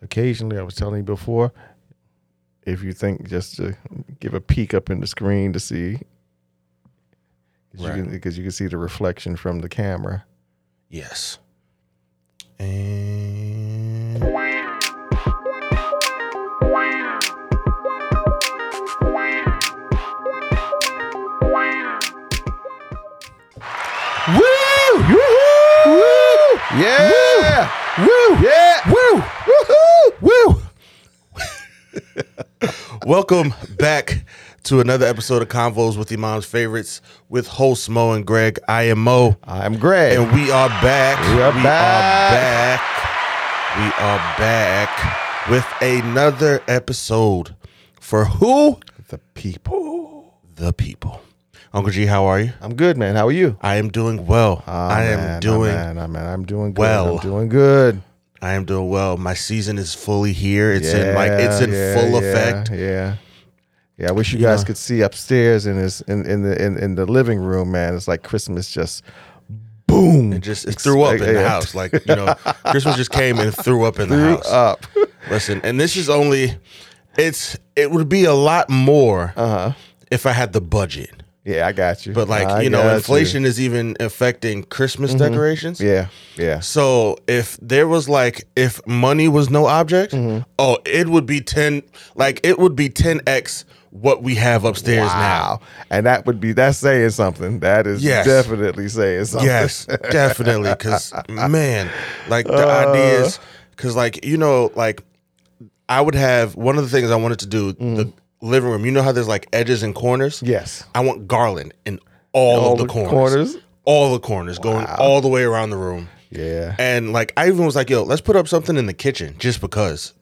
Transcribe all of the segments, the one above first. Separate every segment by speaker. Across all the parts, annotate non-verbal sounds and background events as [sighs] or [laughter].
Speaker 1: occasionally, I was telling you before, if you think just to give a peek up in the screen to see, because
Speaker 2: Right.
Speaker 1: you, can- 'cause you can see the reflection from the camera.
Speaker 2: Yes. And Woo! Woo!
Speaker 1: Yeah!
Speaker 2: Woo!
Speaker 1: Yeah!
Speaker 2: Woo! Woo! Woo! Welcome back to another episode of Convos with Imam's Favorites with hosts Mo and Greg. I am Mo,
Speaker 1: I'm Greg.
Speaker 2: and we are back.
Speaker 1: We are back.
Speaker 2: back. We are back with another episode for who?
Speaker 1: the people.
Speaker 2: The people. Uncle G, how are you?
Speaker 1: I'm good, man. How are you?
Speaker 2: I am doing well.
Speaker 1: Ah,
Speaker 2: I
Speaker 1: man, ah,
Speaker 2: am doing
Speaker 1: man, ah, man, I'm doing good.
Speaker 2: well.
Speaker 1: I'm doing good.
Speaker 2: I am doing well. My season is fully here. It's in like
Speaker 1: Yeah,
Speaker 2: it's in
Speaker 1: yeah,
Speaker 2: full
Speaker 1: yeah,
Speaker 2: effect.
Speaker 1: Yeah. Yeah, I wish you guys could see upstairs in this in, in the in, in the living room, man. It's like Christmas just boom.
Speaker 2: It just it threw up in the
Speaker 1: Yeah.
Speaker 2: house. Like, you know, Christmas just came and threw up in the
Speaker 1: Threw
Speaker 2: house.
Speaker 1: up.
Speaker 2: Listen, and this is only it's it would be a lot more
Speaker 1: Uh-huh.
Speaker 2: if I had the budget.
Speaker 1: [laughs] Yeah, I got you.
Speaker 2: But like,
Speaker 1: I
Speaker 2: you know,
Speaker 1: got
Speaker 2: inflation is even affecting Christmas decorations.
Speaker 1: Yeah, yeah.
Speaker 2: So if there was like if money was no object,
Speaker 1: Mm-hmm.
Speaker 2: oh, it would be 10 like it would be 10x what we have upstairs now.
Speaker 1: Wow. And that would be that's saying something. That is
Speaker 2: Yes.
Speaker 1: definitely saying something.
Speaker 2: Yes, definitely. Because man, like the ideas,
Speaker 1: Uh.
Speaker 2: because like you know, like I would have one of the things I wanted to do
Speaker 1: Mm.
Speaker 2: the living room. You know how there's like edges and corners.
Speaker 1: Yes.
Speaker 2: I want garland in all,
Speaker 1: All
Speaker 2: of the,
Speaker 1: the
Speaker 2: corners,
Speaker 1: corners?
Speaker 2: all the corners, going all the way around the room.
Speaker 1: Yeah.
Speaker 2: And like I even was like, yo, let's put up something in the kitchen just because.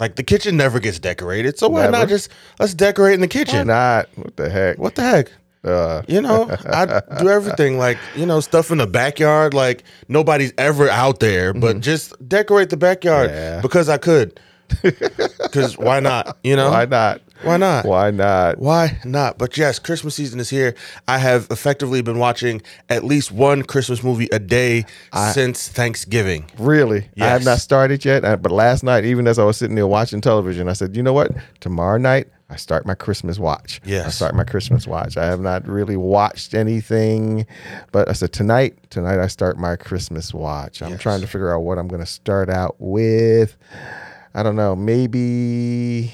Speaker 2: Like the kitchen never gets decorated, so why
Speaker 1: Never.
Speaker 2: not just let's decorate in the
Speaker 1: Why
Speaker 2: kitchen?
Speaker 1: not? What the heck?
Speaker 2: What the heck?
Speaker 1: Uh,
Speaker 2: You know, I do everything like you know stuff in the backyard. Like nobody's ever out there, but just decorate the backyard
Speaker 1: Mm-hmm. Yeah.
Speaker 2: because I could.
Speaker 1: [laughs]
Speaker 2: Because why not? You know,
Speaker 1: why not?
Speaker 2: Why not?
Speaker 1: Why not?
Speaker 2: Why not? But yes, Christmas season is here. I have effectively been watching at least one Christmas movie a day since Thanksgiving.
Speaker 1: Really? I have
Speaker 2: Yes.
Speaker 1: not started yet. uh, But last night, even as I was sitting there watching television, I said, you know what? Tomorrow night, I start my Christmas watch. I
Speaker 2: Yes.
Speaker 1: start my Christmas watch. I have not really watched anything, but I said, tonight, tonight I start my Christmas watch. I'm
Speaker 2: Yes.
Speaker 1: trying to figure out what I'm going to start out with. I don't know. Maybe,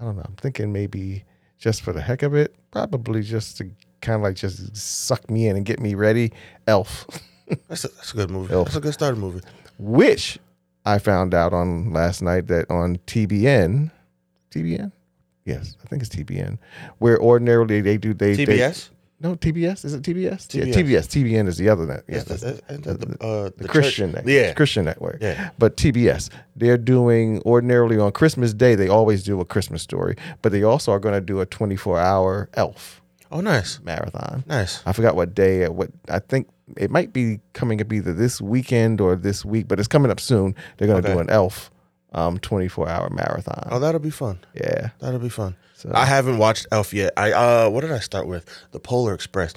Speaker 1: I don't know. I'm thinking maybe just for the heck of it, probably just to kind of like just suck me in and get me ready. Elf. [laughs]
Speaker 2: That's a, that's a good movie.
Speaker 1: Elf.
Speaker 2: That's a good starter movie.
Speaker 1: which I found out on last night that on TBN, TBN, yes, I think it's TBN, where ordinarily they do they they-
Speaker 2: TBS.
Speaker 1: no TBS is it TBS? Yeah,
Speaker 2: TBS.
Speaker 1: TBS TBN is the other net, yeah,
Speaker 2: Yes, that's- that's- that's the, uh, the
Speaker 1: the,
Speaker 2: church-
Speaker 1: Christian network,
Speaker 2: Yeah.
Speaker 1: Christian network,
Speaker 2: Yeah.
Speaker 1: But TBS, they're doing ordinarily on Christmas Day they always do a Christmas story, but they also are going to do a twenty four hour Elf
Speaker 2: Oh, nice,
Speaker 1: marathon.
Speaker 2: nice.
Speaker 1: I forgot what day. uh, What I think it might be coming up either this weekend or this week, but it's coming up soon. They're going to do
Speaker 2: Okay.
Speaker 1: an Elf, um, twenty four hour marathon.
Speaker 2: Oh, that'll be fun.
Speaker 1: Yeah,
Speaker 2: That'll be fun.
Speaker 1: So-
Speaker 2: I haven't watched Elf yet. I uh, what did I start with? The Polar Express.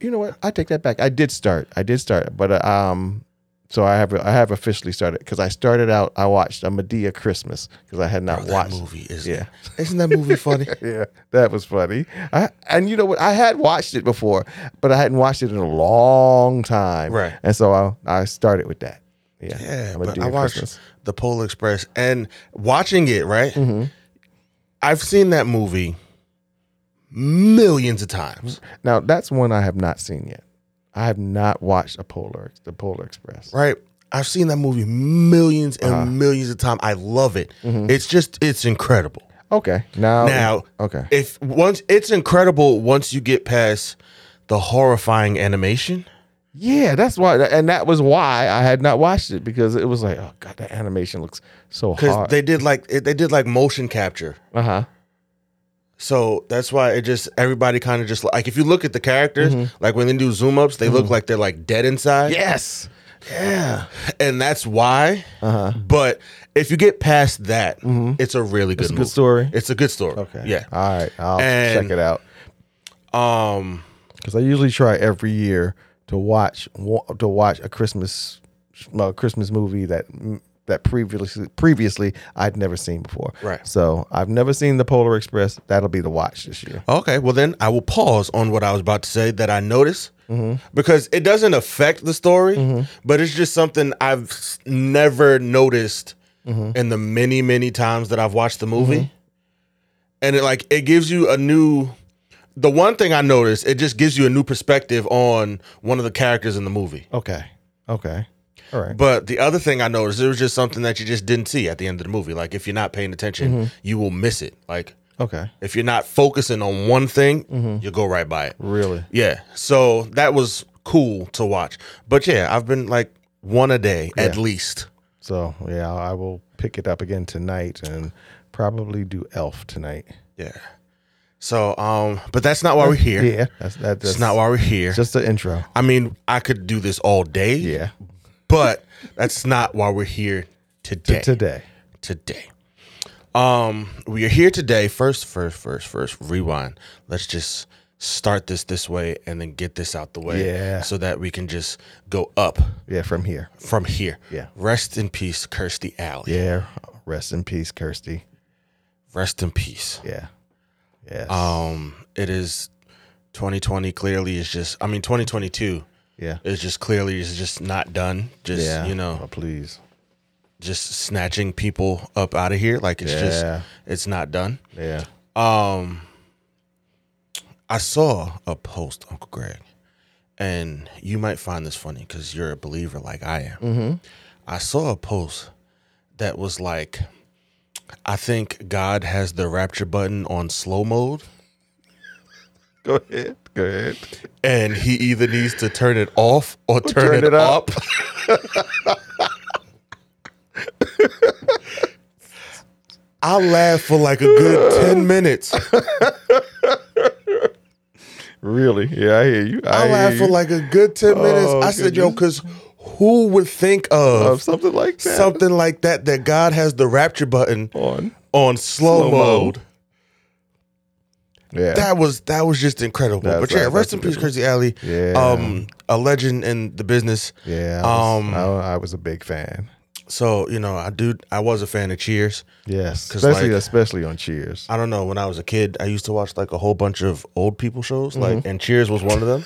Speaker 1: you know what? I take that back. I did start. I did start, but uh, um, so I have I have officially started because I started out. I watched a Medea Christmas because I had not
Speaker 2: Oh, That
Speaker 1: watched.
Speaker 2: movie is
Speaker 1: Yeah.
Speaker 2: Isn't that movie funny?
Speaker 1: [laughs] Yeah, that was funny. I, and you know what? I had watched it before, but I hadn't watched it in a long time.
Speaker 2: Right.
Speaker 1: And so I, I started with that. Yeah.
Speaker 2: yeah,
Speaker 1: A
Speaker 2: but
Speaker 1: Medea
Speaker 2: I watched
Speaker 1: Christmas.
Speaker 2: the Polar Express and watching it. Right,
Speaker 1: Mm-hmm.
Speaker 2: I've seen that movie millions of times.
Speaker 1: Now that's one I have not seen yet. I have not watched a Polar the Polar Express.
Speaker 2: Right, I've seen that movie millions and
Speaker 1: Uh-huh.
Speaker 2: millions of times. I love it.
Speaker 1: Mm.
Speaker 2: It's just it's incredible.
Speaker 1: Mm-hmm. Okay. Now
Speaker 2: Now,
Speaker 1: okay.
Speaker 2: if once it's incredible once you get past the horrifying animation.
Speaker 1: Yeah, that's why and that was why I had not watched it because it was like, oh god, that animation looks so
Speaker 2: because
Speaker 1: hard.
Speaker 2: they did like it- they did like motion capture
Speaker 1: uh-huh.
Speaker 2: so that's why it just everybody kind of just like if you look at the characters
Speaker 1: Mm-hmm.
Speaker 2: like when they do zoom ups they look like they're like dead inside
Speaker 1: Yes.
Speaker 2: yeah and that's why
Speaker 1: Uh-huh. Mm-hmm.
Speaker 2: but if you get past that it's a really good,
Speaker 1: It's a
Speaker 2: movie.
Speaker 1: good story.
Speaker 2: it's a good story
Speaker 1: Okay.
Speaker 2: yeah
Speaker 1: All right. I'll
Speaker 2: And-
Speaker 1: check it out.
Speaker 2: um
Speaker 1: because I usually try every year to watch wa- to watch a Christmas uh, Christmas movie that that previously previously I'd never seen before.
Speaker 2: Right.
Speaker 1: So I've never seen the Polar Express. That'll be the watch this year.
Speaker 2: Okay, well then I will pause on what I was about to say that I noticed because it doesn't affect the story, but it's just something I've s- never noticed in the many many times that I've watched the movie, and it like it gives you a new. The one thing I noticed, it just gives you a new perspective on one of the characters in the movie.
Speaker 1: Okay. Okay. All right.
Speaker 2: But the other thing I noticed, it was just something that you just didn't see at the end of the movie. Like if you're not paying attention, you will miss it. Like
Speaker 1: Okay.
Speaker 2: if you're not focusing on one thing, you'll go right by it.
Speaker 1: Really.
Speaker 2: Yeah. So that was cool to watch. But yeah, I've been like one a day at least.
Speaker 1: So yeah, I will pick it up again tonight and probably do Elf tonight.
Speaker 2: Yeah. So um but that's not why we're here.
Speaker 1: Yeah. That's that, that's
Speaker 2: That's not why we're here.
Speaker 1: just the intro.
Speaker 2: I mean, I could do this all day.
Speaker 1: Yeah.
Speaker 2: But that's not why we're here today.
Speaker 1: Today.
Speaker 2: today. Um, we are here today. First, first, first, first, rewind. Let's just start this this way and then get this out the way.
Speaker 1: Yeah.
Speaker 2: So that we can just go up
Speaker 1: Yeah. From here.
Speaker 2: from here.
Speaker 1: Yeah.
Speaker 2: Rest in peace, Kirsty Alley.
Speaker 1: Yeah. Rest in peace, Kirsty.
Speaker 2: Rest in peace.
Speaker 1: Yeah. Yes.
Speaker 2: Um, it is 2020 clearly is just, I mean, 2022
Speaker 1: yeah.
Speaker 2: is just clearly is just not done. Just,
Speaker 1: Yeah.
Speaker 2: you know,
Speaker 1: Oh, please.
Speaker 2: just snatching people up out of here. Like it's
Speaker 1: Yeah.
Speaker 2: just, it's not done.
Speaker 1: Yeah.
Speaker 2: Um, I saw a post, Uncle Greg, and you might find this funny because you're a believer like I am.
Speaker 1: Mm-hmm.
Speaker 2: I saw a post that was like, I think God has the rapture button on slow mode,
Speaker 1: Go ahead. Go ahead.
Speaker 2: and he either needs to turn it off or turn,
Speaker 1: turn
Speaker 2: it,
Speaker 1: it up.
Speaker 2: up. I laughed for like a
Speaker 1: [laughs]
Speaker 2: good 10 minutes.
Speaker 1: Really? Yeah, I hear you. I,
Speaker 2: I
Speaker 1: hear
Speaker 2: laughed for
Speaker 1: you.
Speaker 2: like a good 10 minutes.
Speaker 1: Oh,
Speaker 2: I said, yo, because who would think
Speaker 1: Of
Speaker 2: of
Speaker 1: something like that.
Speaker 2: something like that, that God has the rapture button
Speaker 1: on.
Speaker 2: on slow,
Speaker 1: Slow
Speaker 2: mode?
Speaker 1: mode. Yeah.
Speaker 2: That was that was just incredible.
Speaker 1: That's
Speaker 2: but yeah,
Speaker 1: right,
Speaker 2: rest
Speaker 1: that's
Speaker 2: in
Speaker 1: a
Speaker 2: peace,
Speaker 1: good one.
Speaker 2: Crazy Alley.
Speaker 1: Yeah.
Speaker 2: Um, a legend in the business.
Speaker 1: yeah. I was,
Speaker 2: um,
Speaker 1: I, I was a big fan.
Speaker 2: So, you know, I do I was a fan of Cheers.
Speaker 1: Yes.
Speaker 2: 'Cause,
Speaker 1: Especially
Speaker 2: like-
Speaker 1: especially on Cheers.
Speaker 2: I don't know, when I was a kid, I used to watch like a whole bunch of old people shows,
Speaker 1: Mm-hmm.
Speaker 2: like and Cheers was one of them.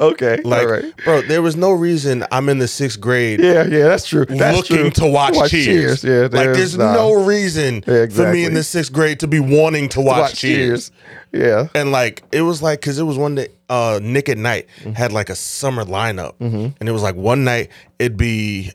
Speaker 1: Okay. [laughs]
Speaker 2: Like
Speaker 1: all right.
Speaker 2: bro, there was no reason I'm in the sixth grade
Speaker 1: Yeah, yeah, that's true. That's true.
Speaker 2: looking to watch, Cheers.
Speaker 1: Yeah,
Speaker 2: like there's
Speaker 1: nah,
Speaker 2: no
Speaker 1: to
Speaker 2: reason
Speaker 1: Yeah,
Speaker 2: for me
Speaker 1: exactly.
Speaker 2: in the sixth grade to be wanting to watch, Cheers.
Speaker 1: Yeah.
Speaker 2: And like it was like because it was one that uh, Nick at Night
Speaker 1: Mm-hmm.
Speaker 2: had like a summer lineup, and it was like one night it'd be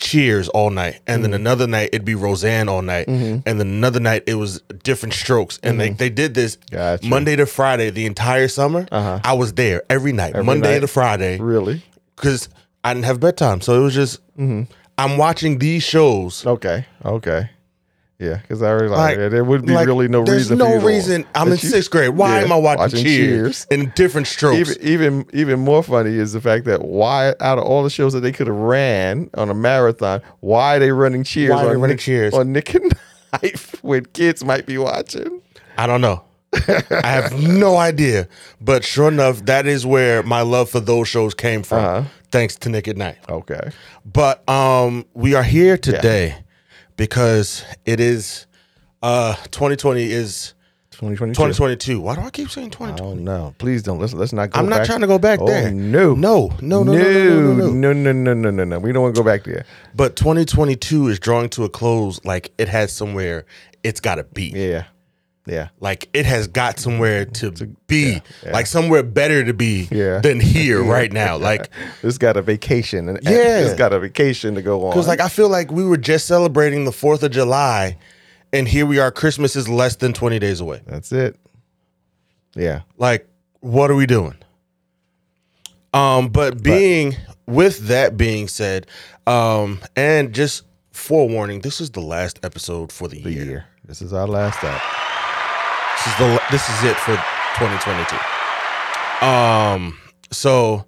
Speaker 2: Cheers all night, and
Speaker 1: Mm-hmm.
Speaker 2: then another night it'd be Roseanne all night, and then another night it was different strokes, and they they did this
Speaker 1: Mm-hmm. Gotcha. Uh-huh.
Speaker 2: Monday to Friday the entire summer. I was there every night, Monday
Speaker 1: night.
Speaker 2: to Friday
Speaker 1: Really?
Speaker 2: because I didn't have bedtime, so it was just
Speaker 1: Mm-hmm.
Speaker 2: I'm watching these shows.
Speaker 1: Okay. Okay. Yeah, because I realized
Speaker 2: Like-
Speaker 1: yeah, there would be
Speaker 2: like,
Speaker 1: really no
Speaker 2: there's
Speaker 1: reason. for
Speaker 2: no
Speaker 1: you to watch.
Speaker 2: reason. I'm
Speaker 1: But
Speaker 2: in
Speaker 1: you-
Speaker 2: sixth grade. Why
Speaker 1: yeah,
Speaker 2: am I watching, Cheers,
Speaker 1: Cheers.
Speaker 2: in different strokes?
Speaker 1: Even, even even more funny is the fact that why out of all the shows that they could have ran on a marathon, why are they running Cheers
Speaker 2: Why are
Speaker 1: on
Speaker 2: they running
Speaker 1: Nick,
Speaker 2: Cheers?
Speaker 1: on Nick and Knife [laughs] when kids might be watching?
Speaker 2: I don't know. I
Speaker 1: [laughs]
Speaker 2: have no idea. But sure enough, that is where my love for those shows came from.
Speaker 1: Uh-huh.
Speaker 2: Thanks to Nick at Night.
Speaker 1: Okay.
Speaker 2: But um, we are here today because it is uh 2020 is
Speaker 1: 2022.
Speaker 2: 2022. Why do I keep saying 2020?
Speaker 1: Oh no! Please don't. Let's let's not go.
Speaker 2: I'm not
Speaker 1: back-
Speaker 2: trying to go back
Speaker 1: oh,
Speaker 2: there.
Speaker 1: No.
Speaker 2: No, no, no, no,
Speaker 1: no,
Speaker 2: no, no, no,
Speaker 1: no, no, no, no, no. We don't want to go back there.
Speaker 2: But 2022 is drawing to a close. Like it has somewhere it's got to be.
Speaker 1: Yeah, yeah.
Speaker 2: Like it has got somewhere to be. Like somewhere better to be
Speaker 1: Yeah.
Speaker 2: than [laughs] here right now. Like
Speaker 1: It's got a vacation, and
Speaker 2: Yeah.
Speaker 1: it's got a vacation to go on.
Speaker 2: because like I feel like we were just celebrating the 4th of July and here we are Christmas is less than 20 days away.
Speaker 1: that's it. Yeah,
Speaker 2: Like what are we doing? Um but being with that being said, um and just forewarning, this is the last episode for the,
Speaker 1: the
Speaker 2: year.
Speaker 1: year. This is our last up.
Speaker 2: This is the this is it for 2022. Um so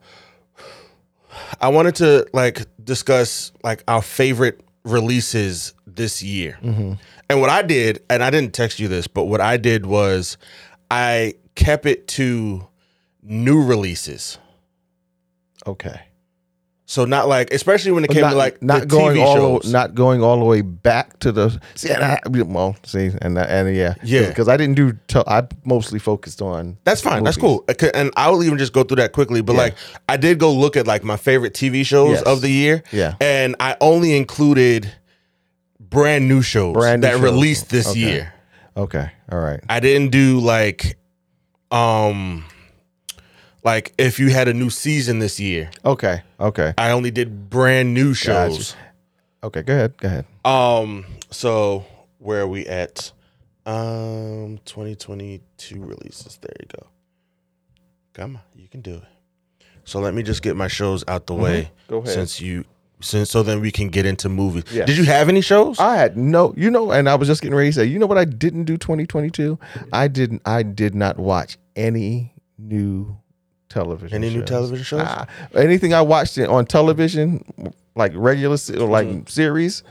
Speaker 2: I wanted to like discuss like our favorite releases this year.
Speaker 1: Mm-hmm.
Speaker 2: And what I did, and I didn't text you this, but what I did was I kept it to new releases.
Speaker 1: Okay.
Speaker 2: So not like, especially when it came
Speaker 1: not,
Speaker 2: to like
Speaker 1: not
Speaker 2: the
Speaker 1: going
Speaker 2: TV
Speaker 1: all
Speaker 2: shows.
Speaker 1: not going all the way back to the see and I, well see and uh, and yeah
Speaker 2: Yeah.
Speaker 1: because I didn't do tel- I mostly focused on
Speaker 2: That's fine. That's
Speaker 1: movies.
Speaker 2: cool. I could- And I will even just go through that quickly. But
Speaker 1: Yeah.
Speaker 2: like, I did go look at like my favorite TV shows
Speaker 1: Yes.
Speaker 2: of the year.
Speaker 1: Yeah.
Speaker 2: And I only included brand new shows
Speaker 1: Brand new
Speaker 2: that
Speaker 1: shows.
Speaker 2: released this
Speaker 1: Okay.
Speaker 2: year.
Speaker 1: okay all right
Speaker 2: I didn't do like, um, like if you had a new season this year.
Speaker 1: okay okay
Speaker 2: I only did brand new shows.
Speaker 1: okay go ahead go ahead
Speaker 2: Um, so where are we at? Um, 2022 releases. There you go. Come on, you can do it. So let me just get my shows out the way.
Speaker 1: Mm-hmm. Go ahead.
Speaker 2: Since you, since so then we can get into movies.
Speaker 1: Yes.
Speaker 2: Did you have any shows?
Speaker 1: I had no, you know, and I was just getting ready to say, you know what I didn't do 2022? I didn't, I did not watch any new television.
Speaker 2: any new
Speaker 1: shows.
Speaker 2: television shows?
Speaker 1: Ah, anything I watched it on television, like regular se- or like
Speaker 2: Mm-hmm.
Speaker 1: series,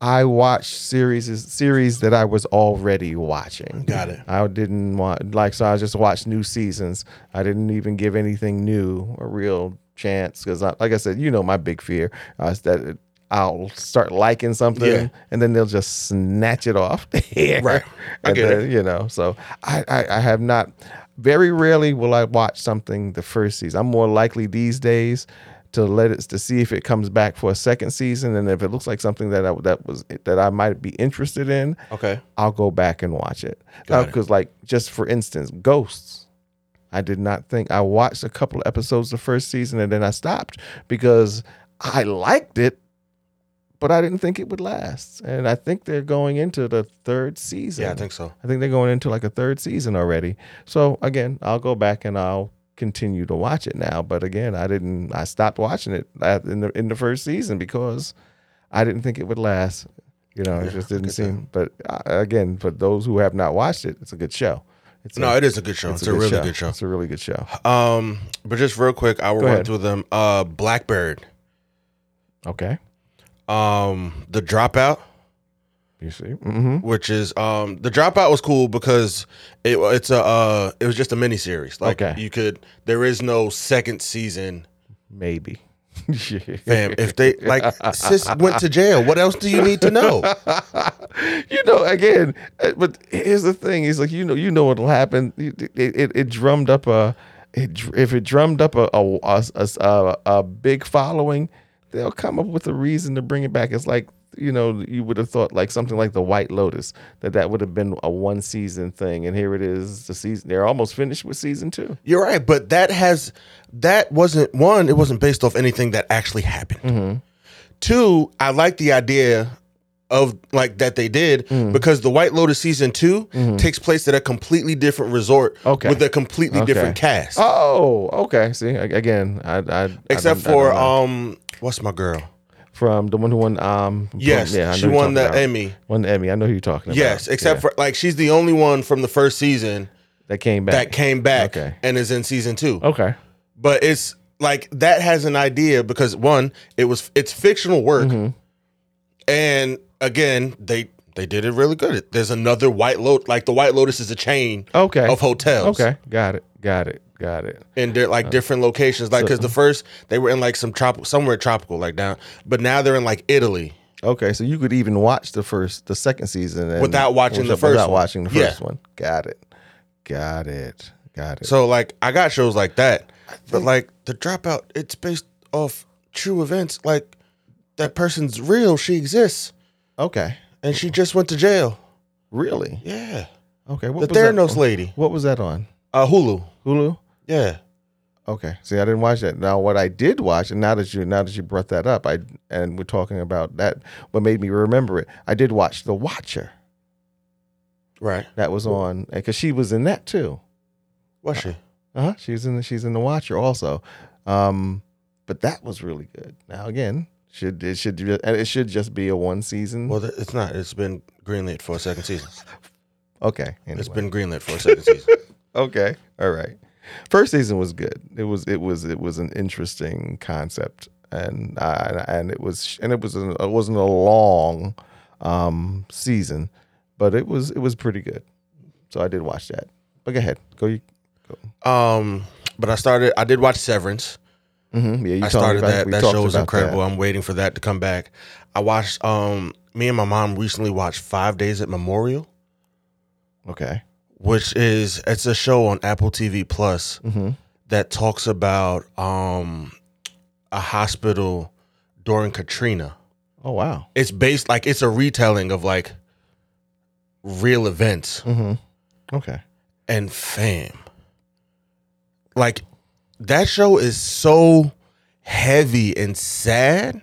Speaker 1: I watched series series that I was already watching.
Speaker 2: Got it.
Speaker 1: I didn't want like so I just watched new seasons. I didn't even give anything new a real chance because I, like I said, you know my big fear uh, is that it- I'll start liking something
Speaker 2: Yeah.
Speaker 1: and then they'll just snatch it off [laughs] the air.
Speaker 2: [laughs] Right. I
Speaker 1: And
Speaker 2: get
Speaker 1: then, You know, so I, I I have not. Very rarely will I watch something the first season. I'm more likely these days to let it to see if it comes back for a second season, and if it looks like something that I, that was that I might be interested in,
Speaker 2: Okay.
Speaker 1: I'll go back and watch it.
Speaker 2: Got it.
Speaker 1: Because, like, just for instance, Ghosts. I did not think I watched a couple of episodes the first season and then I stopped because I liked it, but I didn't think it would last. And I think they're going into the third season.
Speaker 2: Yeah, I think so.
Speaker 1: I think they're going into like a third season already. So again, I'll go back and I'll continue to watch it now. But again, I didn't. I stopped watching it at, in the in the first season because I didn't think it would last. You know,
Speaker 2: Yeah,
Speaker 1: it just
Speaker 2: I
Speaker 1: didn't
Speaker 2: get that.
Speaker 1: seem. But uh, again, for those who have not watched it, it's a good show. It's
Speaker 2: No,
Speaker 1: a,
Speaker 2: it is a good show. It's, a, really good show.
Speaker 1: It's a really good show.
Speaker 2: Um, but just real quick, I will
Speaker 1: Go
Speaker 2: run
Speaker 1: ahead.
Speaker 2: through them. Uh, Blackbird.
Speaker 1: Okay,
Speaker 2: Um, The Dropout.
Speaker 1: you see. Mm-hmm.
Speaker 2: which is um the dropout was cool because it it's a uh it was just a mini series like
Speaker 1: Okay.
Speaker 2: you could there is no second season
Speaker 1: Maybe. [laughs]
Speaker 2: fam if they like sis went to jail what else do you need to know
Speaker 1: [laughs] you know, again, uh, but here's the thing: is like you know, you know what'll happen. It it, it, it drummed up a, it, dr- if it drummed up a a, a- a a a big following, they'll come up with a reason to bring it back. It's like you know, you would have thought like something like the White Lotus that that would have been a one season thing, and here it is, the season. They're almost finished with season two.
Speaker 2: you're right but that has that wasn't one it wasn't based off anything that actually happened
Speaker 1: Mm-hmm.
Speaker 2: two i like the idea of like that they did
Speaker 1: Mm.
Speaker 2: because the white lotus season 2 takes place at a completely different resort
Speaker 1: Mm-hmm. Okay.
Speaker 2: with a completely
Speaker 1: Okay.
Speaker 2: different cast
Speaker 1: Oh, okay. See a- again, I, I I
Speaker 2: except
Speaker 1: don't- I don't
Speaker 2: for
Speaker 1: know.
Speaker 2: um what's my girl
Speaker 1: from the one who won um
Speaker 2: Yes,
Speaker 1: yeah, I know
Speaker 2: she
Speaker 1: who you're
Speaker 2: won the
Speaker 1: talking about.
Speaker 2: Emmy.
Speaker 1: won the Emmy. I know who you're talking about.
Speaker 2: Yes, except
Speaker 1: Yeah.
Speaker 2: for like she's the only one from the first season
Speaker 1: that came back.
Speaker 2: that came back
Speaker 1: Okay.
Speaker 2: and is in season two.
Speaker 1: Okay.
Speaker 2: But it's like that has an idea because one, it was it's fictional work,
Speaker 1: Mm-hmm.
Speaker 2: and again they they did it really good. There's another White Lotus, like the White Lotus is a chain
Speaker 1: Okay.
Speaker 2: of hotels,
Speaker 1: okay. Got it. Got it. Got it.
Speaker 2: and they're like different locations, like because the first they were in like some tropical somewhere tropical, like down, but now they're in like Italy.
Speaker 1: Okay. So you could even watch the first, the second season and,
Speaker 2: Without watching the
Speaker 1: without-
Speaker 2: first
Speaker 1: Without
Speaker 2: one.
Speaker 1: watching the
Speaker 2: Yeah.
Speaker 1: first one. Got it. Got it. Got it.
Speaker 2: So like I got shows like that, but like the dropout, it's based off true events. Like that person's real; she exists,
Speaker 1: okay.
Speaker 2: and she just went to jail.
Speaker 1: Really?
Speaker 2: Yeah,
Speaker 1: Okay.
Speaker 2: the
Speaker 1: What was that?
Speaker 2: Theranos lady,
Speaker 1: What was that on
Speaker 2: uh, Hulu.
Speaker 1: Hulu?
Speaker 2: Yeah,
Speaker 1: Okay. See, I didn't watch that. Now, what I did watch, and now that you now that you brought that up, I and we're talking about that, what made me remember it, I did watch The Watcher.
Speaker 2: right.
Speaker 1: That was on because she was in that too.
Speaker 2: Was she?
Speaker 1: Uh-huh. She's in the she's in the Watcher also. Um, but that was really good. Now again, should it should ju- and it should just be a one season.
Speaker 2: Well, th- it's not. It's been greenlit for a
Speaker 1: [laughs]
Speaker 2: second season.
Speaker 1: okay. Anyway.
Speaker 2: It's been greenlit for a second season.
Speaker 1: [laughs] okay. All right. First season was good. It was it was it was an interesting concept and uh, and it was and it was an, it wasn't a long um season, but it was it was pretty good. So I did watch that. But go ahead. Go you.
Speaker 2: Um, but I started. I did watch Severance.
Speaker 1: Mm-hmm. Yeah, you
Speaker 2: I
Speaker 1: told me
Speaker 2: started
Speaker 1: about
Speaker 2: that.
Speaker 1: we
Speaker 2: That
Speaker 1: talked
Speaker 2: show was
Speaker 1: about
Speaker 2: incredible. I'm waiting for that to come back. I watched. Um, me and my mom recently watched Five Days at Memorial,
Speaker 1: that. Okay.
Speaker 2: which is it's a show on Apple TV Plus
Speaker 1: Mm-hmm.
Speaker 2: that talks about um a hospital during Katrina.
Speaker 1: Oh wow.
Speaker 2: It's based like it's a retelling of like real events.
Speaker 1: Mm-hmm. Okay.
Speaker 2: and fam. Like that show is so heavy and sad.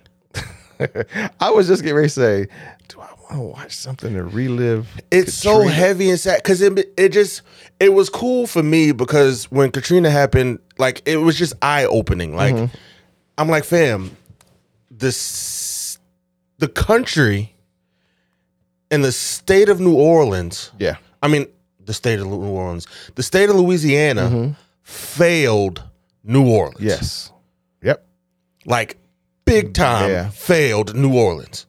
Speaker 1: [laughs] I was just getting ready to say, do I want to watch something to relive?
Speaker 2: It's so
Speaker 1: Katrina?
Speaker 2: heavy and sad because it it just it was cool for me because when Katrina happened, like it was just eye opening. Like
Speaker 1: Mm-hmm.
Speaker 2: I'm like, fam, this the country and the state of New Orleans.
Speaker 1: Yeah.
Speaker 2: I mean, the state of New Orleans, the state of Louisiana failed New Orleans.
Speaker 1: Mm-hmm. Yes. Yep.
Speaker 2: like big time
Speaker 1: Yeah.
Speaker 2: failed New Orleans.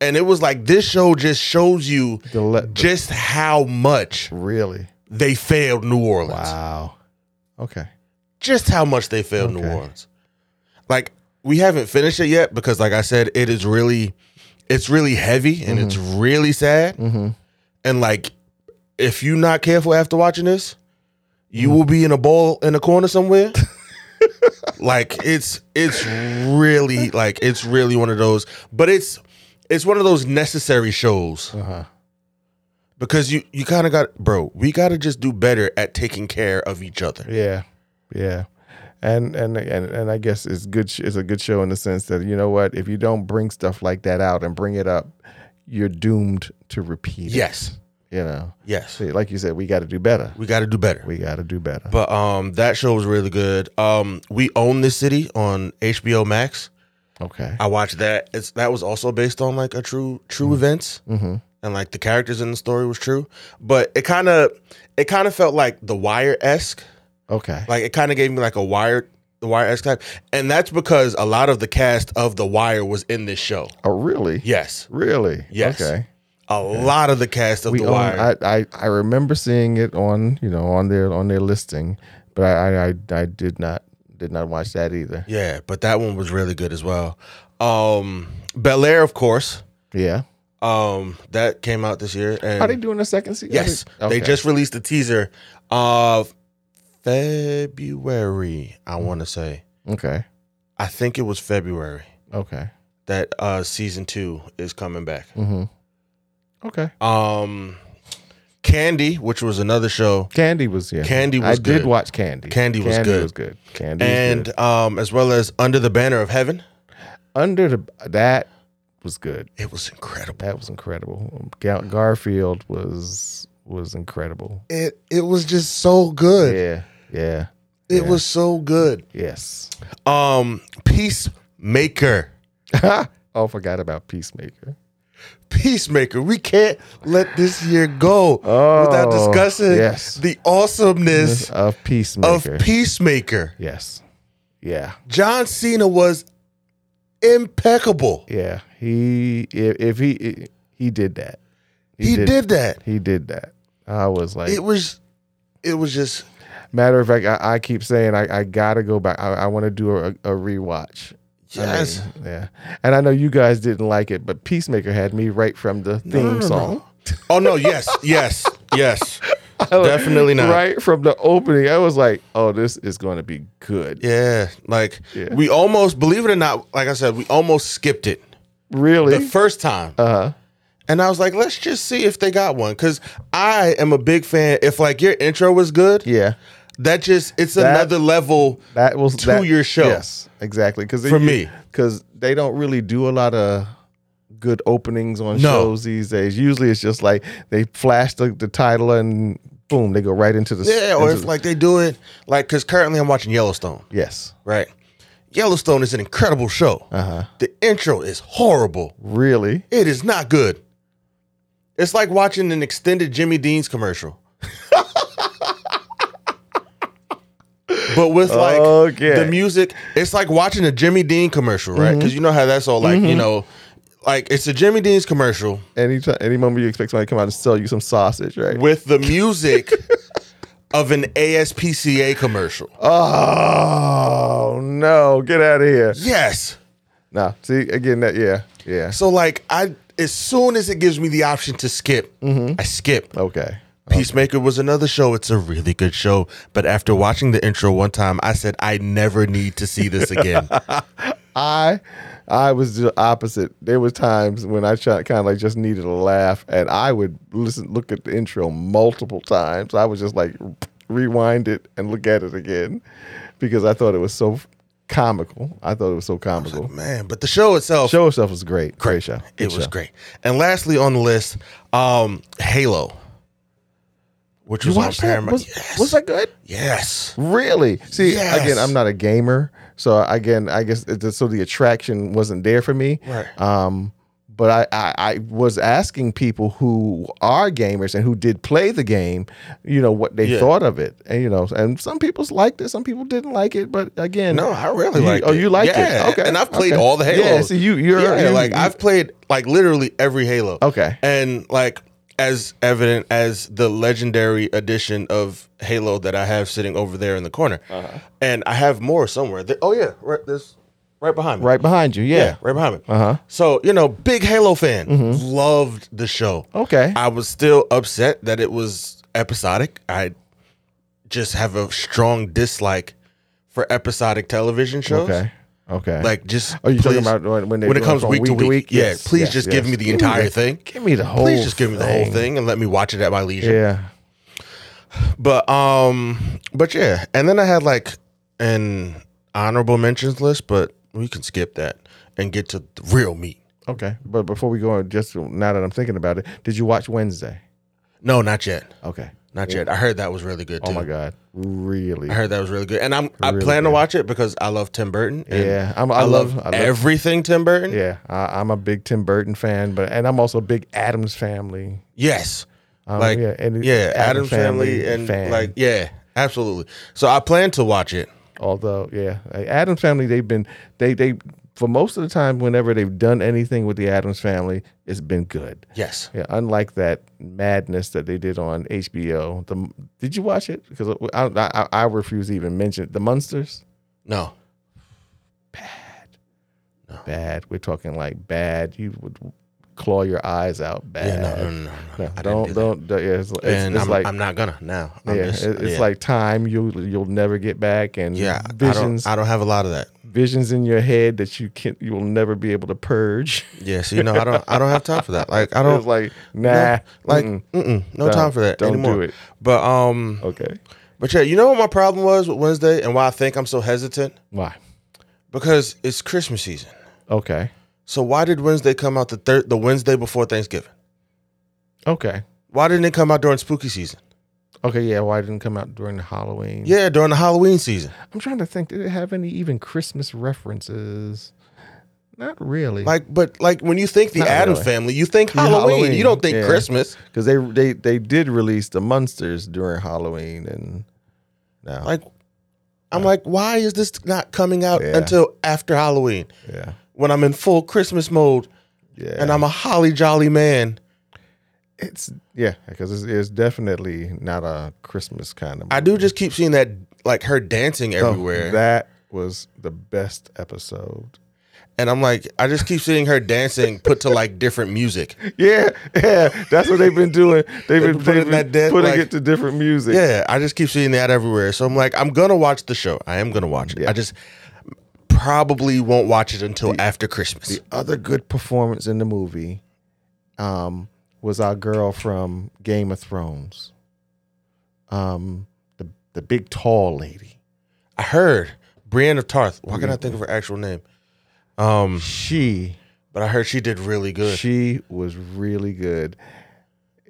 Speaker 2: And it was like this show just shows you
Speaker 1: The le- the-
Speaker 2: just how much
Speaker 1: really.
Speaker 2: they failed New Orleans.
Speaker 1: Wow. Okay.
Speaker 2: Just how much they failed New
Speaker 1: Okay.
Speaker 2: Orleans. Like we haven't finished it yet because like I said it is really it's really heavy and it's really sad. And like if you're not careful after watching this, you will be in a bowl in a corner somewhere. like it's it's really like it's really one of those but it's it's one of those necessary shows
Speaker 1: Uh huh.
Speaker 2: because you you kind of got bro we got to just do better at taking care of each other
Speaker 1: Yeah, yeah, and and and and I guess it's good. Sh- it's a good show in the sense that you know what, if you don't bring stuff like that out and bring it up, you're doomed to repeat.
Speaker 2: yes
Speaker 1: it, you know.
Speaker 2: yes
Speaker 1: See, like you said, we got to do better.
Speaker 2: we got to do better
Speaker 1: We got to do better.
Speaker 2: but um that show was really good um we own this city on HBO Max
Speaker 1: Okay.
Speaker 2: I watched that it's that was also based on like a true true events
Speaker 1: Mm-hmm.
Speaker 2: and like the characters in the story was true but it kind of it kind of felt like the wire esque
Speaker 1: Okay.
Speaker 2: Like it kind of gave me like a Wire, the Wire X type, and that's because a lot of the cast of the Wire was in this show.
Speaker 1: oh, really?
Speaker 2: Yes,
Speaker 1: Really?
Speaker 2: Yes.
Speaker 1: Okay.
Speaker 2: a lot of the cast of
Speaker 1: We
Speaker 2: the
Speaker 1: own,
Speaker 2: Wire.
Speaker 1: I, I I remember seeing it on you know on their on their listing, but I I I, I did not did not watch that either.
Speaker 2: yeah, but that one was really good as well. Um, Bel Air, of course,
Speaker 1: Yeah.
Speaker 2: um, that came out this year. And
Speaker 1: Are they doing a second season?
Speaker 2: yes,
Speaker 1: Okay.
Speaker 2: they just released a teaser of February. I want to say,
Speaker 1: okay.
Speaker 2: I think it was February
Speaker 1: Okay.
Speaker 2: that uh season two is coming back.
Speaker 1: Mm-hmm. Okay.
Speaker 2: Um, Candy, which was another show.
Speaker 1: Candy was yeah.
Speaker 2: Candy
Speaker 1: I
Speaker 2: was
Speaker 1: did
Speaker 2: good.
Speaker 1: watch Candy.
Speaker 2: Candy was
Speaker 1: Candy
Speaker 2: good.
Speaker 1: was good. Candy was good.
Speaker 2: and um, as well as Under the Banner of Heaven.
Speaker 1: Under the that was good.
Speaker 2: It was incredible.
Speaker 1: That was incredible. Gar- Garfield was was incredible.
Speaker 2: It it was just so good.
Speaker 1: Yeah. Yeah.
Speaker 2: It was so good.
Speaker 1: Yes. [laughs]
Speaker 2: Um, Peacemaker,
Speaker 1: oh, forgot about Peacemaker.
Speaker 2: Peacemaker. We can't let this year go
Speaker 1: Oh,
Speaker 2: without discussing
Speaker 1: yes.
Speaker 2: the awesomeness
Speaker 1: Of
Speaker 2: of
Speaker 1: Peacemaker.
Speaker 2: Peacemaker.
Speaker 1: yes. Yeah.
Speaker 2: John Cena was impeccable.
Speaker 1: Yeah. He if, if he he did that.
Speaker 2: He, did, that.
Speaker 1: He did that. I was like
Speaker 2: It was. It was just.
Speaker 1: Matter of fact, I, I keep saying I, I gotta go back. I, I want to do a, a rewatch. I mean,
Speaker 2: Yes.
Speaker 1: yeah. And I know you guys didn't like it, but Peacemaker had me right from the theme
Speaker 2: no, no.
Speaker 1: song.
Speaker 2: Oh no! Yes. Yes.
Speaker 1: [laughs]
Speaker 2: Yes. Definitely not.
Speaker 1: Right from the opening. I was like, oh, this is going to be good.
Speaker 2: Yeah, like
Speaker 1: Yeah.
Speaker 2: we almost believe it or not, like I said, we almost skipped it
Speaker 1: Really?
Speaker 2: the first time.
Speaker 1: uh-huh.
Speaker 2: And I was like, let's just see if they got one cuz I am a big fan if like your intro was good,
Speaker 1: Yeah.
Speaker 2: that just it's
Speaker 1: That-
Speaker 2: another level.
Speaker 1: That was
Speaker 2: To
Speaker 1: that,
Speaker 2: your show.
Speaker 1: Yes, exactly. Because
Speaker 2: For me.
Speaker 1: because they don't really do a lot of good openings on
Speaker 2: No.
Speaker 1: shows these days. Usually, it's just like they flash the, the title and boom, they go right into the
Speaker 2: Yeah, or
Speaker 1: into
Speaker 2: if
Speaker 1: the-
Speaker 2: like they do it like cuz currently I'm watching Yellowstone,
Speaker 1: yes,
Speaker 2: right? Yellowstone is an incredible show.
Speaker 1: uh-huh.
Speaker 2: The intro is horrible.
Speaker 1: Really?
Speaker 2: It is not good. It's like watching an extended Jimmy Dean's commercial. [laughs] but with like
Speaker 1: Okay. Mm-hmm.
Speaker 2: the music, it's like watching a Jimmy Dean commercial, right? Because you know how that's all like, you know, like it's a Jimmy Dean's commercial
Speaker 1: [laughs] Any ti- any moment you expect somebody to come out and sell you some sausage, right?
Speaker 2: with the music of an ASPCA commercial.
Speaker 1: Oh no, get out of here.
Speaker 2: Yes.
Speaker 1: No, see again that yeah. Yeah.
Speaker 2: So like I as soon as it gives me the option to skip, I skip.
Speaker 1: Mm-hmm. Okay.
Speaker 2: Peacemaker was another show. It's a really good show. But after watching the intro one time, I said, I never need to see
Speaker 1: [laughs]
Speaker 2: this again.
Speaker 1: I I was the opposite. There was times when I kind of like just needed a laugh, and I would listen, look at the intro multiple times. I was just like rewind it and look at it again because I thought it was so comical. I thought it was so comical.
Speaker 2: Man, but the show itself,
Speaker 1: Show itself was great. Great show.
Speaker 2: it
Speaker 1: Good
Speaker 2: was
Speaker 1: show.
Speaker 2: great. And lastly on the list, um, Halo, which
Speaker 1: You
Speaker 2: was on
Speaker 1: watched that?
Speaker 2: Paramount.
Speaker 1: Was,
Speaker 2: yes.
Speaker 1: was that good?
Speaker 2: yes.
Speaker 1: Really? See,
Speaker 2: Yes.
Speaker 1: again, I'm not a gamer, so again, I guess it, so the attraction wasn't there for me.
Speaker 2: Right.
Speaker 1: Um, but I, I I was asking people who are gamers and who did play the game, you know, what they
Speaker 2: Yeah.
Speaker 1: thought of it, and you know, and some people liked it, some people didn't like it, but again,
Speaker 2: No, I really
Speaker 1: You-
Speaker 2: like.
Speaker 1: oh, you liked it?
Speaker 2: yeah.
Speaker 1: Okay,
Speaker 2: And I've played
Speaker 1: okay.
Speaker 2: all the Halos.
Speaker 1: Yeah, so you- you're-
Speaker 2: Yeah,
Speaker 1: you-
Speaker 2: like
Speaker 1: you-
Speaker 2: I've played like literally every Halo.
Speaker 1: Okay.
Speaker 2: and like as evident as the legendary edition of Halo that I have sitting over there in the corner, and I have more somewhere. There- oh yeah, right this, right behind me.
Speaker 1: right behind you, yeah. Mm-hmm.
Speaker 2: Yeah, right behind me. Uh-huh. So, you know, big Halo fan. Loved the show.
Speaker 1: Okay.
Speaker 2: I was still upset that it was episodic. I just have a strong dislike for episodic television shows.
Speaker 1: Okay, okay.
Speaker 2: Like just
Speaker 1: Are you talking
Speaker 2: please-
Speaker 1: about when- when they do
Speaker 2: it
Speaker 1: it
Speaker 2: comes
Speaker 1: from
Speaker 2: week, to week? Yeah,
Speaker 1: Yes,
Speaker 2: please
Speaker 1: yes, Oh.
Speaker 2: just give
Speaker 1: yes.
Speaker 2: me the
Speaker 1: Give me
Speaker 2: entire
Speaker 1: the-
Speaker 2: thing.
Speaker 1: give me the whole
Speaker 2: Please just give me the whole
Speaker 1: thing.
Speaker 2: thing and let me watch it at my leisure.
Speaker 1: yeah,
Speaker 2: But um, but yeah, and then I had like an honorable mentions list, but we can skip that and get to the real meat.
Speaker 1: okay. But before we go on, just now that I'm thinking about it, did you watch Wednesday?
Speaker 2: No, not yet.
Speaker 1: Okay.
Speaker 2: Not yet. I heard that was really good too.
Speaker 1: Oh my god, really?
Speaker 2: I heard that was really good, and I'm I
Speaker 1: Really
Speaker 2: plan to
Speaker 1: good.
Speaker 2: watch it because I love Tim Burton. and
Speaker 1: Yeah, I'm-
Speaker 2: I,
Speaker 1: I
Speaker 2: love,
Speaker 1: love- I love-
Speaker 2: everything Tim Burton.
Speaker 1: Yeah, I, I'm a big Tim Burton fan, but and I'm also a big Adams Family.
Speaker 2: Yes,
Speaker 1: Um,
Speaker 2: like yeah,
Speaker 1: yeah, and
Speaker 2: Adam,
Speaker 1: Addams
Speaker 2: Family,
Speaker 1: Family
Speaker 2: and
Speaker 1: fan.
Speaker 2: like yeah, absolutely. So I plan to watch it.
Speaker 1: Although, yeah, uh, Adams Family, they've been they they for most of the time whenever they've done anything with the Adams Family, it's been good.
Speaker 2: Yes,
Speaker 1: Yeah, unlike that madness that they did on HBO. The did you watch it? Because I, I I refuse to even mention it. the Munsters.
Speaker 2: no,
Speaker 1: Bad. We're talking like bad. You would claw your eyes out. Bad.
Speaker 2: yeah, no, no, no, no. no. I didn't
Speaker 1: don't
Speaker 2: do that.
Speaker 1: don't. do- yeah, it's, it's,
Speaker 2: and
Speaker 1: it's
Speaker 2: I'm,
Speaker 1: like
Speaker 2: I'm not gonna now. I'm
Speaker 1: yeah,
Speaker 2: just-
Speaker 1: it- it's
Speaker 2: yeah.
Speaker 1: like time you you'll never get back, and
Speaker 2: yeah,
Speaker 1: visions
Speaker 2: I don't, I don't have a lot of that.
Speaker 1: visions in your head that you can you will never be able to purge.
Speaker 2: Yeah, so you know, I don't, I don't have time for that. Like I
Speaker 1: [laughs]
Speaker 2: don't
Speaker 1: it's like nah,
Speaker 2: no, like
Speaker 1: mm-mm.
Speaker 2: mm-mm, no
Speaker 1: Don't-
Speaker 2: time for that
Speaker 1: don't do
Speaker 2: anymore.
Speaker 1: it.
Speaker 2: But um,
Speaker 1: okay,
Speaker 2: but yeah, you know what my problem was with Wednesday and why I think I'm so hesitant
Speaker 1: why?
Speaker 2: because it's Christmas season.
Speaker 1: Okay,
Speaker 2: So why did Wednesday come out the third, the Wednesday before Thanksgiving?
Speaker 1: okay,
Speaker 2: Why didn't it come out during spooky season?
Speaker 1: okay. Yeah, why it didn't come out during Halloween?
Speaker 2: Yeah, during the Halloween season.
Speaker 1: I'm trying to think. Did it have any even Christmas references? Not really.
Speaker 2: Like, but like when you think the
Speaker 1: Not
Speaker 2: Adams
Speaker 1: really.
Speaker 2: family, you think
Speaker 1: Yeah,
Speaker 2: Halloween.
Speaker 1: Halloween,
Speaker 2: You don't think
Speaker 1: yeah.
Speaker 2: Christmas.
Speaker 1: because they they they did release the monsters during Halloween and no,
Speaker 2: Like, I'm like, why is this not coming out
Speaker 1: Yeah.
Speaker 2: until after Halloween
Speaker 1: yeah,
Speaker 2: when I'm in full Christmas mode
Speaker 1: yeah,
Speaker 2: and I'm a holly jolly man?
Speaker 1: It's yeah, because it's, it's definitely not a Christmas kind of.
Speaker 2: I do just keep seeing that like her dancing
Speaker 1: movie.
Speaker 2: everywhere,
Speaker 1: That was the best episode.
Speaker 2: and I'm like, I just keep seeing her dancing put to like different music.
Speaker 1: Yeah, yeah, that's what they've been
Speaker 2: [laughs]
Speaker 1: doing. They've been,
Speaker 2: been putting
Speaker 1: they've been
Speaker 2: that dead,
Speaker 1: putting
Speaker 2: like-
Speaker 1: it to different music.
Speaker 2: Yeah, I just keep seeing that everywhere. So I'm like, I'm gonna watch the show. I am gonna watch it. I just probably won't watch it until after Christmas.
Speaker 1: The other good performance in the movie um, was our girl from Game of Thrones, um, the the big tall lady.
Speaker 2: I heard Brienne of Tarth. Why can't I think of her actual name? Um,
Speaker 1: She
Speaker 2: but I heard she did really good.
Speaker 1: she was really good.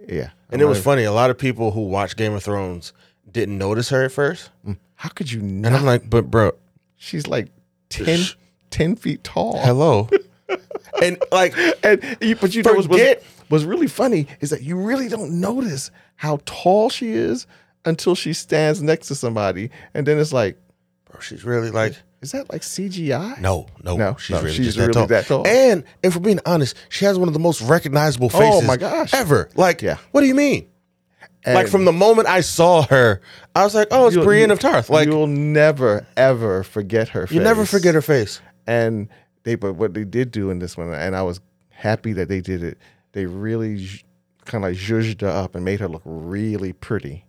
Speaker 1: Yeah,
Speaker 2: and it was funny. A lot of people who watch Game of Thrones didn't notice her at first.
Speaker 1: How could you
Speaker 2: And I'm
Speaker 1: not?
Speaker 2: like, but bro,
Speaker 1: She's like 10, 10 feet tall.
Speaker 2: hello. and like
Speaker 1: [laughs] and you, but you know what's, what's,
Speaker 2: Forget-
Speaker 1: what's really funny is that you really don't notice how tall she is until she stands next to somebody, and then it's like,
Speaker 2: bro, she's really like
Speaker 1: is that like CGI?
Speaker 2: no, no,
Speaker 1: No,
Speaker 2: she's
Speaker 1: no,
Speaker 2: really,
Speaker 1: she's
Speaker 2: just
Speaker 1: really
Speaker 2: that,
Speaker 1: that
Speaker 2: tall.
Speaker 1: tall.
Speaker 2: And if we're being honest, she has one of the most recognizable
Speaker 1: Oh
Speaker 2: faces
Speaker 1: my gosh.
Speaker 2: ever. Like,
Speaker 1: Yeah.
Speaker 2: what do you mean? like from the moment I saw her, I was like, "Oh, it's
Speaker 1: You'll-
Speaker 2: Brienne
Speaker 1: you-
Speaker 2: of Tarth." Like you
Speaker 1: you'll never ever forget her. Face.
Speaker 2: never forget her face.
Speaker 1: And they, but what they did do in this one, and I was happy that they did it. They really kind of like zhuzhed her up and made her look really pretty.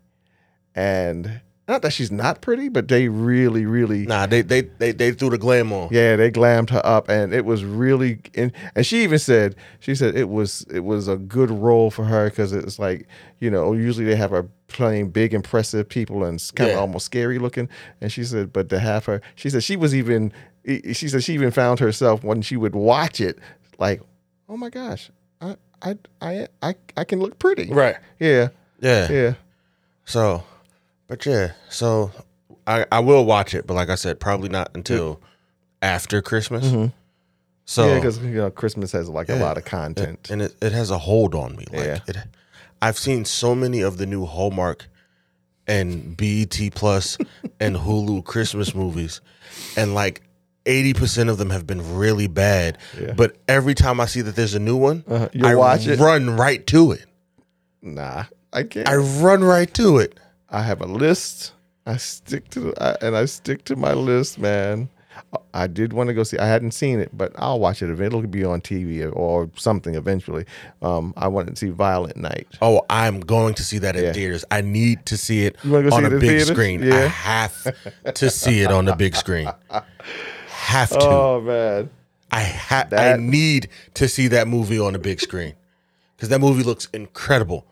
Speaker 1: And not that she's not pretty, but they really, really,
Speaker 2: Nah, they they they, they threw the glam on.
Speaker 1: yeah, they glammed her up, and it was really. And, and she even said, she said it was it was a good role for her because it's like you know usually they have her playing big impressive people and kind
Speaker 2: Yeah.
Speaker 1: of almost scary looking, and she said, but to have her, she said she was even, e- she said she even found herself when she would watch it like, oh my gosh, I I I I, I can look pretty,
Speaker 2: Right.
Speaker 1: Yeah,
Speaker 2: Yeah.
Speaker 1: yeah,
Speaker 2: So, but yeah. So I I will watch it, but like I said, probably not until after Christmas. So
Speaker 1: yeah, because you know Christmas has like a lot of content.
Speaker 2: and it, it has a hold on me. Like
Speaker 1: Yeah.
Speaker 2: it, I've seen so many of the new Hallmark and BET Plus and Hulu [laughs] Christmas movies, and like eighty percent of them have been really bad. But every time I see that there's a new one,
Speaker 1: Uh-huh. You'll
Speaker 2: I
Speaker 1: watch it?
Speaker 2: run right to it.
Speaker 1: Nah, I can't.
Speaker 2: I run right to it.
Speaker 1: I have a list. I stick to the, I, and I stick to my list, man. I did want to go see. I hadn't seen it, but I'll watch it. If it'll be on TV or, or something eventually. Um, I wanted to see Violent Night.
Speaker 2: Oh, I'm going to see that in
Speaker 1: Yeah.
Speaker 2: theaters. I need to see it
Speaker 1: wanna go
Speaker 2: on
Speaker 1: see
Speaker 2: a
Speaker 1: it in
Speaker 2: big
Speaker 1: theaters?
Speaker 2: screen. I
Speaker 1: Yeah.
Speaker 2: have to see it on the big
Speaker 1: [laughs]
Speaker 2: screen. Have to.
Speaker 1: Oh man,
Speaker 2: I ha- I
Speaker 1: That-
Speaker 2: need to see that movie on the big screen because that movie looks incredible,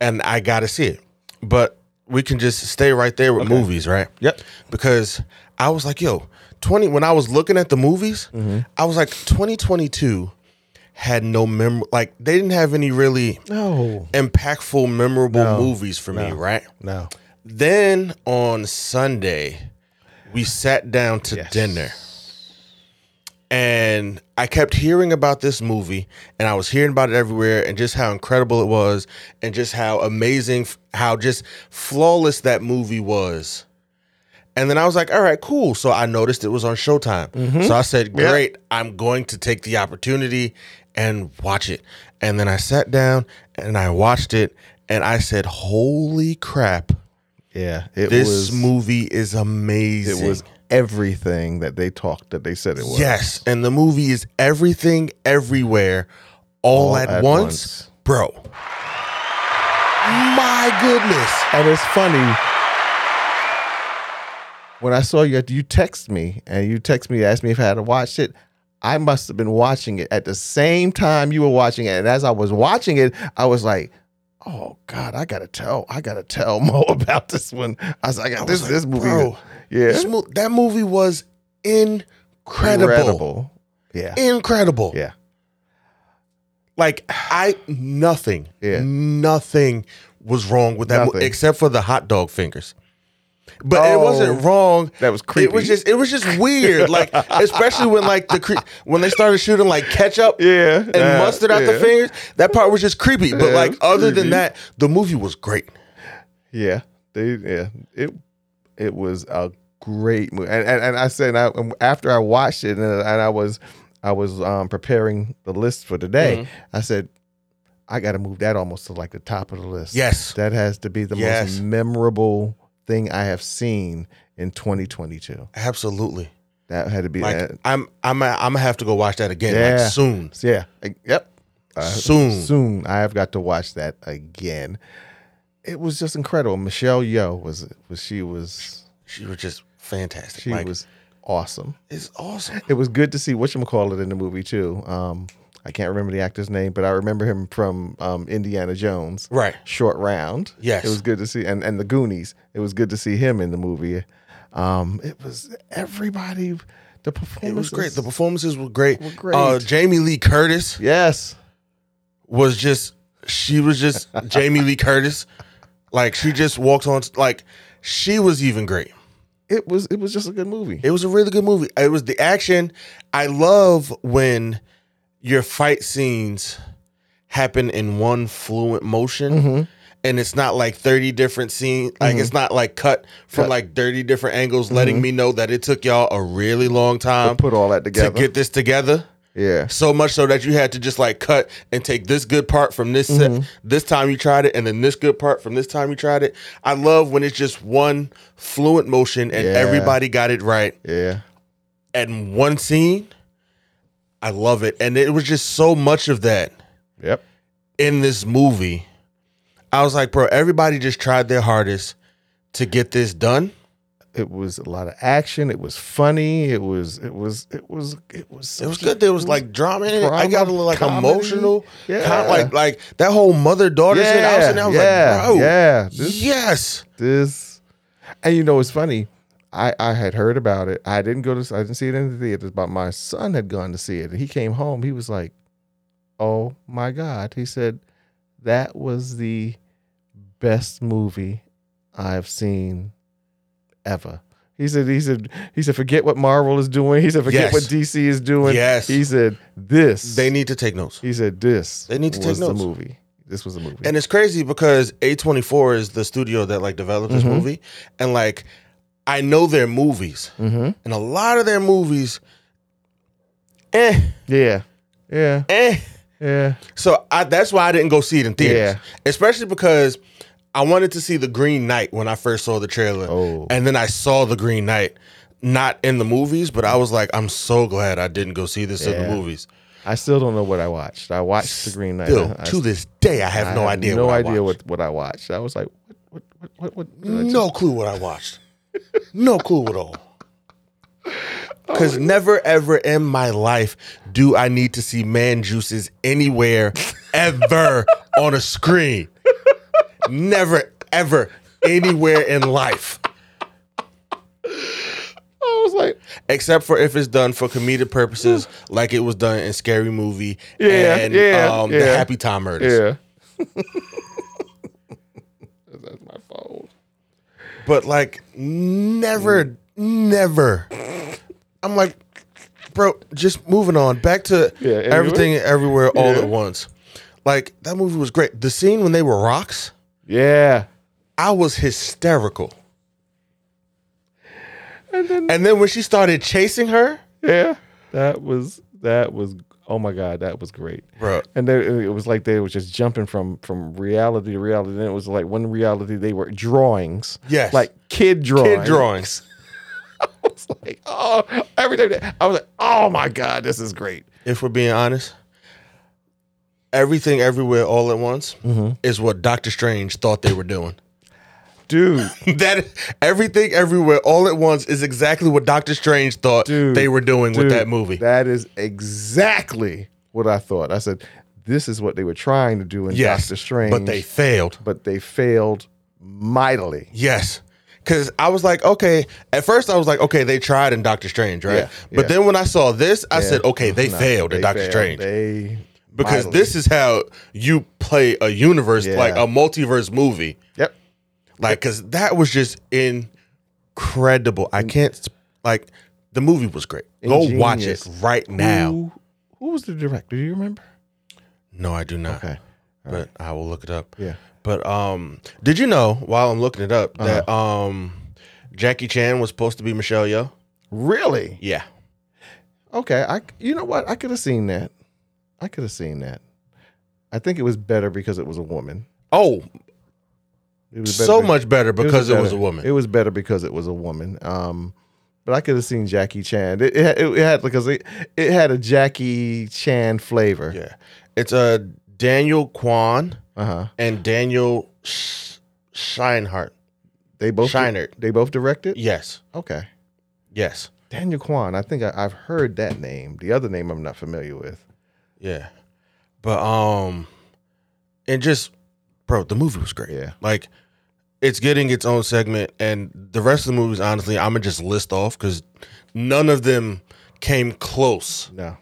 Speaker 2: and I gotta see it. But we can just stay right there with movies, right?
Speaker 1: Yep.
Speaker 2: Because I was like, yo, twenty. When I was looking at the movies,
Speaker 1: Mm-hmm.
Speaker 2: I was like, twenty twenty two had no mem. Like they didn't have any really
Speaker 1: no,
Speaker 2: impactful, memorable movies for me, right?
Speaker 1: no.
Speaker 2: Then on Sunday, we sat down to dinner. And I kept hearing about this movie, and I was hearing about it everywhere, and just how incredible it was, and just how amazing, how just flawless that movie was. And then I was like, all right, cool. So I noticed it was on Showtime. So I said, great, I'm going to take the opportunity and watch it. And then I sat down and I watched it, and I said, holy crap.
Speaker 1: Yeah, it
Speaker 2: This
Speaker 1: was.
Speaker 2: movie is
Speaker 1: it
Speaker 2: amazing.
Speaker 1: was everything that they talked that they said it was.
Speaker 2: yes, and the movie is everything, everywhere, all, at,
Speaker 1: at once.
Speaker 2: once. bro. My goodness,
Speaker 1: And it's funny. When I saw you, you text me and you text me, asked me if I had watched it. I must have been watching it at the same time you were watching it. And as I was watching it, I was like, oh God, I gotta tell, I gotta tell [laughs] Mo about this one. I was like, this
Speaker 2: was
Speaker 1: this
Speaker 2: like,
Speaker 1: movie.
Speaker 2: bro,
Speaker 1: yeah.
Speaker 2: This mo- that movie was incredible, incredible.
Speaker 1: Yeah. Yeah.
Speaker 2: Like I nothing,
Speaker 1: Yeah.
Speaker 2: nothing was wrong with that, mo-
Speaker 1: Nothing.
Speaker 2: except for the hot dog fingers. But it
Speaker 1: Oh,
Speaker 2: wasn't wrong.
Speaker 1: that was
Speaker 2: It
Speaker 1: creepy.
Speaker 2: was just it was just weird.
Speaker 1: [laughs]
Speaker 2: like especially when like the cre- when they started shooting like ketchup,
Speaker 1: Yeah,
Speaker 2: and
Speaker 1: nah,
Speaker 2: mustard out the
Speaker 1: yeah.
Speaker 2: fingers. That part was just creepy. But
Speaker 1: Yeah,
Speaker 2: like
Speaker 1: it was
Speaker 2: other than
Speaker 1: creepy.
Speaker 2: that, the movie was great.
Speaker 1: Yeah, they yeah it it was a great movie, and and, and I said and I, and after I watched it and, uh, and I was I was um, preparing the list for today.
Speaker 2: Mm-hmm.
Speaker 1: I said I got to move that almost to like the top of the list.
Speaker 2: Yes.
Speaker 1: that has to be the
Speaker 2: Yes.
Speaker 1: most memorable thing I have seen in 2022.
Speaker 2: Absolutely.
Speaker 1: That had to be uh,
Speaker 2: Like
Speaker 1: that.
Speaker 2: I'm I'm I'm gonna have to go watch that again.
Speaker 1: Yeah.
Speaker 2: Like soon.
Speaker 1: So, yeah. I- Yep. I-
Speaker 2: Soon.
Speaker 1: Soon. I have got to watch that again. It was just incredible. Michelle Yeoh was was she was
Speaker 2: She was just fantastic.
Speaker 1: she
Speaker 2: like,
Speaker 1: was awesome.
Speaker 2: it's awesome.
Speaker 1: it was good to see whatchamacallit in the movie too. Um, I can't remember the actor's name, but I remember him from um, Indiana Jones.
Speaker 2: Right.
Speaker 1: Short Round.
Speaker 2: Yes.
Speaker 1: It was good to see and, and the Goonies. It was good to see him in the movie. Um, it was everybody the performance
Speaker 2: It was great. The performances were great.
Speaker 1: Were great.
Speaker 2: Uh, Jamie Lee Curtis
Speaker 1: yes.
Speaker 2: was just she was [laughs] just Jamie Lee Curtis. Like she just walked on like she was even great.
Speaker 1: It was it was just a good movie.
Speaker 2: It was a really good movie. It was the action. I love when your fight scenes happen in one fluent motion. And it's not like 30 different scenes. Like, it's not like Mm-hmm. cut from like 30 different angles, letting me know that it took y'all a really long
Speaker 1: They
Speaker 2: time
Speaker 1: put all that
Speaker 2: to
Speaker 1: together.
Speaker 2: get this together.
Speaker 1: Yeah.
Speaker 2: so much so that you had to just like cut and take this good part from this
Speaker 1: Mm-hmm.
Speaker 2: set this time you tried it and then this good part from this time you tried it i love when it's just one fluent motion and
Speaker 1: Yeah.
Speaker 2: everybody got it right
Speaker 1: Yeah.
Speaker 2: and one scene i love it and it was just so much of that
Speaker 1: Yep.
Speaker 2: in this movie i was like bro everybody just tried their hardest to get this done
Speaker 1: It was a lot of action. It was funny. It was. It was. It was. It was.
Speaker 2: It was
Speaker 1: such a-
Speaker 2: good. There was like drama in it. I got a little like
Speaker 1: Comedy.
Speaker 2: emotional.
Speaker 1: Yeah.
Speaker 2: kind of like like that whole mother daughter Oh, shit. I was sitting there, I was
Speaker 1: yeah,
Speaker 2: like, bro,
Speaker 1: yeah. This,
Speaker 2: yes.
Speaker 1: this, and you know, it's funny. I I had heard about it. I didn't go to. I didn't see it in the theaters, but my son had gone to see it, and he came home. He was like, "Oh my god!" He said, "That was the best movie I've seen ever." He said, he said, he said, forget what Marvel is doing. He said, forget
Speaker 2: Yes.
Speaker 1: what DC is doing.
Speaker 2: Yes.
Speaker 1: He said, this.
Speaker 2: They need to take notes.
Speaker 1: He said, "This.
Speaker 2: They need to take
Speaker 1: was
Speaker 2: notes.
Speaker 1: The movie. This was a movie.
Speaker 2: And it's crazy because A24 is the studio that like developed this
Speaker 1: Mhm.
Speaker 2: movie. And like I know their movies.
Speaker 1: mm-hmm.
Speaker 2: And a lot of their movies, eh,
Speaker 1: Yeah, yeah,
Speaker 2: eh.
Speaker 1: yeah,
Speaker 2: So I, that's why I didn't go see it in theaters.
Speaker 1: Yeah.
Speaker 2: Especially because I wanted to see The Green Knight when I first saw the trailer.
Speaker 1: Oh.
Speaker 2: And then I saw The Green Knight, not in the movies, but I was like, I'm so glad I didn't go see this in the
Speaker 1: Yeah.
Speaker 2: movies.
Speaker 1: I still don't know what I watched. I watched The Green Knight.
Speaker 2: Still,
Speaker 1: I,
Speaker 2: to this day, I have
Speaker 1: I
Speaker 2: no
Speaker 1: have
Speaker 2: idea
Speaker 1: No
Speaker 2: what I
Speaker 1: idea
Speaker 2: watched. Mm.
Speaker 1: what what I watched. I was like, what, what, what, what? what did I just-
Speaker 2: No clue what I watched. no clue
Speaker 1: [laughs]
Speaker 2: at all. Because never ever in my life do I need to see man juices anywhere
Speaker 1: [laughs]
Speaker 2: ever on a screen. Never ever anywhere in life.
Speaker 1: I was
Speaker 2: [laughs]
Speaker 1: like,
Speaker 2: Except for if it's done for comedic purposes, like it was done in Scary Movie
Speaker 1: Yeah,
Speaker 2: and
Speaker 1: yeah,
Speaker 2: um, the
Speaker 1: yeah.
Speaker 2: Happy Time Murders. [laughs]
Speaker 1: yeah. That's my phone.
Speaker 2: But like never, never. I'm like, bro, just moving on. Back to
Speaker 1: Yeah, everywhere.
Speaker 2: everything and everywhere all
Speaker 1: Yeah.
Speaker 2: at once. Like that movie was great. The scene when they were rocks,
Speaker 1: Yeah.
Speaker 2: I was hysterical. And then, when she started chasing her,
Speaker 1: Yeah, that was that was oh my god, that was great,
Speaker 2: Bro.
Speaker 1: And they, it was like they were just jumping from from reality to reality. Then it was like one reality they were drawings,
Speaker 2: Yes.
Speaker 1: like kid drawings,
Speaker 2: kid drawings.
Speaker 1: I was like, oh, every day I was like, oh my god, this is great.
Speaker 2: If we're being honest, everything everywhere all at once is what Doctor Strange thought they were doing.
Speaker 1: Dude,
Speaker 2: [laughs] that everything everywhere all at once is exactly what Doctor Strange thought
Speaker 1: Dude,
Speaker 2: they were doing with
Speaker 1: dude,
Speaker 2: that movie.
Speaker 1: That is exactly what I thought. I said, this is what they were trying to do in
Speaker 2: yes,
Speaker 1: Doctor Strange,
Speaker 2: but they failed.
Speaker 1: but they failed mightily.
Speaker 2: Yes. Cause I was like, okay. At first, I was like, okay, they tried in Doctor Strange, right?
Speaker 1: Yeah,
Speaker 2: But
Speaker 1: yeah.
Speaker 2: then when I saw this, I said,
Speaker 1: Yeah.
Speaker 2: okay, they
Speaker 1: No,
Speaker 2: failed in
Speaker 1: they
Speaker 2: Doctor
Speaker 1: failed.
Speaker 2: Strange
Speaker 1: They
Speaker 2: because
Speaker 1: mightily.
Speaker 2: this is how you play a universe,
Speaker 1: Yeah.
Speaker 2: like a multiverse movie,
Speaker 1: Yep.
Speaker 2: like because that was just incredible.
Speaker 1: Mm.
Speaker 2: I can't s- like the movie was great. Go watch it
Speaker 1: Ingenious.
Speaker 2: right now.
Speaker 1: Who, who was the director? Do you remember?
Speaker 2: No, I do not.
Speaker 1: Okay.
Speaker 2: but I will look it up.
Speaker 1: Yeah.
Speaker 2: But um, did you know while I'm looking it
Speaker 1: Uh-huh.
Speaker 2: up that um, Jackie Chan was supposed to be Michelle Yeoh?
Speaker 1: Really?
Speaker 2: Yeah.
Speaker 1: Okay, I you know what? I could have seen that. I could have seen that. I think it was better because it was a woman.
Speaker 2: Oh,
Speaker 1: It was better
Speaker 2: so
Speaker 1: be-
Speaker 2: much better because it was,
Speaker 1: better-
Speaker 2: a woman.
Speaker 1: It was better because it was a woman. Um, but I could have seen Jackie Chan. It, it, it had because it, it had a Jackie Chan flavor.
Speaker 2: yeah. It's uh, Daniel Kwan
Speaker 1: Uh huh.
Speaker 2: and Daniel Sh- Scheinhardt.
Speaker 1: They both
Speaker 2: Shiner.
Speaker 1: They both directed.
Speaker 2: Yes.
Speaker 1: Okay.
Speaker 2: Yes.
Speaker 1: Daniel Kwan. I think I, I've heard that name. The other name I'm not familiar with.
Speaker 2: Yeah. But um, and just bro, the movie was great.
Speaker 1: Yeah.
Speaker 2: Like it's getting its own segment and the rest of the movies honestly i'm gonna just list off because none of them came close
Speaker 1: No.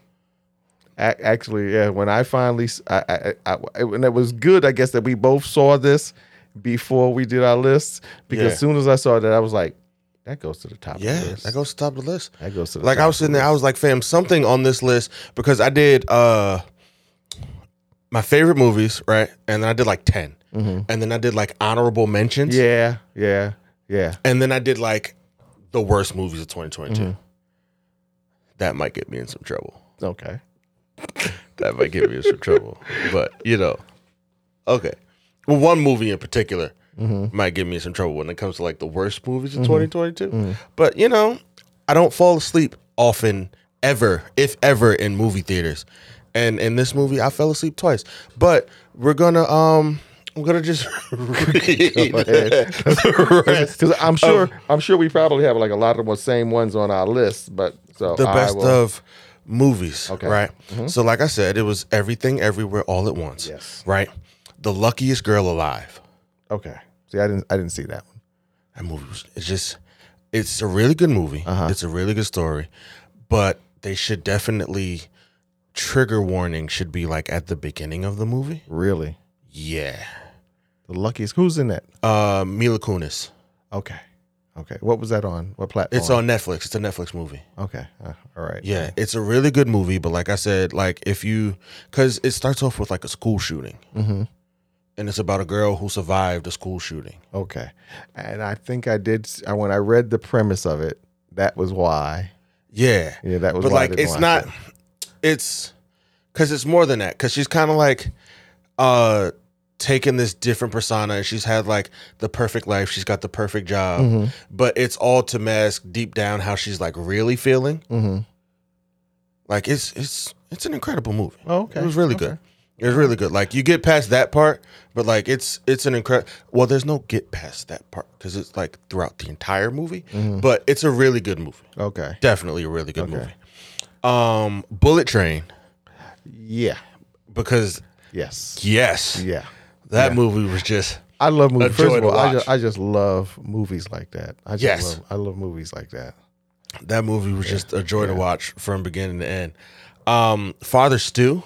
Speaker 1: A- actually, yeah. When I finally, s- I, I- I- I- and it was good. I guess that we both saw this before we did our lists because
Speaker 2: Yeah.
Speaker 1: as soon as I saw that, I was like, that goes to the top. of the
Speaker 2: yeah
Speaker 1: list.
Speaker 2: that goes to top of the list
Speaker 1: That goes to the
Speaker 2: like i was sitting there i was like fam something on this list because i did uh my favorite movies right and then i did like 10 and then i did like honorable mentions
Speaker 1: Yeah, yeah, yeah.
Speaker 2: and then i did like the worst movies of 2022 that might get me in some trouble
Speaker 1: Okay.
Speaker 2: that might give you some trouble. But you know, okay. Well, one movie in particular might give me some trouble when it comes to like the worst movies of 2022. But you know, I don't fall asleep often, ever, if ever, in movie theaters. And in this movie, I fell asleep twice. But we're gonna um, we're gonna just [laughs] read
Speaker 1: ahead.
Speaker 2: the rest
Speaker 1: Because I'm sure I'm sure we probably have like a lot of the same ones on our list, but so
Speaker 2: the
Speaker 1: I
Speaker 2: best
Speaker 1: will-
Speaker 2: of movies,
Speaker 1: Okay. Mm-hmm.
Speaker 2: right? So, like I said, it was everything, everywhere, all at once.
Speaker 1: Yes.
Speaker 2: Right. The luckiest girl alive.
Speaker 1: Okay. See, I didn't I didn't see that one.
Speaker 2: That movie was. It's just. It's a really good movie.
Speaker 1: Uh-huh.
Speaker 2: It's a really good story, but they should definitely trigger warning should be like at the beginning of the movie.
Speaker 1: Really,
Speaker 2: Yeah.
Speaker 1: the luckiest. Who's in that?
Speaker 2: Uh, Mila Kunis.
Speaker 1: Okay. Okay. What was that on? What platform?
Speaker 2: It's on Netflix. It's a Netflix movie.
Speaker 1: Okay. Uh, all right.
Speaker 2: Yeah, it's a really good movie, but like I said, like if you, because it starts off with like a school shooting,
Speaker 1: Mhm.
Speaker 2: and it's about a girl who survived a school shooting.
Speaker 1: Okay. And I think I did. s- I- When I read the premise of it, that was why.
Speaker 2: Yeah,
Speaker 1: Yeah, that was.
Speaker 2: but
Speaker 1: why I
Speaker 2: like
Speaker 1: didn't
Speaker 2: it's
Speaker 1: watch
Speaker 2: not,
Speaker 1: it.
Speaker 2: it's because it's more than that. Because she's kind of like, uh, taking this different persona, and she's had like the perfect life. She's got the perfect job,
Speaker 1: Mm-hmm.
Speaker 2: but it's all to mask deep down how she's like really feeling.
Speaker 1: Mhm.
Speaker 2: Like it's it's it's an incredible movie.
Speaker 1: Oh, okay.
Speaker 2: It was really good. It was really good. Like you get past that part, but like it's it's an incredible. Well, there's no get past that part because it's like throughout the entire movie. But it's a really good movie.
Speaker 1: Mm-hmm. Okay.
Speaker 2: Definitely a really good movie. Um, Bullet Train
Speaker 1: Yeah.
Speaker 2: because
Speaker 1: Yes.
Speaker 2: yes,
Speaker 1: Yeah.
Speaker 2: that movie was just
Speaker 1: I love movies.
Speaker 2: joy
Speaker 1: First of
Speaker 2: to
Speaker 1: all, I
Speaker 2: watch.
Speaker 1: just, I just love movies like that. I just
Speaker 2: Yes.
Speaker 1: love, I love movies like that.
Speaker 2: that movie was just a joy to watch from beginning to end. Um, Father Stew,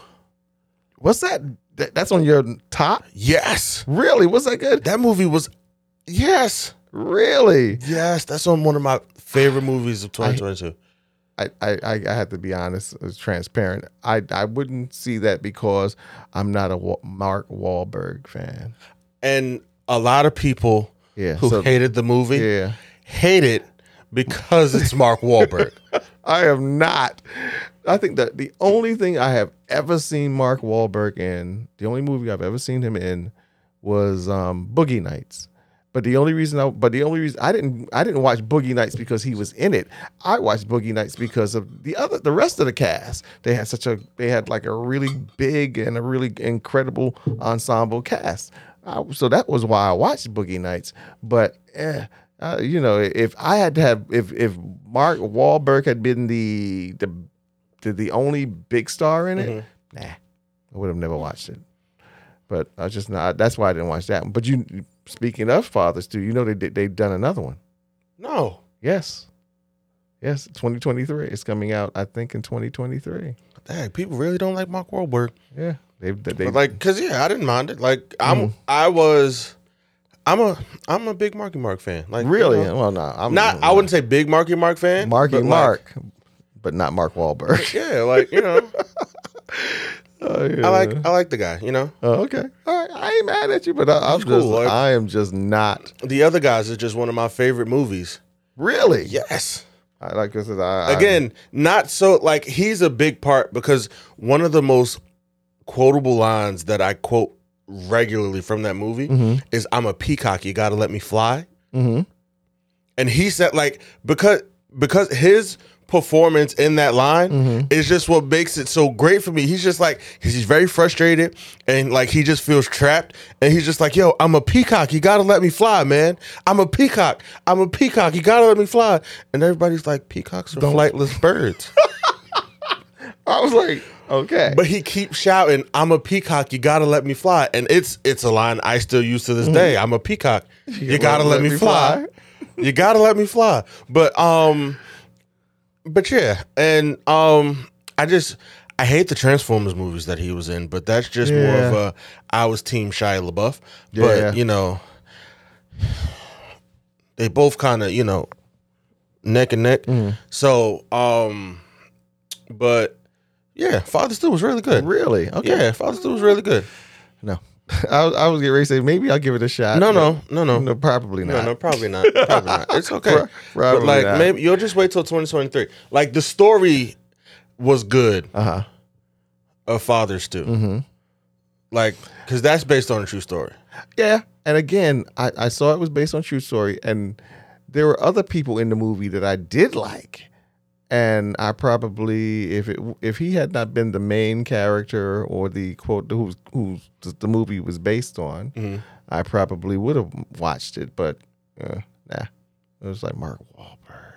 Speaker 1: What's that? That- That's on your top?
Speaker 2: yes,
Speaker 1: Really? Was that good?
Speaker 2: that movie was yes,
Speaker 1: Really?
Speaker 2: yes. That's on one of my favorite movies of 2022.
Speaker 1: I, I, I I have to be honest, it's transparent. I, I wouldn't see that because I'm not a Wa- Mark Wahlberg fan.
Speaker 2: and a lot of people
Speaker 1: Yeah,
Speaker 2: who
Speaker 1: so-
Speaker 2: hated the movie
Speaker 1: Yeah.
Speaker 2: hate it because it's Mark
Speaker 1: [laughs]
Speaker 2: Wahlberg.
Speaker 1: I am not. I think that the only thing I have ever seen Mark Wahlberg in, the only movie I've ever seen him in, was um, Boogie Nights. But the only reason I, but the only reason I didn't, I didn't watch Boogie Nights because he was in it. I watched Boogie Nights because of the other, the rest of the cast. They had such a, they had like a really big and a really incredible ensemble cast. I, so that was why I watched Boogie Nights. But eh, uh, you know, if I had to have, if if Mark Wahlberg had been the the the, the only big star in it,
Speaker 2: Mm-hmm.
Speaker 1: nah, I would have never watched it. But I just not. That's why I didn't watch that one. But you, speaking of fathers, too, you know they did, they've done another one.
Speaker 2: no,
Speaker 1: Yes, yes, 2023. It's coming out, I think, in 2023.
Speaker 2: dang, people really don't like Mark Wahlberg.
Speaker 1: Yeah, they've they, Mm-hmm.
Speaker 2: But like, cause yeah, I didn't mind it. Like, I'm I was, I'm a I'm a big Marky Mark fan. Like, you
Speaker 1: really.
Speaker 2: know,
Speaker 1: well, no, I'm
Speaker 2: not I wouldn't say big Marky Mark fan.
Speaker 1: Marky
Speaker 2: but, like,
Speaker 1: Mark, but not Mark Wahlberg.
Speaker 2: [laughs] yeah, like you know,
Speaker 1: Oh, [laughs] yeah.
Speaker 2: I like uh, I like the guy. You know,
Speaker 1: Oh, okay. All right. I ain't mad at you, but I, I'm
Speaker 2: cool,
Speaker 1: just,
Speaker 2: like-
Speaker 1: I am just not
Speaker 2: the other guys is just one of my favorite movies.
Speaker 1: really.
Speaker 2: Yes.
Speaker 1: I, like I said, I, I-
Speaker 2: again, not so like he's a big part because one of the most quotable lines that I quote regularly from that movie is "I'm a peacock, you gotta let me fly,"
Speaker 1: Mhm.
Speaker 2: and he said like because because his performance in that line is just what makes it so great for me. He's just like he's very frustrated and like he just feels trapped and he's just like, "Yo, I'm a peacock. You got to let me fly, man. I'm a peacock. I'm a peacock. You got to let me fly." And everybody's like, "Peacocks are flightless birds."
Speaker 1: I was like, okay.
Speaker 2: But he keeps shouting, "I'm a peacock. You gotta let me fly." And it's it's a line I still use to this day. I'm a peacock. Mm. [laughs] You, gotta let, me fly. you gotta let me fly. But um, but yeah, and um, I just I hate the Transformers movies that he was in. But that's just more of
Speaker 1: Yeah.
Speaker 2: a I was Team Shia LaBeouf. But
Speaker 1: Yeah.
Speaker 2: you know, they both kind of you know neck and neck. So um, but. Yeah, Father Stew was really good.
Speaker 1: Really? Okay.
Speaker 2: Yeah, Father Stew was really good.
Speaker 1: No. [laughs] I, was- I was getting ready to say maybe I'll give it a shot. but-
Speaker 2: No, no, no,
Speaker 1: No,
Speaker 2: no, no,
Speaker 1: probably
Speaker 2: no,
Speaker 1: not.
Speaker 2: probably not. Probably not. [laughs] It's okay.
Speaker 1: Pro- probably
Speaker 2: but like,
Speaker 1: not.
Speaker 2: maybe
Speaker 1: Uh-huh.
Speaker 2: you'll just wait till 2023. Like the story was good.
Speaker 1: Uh huh.
Speaker 2: of fathers do. Like, because that's based on a true story.
Speaker 1: Yeah. And again, I, I saw it was based on true story, and there were other people in the movie that I did like, and I probably if it if he had not been the main character or the quote who's who the movie was based on,
Speaker 2: Mm-hmm.
Speaker 1: I probably would have watched it. But uh, nah, it was like Mark Wahlberg.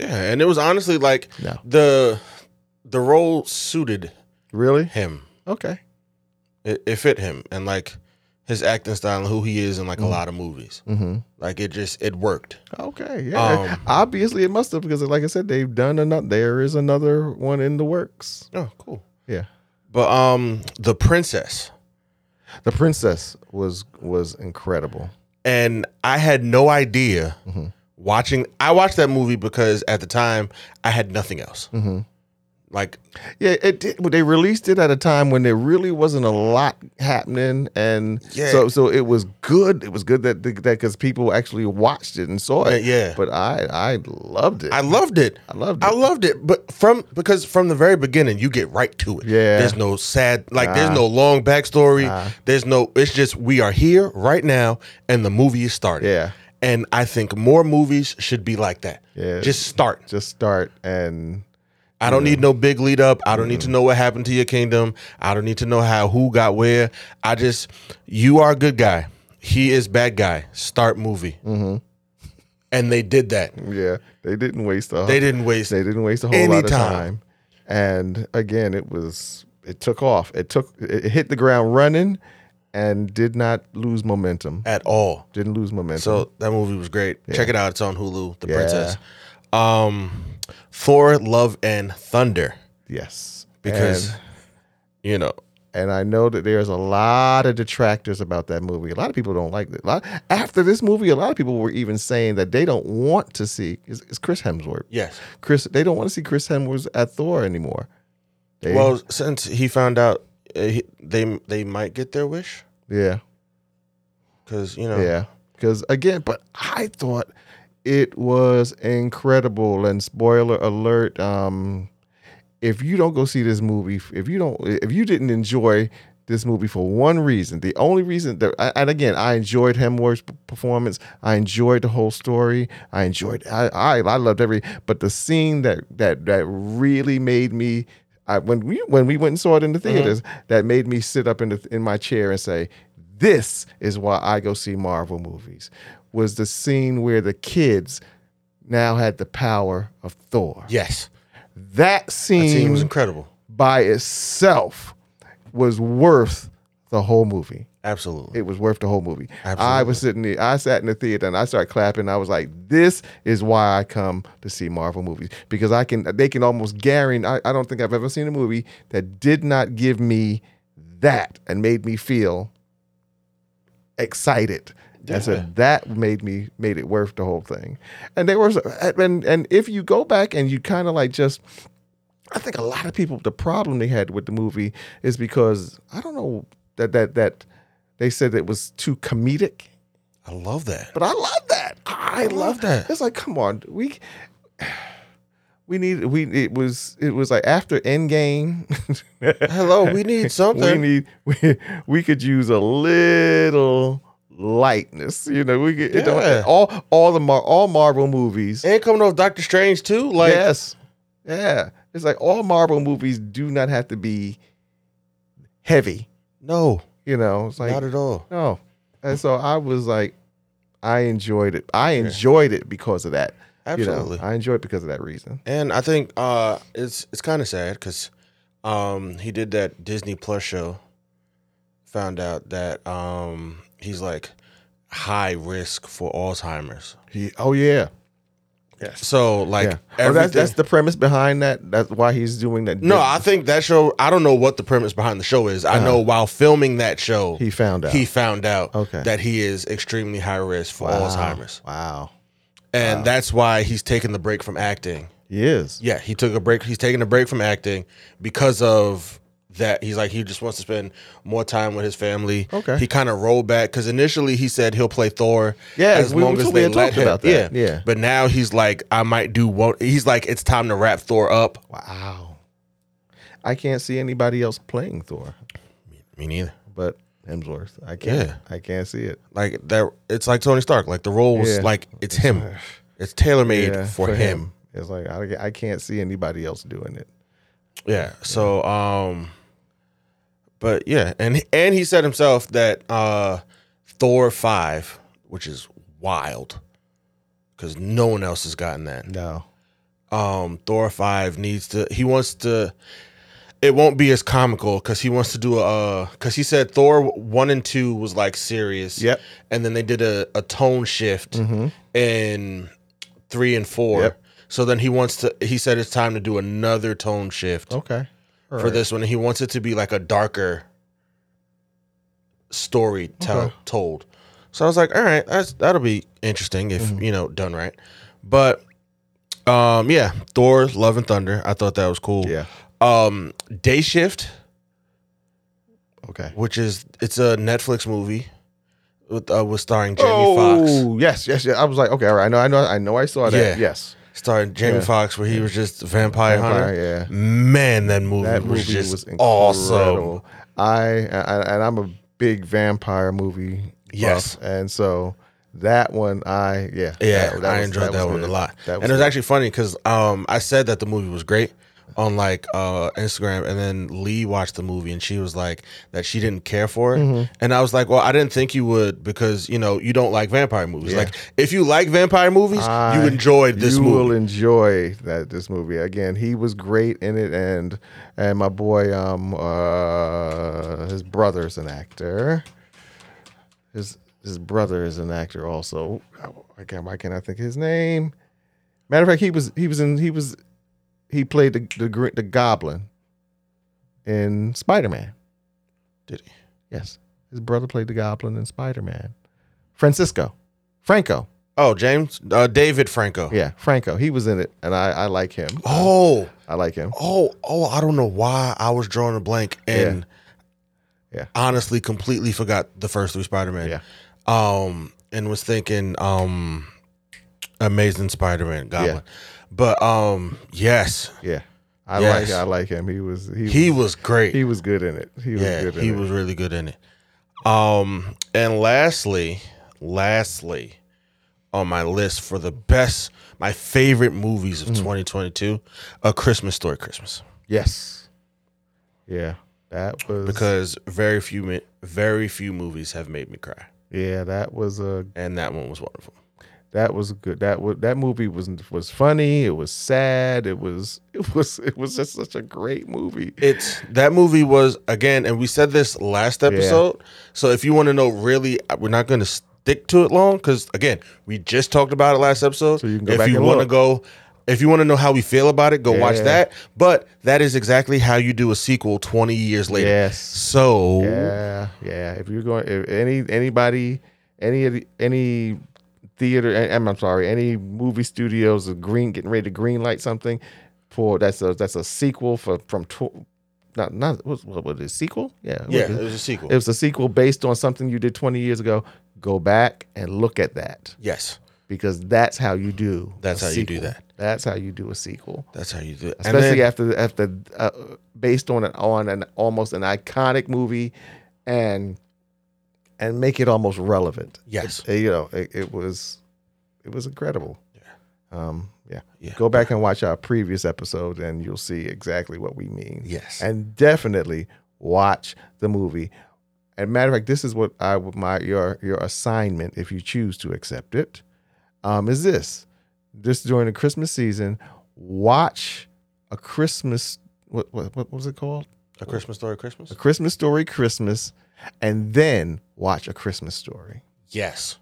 Speaker 2: Yeah, and it was honestly like
Speaker 1: No.
Speaker 2: the the role suited
Speaker 1: Really?
Speaker 2: him.
Speaker 1: Okay.
Speaker 2: It, it fit him, and like his acting style and who he is in like a lot of movies.
Speaker 1: Mm-hmm.
Speaker 2: Like it just it worked.
Speaker 1: Okay. Yeah.
Speaker 2: Um,
Speaker 1: Obviously, it must have because, like I said, they've done another. There is another one in the works.
Speaker 2: Oh, cool.
Speaker 1: Yeah.
Speaker 2: But um, the princess.
Speaker 1: The princess was was incredible.
Speaker 2: and I had no idea
Speaker 1: Mm-hmm.
Speaker 2: watching. I watched that movie because at the time I had nothing else.
Speaker 1: Mm-hmm.
Speaker 2: Like,
Speaker 1: Yeah, it did. They released it at a time when there really wasn't a lot happening, and
Speaker 2: Yeah.
Speaker 1: so so it was good. It was good that that because people actually watched it and saw it.
Speaker 2: Yeah, yeah.
Speaker 1: But I I loved it.
Speaker 2: I loved it.
Speaker 1: I loved
Speaker 2: I
Speaker 1: it.
Speaker 2: loved it. But from because from the very beginning, you get right to it.
Speaker 1: Yeah.
Speaker 2: There's no sad. Like, there's no long backstory. There's no. It's just we are here right now, and the movie is starting.
Speaker 1: Yeah.
Speaker 2: And I think more movies should be like that.
Speaker 1: Yeah.
Speaker 2: Just start.
Speaker 1: Just start and
Speaker 2: I don't need no big lead up. I don't need to know what happened to your kingdom. I don't need to know how who got where. I just you are a good guy. He is bad guy. Start movie.
Speaker 1: Mm-hmm.
Speaker 2: And they did that.
Speaker 1: yeah, they didn't waste a
Speaker 2: They didn't waste
Speaker 1: they
Speaker 2: it.
Speaker 1: didn't waste a whole
Speaker 2: Any
Speaker 1: lot of
Speaker 2: time.
Speaker 1: time. And again, it was it took off. It took it it hit the ground running, and did not lose momentum.
Speaker 2: at all.
Speaker 1: Didn't lose momentum.
Speaker 2: So that movie was great. Check it out. It's on Hulu. The
Speaker 1: Yeah.
Speaker 2: Princess. Um, Thor, Love and Thunder.
Speaker 1: yes,
Speaker 2: Because
Speaker 1: And-
Speaker 2: you know
Speaker 1: and I know that there's a lot of detractors about that movie. A lot of people don't like it. A lot after this movie, a lot of people were even saying that they don't want to see is, is Chris Hemsworth.
Speaker 2: yes.
Speaker 1: Chris, they don't want to see Chris Hemsworth at Thor anymore. They-
Speaker 2: Well, since he found out, uh, he, they they might get their wish
Speaker 1: yeah,
Speaker 2: because you know
Speaker 1: yeah, because again, but I thought it was incredible. And spoiler alert, um, if you don't go see this movie, if you don't, if you didn't enjoy this movie for one reason, the only reason that, I- and again, I enjoyed Hemsworth's p- performance. I enjoyed the whole story. I enjoyed, I, I, I loved every, but the scene that that that really made me. I, when we when we went and saw it in
Speaker 2: Mm-hmm.
Speaker 1: the theaters, that made me sit up in the, in my chair and say, "This is why I go see Marvel movies." Was the scene where the kids now had the power of Thor?
Speaker 2: yes.
Speaker 1: That
Speaker 2: That
Speaker 1: scene
Speaker 2: scene was incredible.
Speaker 1: by itself was worth the whole movie.
Speaker 2: Absolutely.
Speaker 1: It was worth the whole movie. I
Speaker 2: Absolutely.
Speaker 1: was sitting there, I sat in the theater and I started clapping. I was like, this is why I come to see Marvel movies because I can, they can almost guarantee, I, I don't think I've ever seen a movie that did not give me that and made me feel excited. And so
Speaker 2: Yeah.
Speaker 1: that made me made it worth the whole thing. And there was and and if you go back and you kind of like just I think a lot of people the problem they had with the movie is because I don't know that that that they said it was too comedic,
Speaker 2: I love that.
Speaker 1: but I love that. I,
Speaker 2: love that.
Speaker 1: It's like come on, we we need we it was it was like after Endgame.
Speaker 2: [laughs]
Speaker 1: [laughs]
Speaker 2: Hello, we need
Speaker 1: we
Speaker 2: something.
Speaker 1: need [laughs] we, we could use a little lightness. You know, we could it
Speaker 2: Yeah.
Speaker 1: don't, all all the Mar- all Marvel movies.
Speaker 2: and coming off Doctor Strange too. Like
Speaker 1: yes. Yeah. It's like all Marvel movies do not have to be heavy.
Speaker 2: no,
Speaker 1: You know, it's like
Speaker 2: not at all.
Speaker 1: no. And so I was like, I enjoyed it. I enjoyed it because of that. You know,
Speaker 2: Absolutely.
Speaker 1: I enjoyed it because of that reason.
Speaker 2: And I think uh, it's it's kind of sad because um, he did that Disney Plus show. Found out that um, he's like high risk for Alzheimer's.
Speaker 1: He, oh yeah.
Speaker 2: So like
Speaker 1: Yeah. Oh,
Speaker 2: everything.
Speaker 1: that's that's the premise behind that. That's why he's doing that.
Speaker 2: [laughs] no, I think that show. I don't know what the premise behind the show is. I know while filming that show,
Speaker 1: Uh-huh. he found out.
Speaker 2: he found out
Speaker 1: Okay.
Speaker 2: that he is extremely high risk for Alzheimer's.
Speaker 1: Wow.
Speaker 2: And that's why he's taking the break from acting.
Speaker 1: He is.
Speaker 2: Yeah, he took a break. He's taking a break from acting because of that. He's like, he just wants to spend more time with his family.
Speaker 1: Okay.
Speaker 2: He kind of rolled back because initially he said he'll play Thor
Speaker 1: Yeah, we- so we had talked about that.
Speaker 2: Yeah.
Speaker 1: Yeah.
Speaker 2: But now he's like, I might do one. He's like, it's time to wrap Thor up.
Speaker 1: Wow. I can't see anybody else playing Thor,
Speaker 2: Me neither.
Speaker 1: but Hemsworth. I can't.
Speaker 2: Yeah.
Speaker 1: I can't see it.
Speaker 2: Like that, it's like Tony Stark. Like the role was
Speaker 1: Yeah. uh,
Speaker 2: like it's him. It's tailor made
Speaker 1: Yeah,
Speaker 2: for, him.
Speaker 1: It's like I, I can't see anybody else doing it.
Speaker 2: Yeah. So, um, but yeah, and and he said himself that uh Thor five, which is wild, because no one else has gotten that.
Speaker 1: No.
Speaker 2: um Thor 5 needs to he wants to it won't be as comical cuz he wants to do a cuz he said Thor 1 and 2 was like serious.
Speaker 1: Yep. Mm.
Speaker 2: And then they did a, a tone shift
Speaker 1: Mm-hmm.
Speaker 2: in 3 and 4.
Speaker 1: Yep.
Speaker 2: So then he wants to he said it's time to do another tone shift
Speaker 1: Okay. All
Speaker 2: for
Speaker 1: right.
Speaker 2: this one. He wants it to be like a darker story tell,
Speaker 1: Okay.
Speaker 2: told. So I was like, all right, that's that'll be interesting if
Speaker 1: Mm-hmm.
Speaker 2: you know done right. But um, yeah, Thor: Love and Thunder. I thought that was cool.
Speaker 1: Yeah.
Speaker 2: Um, Day Shift,
Speaker 1: Okay.
Speaker 2: which is it's a Netflix movie with uh, was starring Jamie Foxx.
Speaker 1: Oh yes, yes, yes. I was like, okay, all right. I know, I know, I know. I saw that.
Speaker 2: Yeah.
Speaker 1: Yes.
Speaker 2: Starring Jamie
Speaker 1: Yeah.
Speaker 2: Fox, where he was just a vampire,
Speaker 1: Vampire,
Speaker 2: hunter.
Speaker 1: yeah.
Speaker 2: Man, that movie
Speaker 1: That
Speaker 2: was
Speaker 1: movie
Speaker 2: just
Speaker 1: was incredible.
Speaker 2: awesome.
Speaker 1: I, I and I'm a big vampire movie. buff,
Speaker 2: Yes.
Speaker 1: and so that one, I yeah,
Speaker 2: Yeah,
Speaker 1: that-
Speaker 2: I
Speaker 1: was-
Speaker 2: enjoyed that,
Speaker 1: was
Speaker 2: one
Speaker 1: good.
Speaker 2: a lot.
Speaker 1: That was
Speaker 2: and it was
Speaker 1: good.
Speaker 2: actually funny because um, I said that the movie was great on like uh, Instagram, and then Lee watched the movie and she was like that she didn't care for it,
Speaker 1: Mm-hmm.
Speaker 2: and I was like, well, I didn't think you would because you know you don't like vampire movies.
Speaker 1: Yeah.
Speaker 2: Like if you like vampire movies,
Speaker 1: I-
Speaker 2: you enjoyed this
Speaker 1: you will
Speaker 2: movie.
Speaker 1: enjoy that this movie again. He was great in it, and and my boy, um, uh, his brother's an actor. His his brother is an actor also. Again, why can't I think of his name? Matter of fact, he was he was in he was he played the the, gr- the goblin in Spider Man.
Speaker 2: Did he?
Speaker 1: Yes, his brother played the goblin in Spider Man. Francisco, Franco.
Speaker 2: Oh, James uh, David Franco.
Speaker 1: Yeah, Franco. He was in it, and I, I like him.
Speaker 2: Oh,
Speaker 1: I like him.
Speaker 2: oh, oh! I don't know why I was drawing a blank and
Speaker 1: Yeah.
Speaker 2: honestly completely forgot the first three Spider Man.
Speaker 1: Yeah.
Speaker 2: Um, and was thinking um, Amazing Spider Man Goblin, but um, yes,
Speaker 1: Yeah, I
Speaker 2: Yes.
Speaker 1: like I like him. He was he
Speaker 2: he
Speaker 1: he,
Speaker 2: was great.
Speaker 1: he was good in it. He was
Speaker 2: yeah,
Speaker 1: good in
Speaker 2: he
Speaker 1: it.
Speaker 2: was really good in it. Um, and lastly, lastly, on my list for the best, my favorite movies
Speaker 1: Mm.
Speaker 2: of 2022, A Christmas Story, Christmas.
Speaker 1: yes, yeah. That was
Speaker 2: because very few mi- very few movies have made me cry,
Speaker 1: yeah. That was a
Speaker 2: and that one was wonderful.
Speaker 1: that was good. That was that movie was was funny. It was sad. It was [laughs] it was it was just such a great movie.
Speaker 2: It's that movie was again, and we said this last episode. So if you want to know, really, uh, we're not going to stick to it long because again, we just talked about it last episode.
Speaker 1: So you can go
Speaker 2: if
Speaker 1: back
Speaker 2: you
Speaker 1: and
Speaker 2: want to
Speaker 1: look.
Speaker 2: go. If you want to know how we feel about it, go watch
Speaker 1: Yeah.
Speaker 2: that. But that is exactly how you do a sequel 20 years later.
Speaker 1: yes.
Speaker 2: So,
Speaker 1: Yeah, yeah. If you're going, if any anybody, any of the- any theater, I- I'm, I'm sorry, any movie studios are green getting ready to green light something for that's a that's a sequel for from tw- not not what what was it sequel? Yeah, what
Speaker 2: yeah,
Speaker 1: is
Speaker 2: it
Speaker 1: it?
Speaker 2: was a sequel.
Speaker 1: It was a sequel based on something you did 20 years ago. Go back and look at that
Speaker 2: yes,
Speaker 1: because that's how you do. a
Speaker 2: That's how you do
Speaker 1: sequel.
Speaker 2: that.
Speaker 1: That's how you do a sequel
Speaker 2: that's how you do it. And
Speaker 1: especially
Speaker 2: then-
Speaker 1: after after uh, based on an on an almost an iconic movie, and and make it almost relevant.
Speaker 2: Yes.
Speaker 1: It- you know it, it was it was incredible. Yeah. Um. Yeah.
Speaker 2: Yeah.
Speaker 1: Go back and watch our previous episode, and you'll see exactly what we mean.
Speaker 2: Yes.
Speaker 1: And definitely watch the movie. And matter of fact, this is what I would my your your assignment, if you choose to accept it, um, is this: just during the Christmas season, watch a Christmas what what what was it called?
Speaker 2: a Christmas Story, Christmas?
Speaker 1: A Christmas Story Christmas, and then watch a Christmas Story,
Speaker 2: Yes.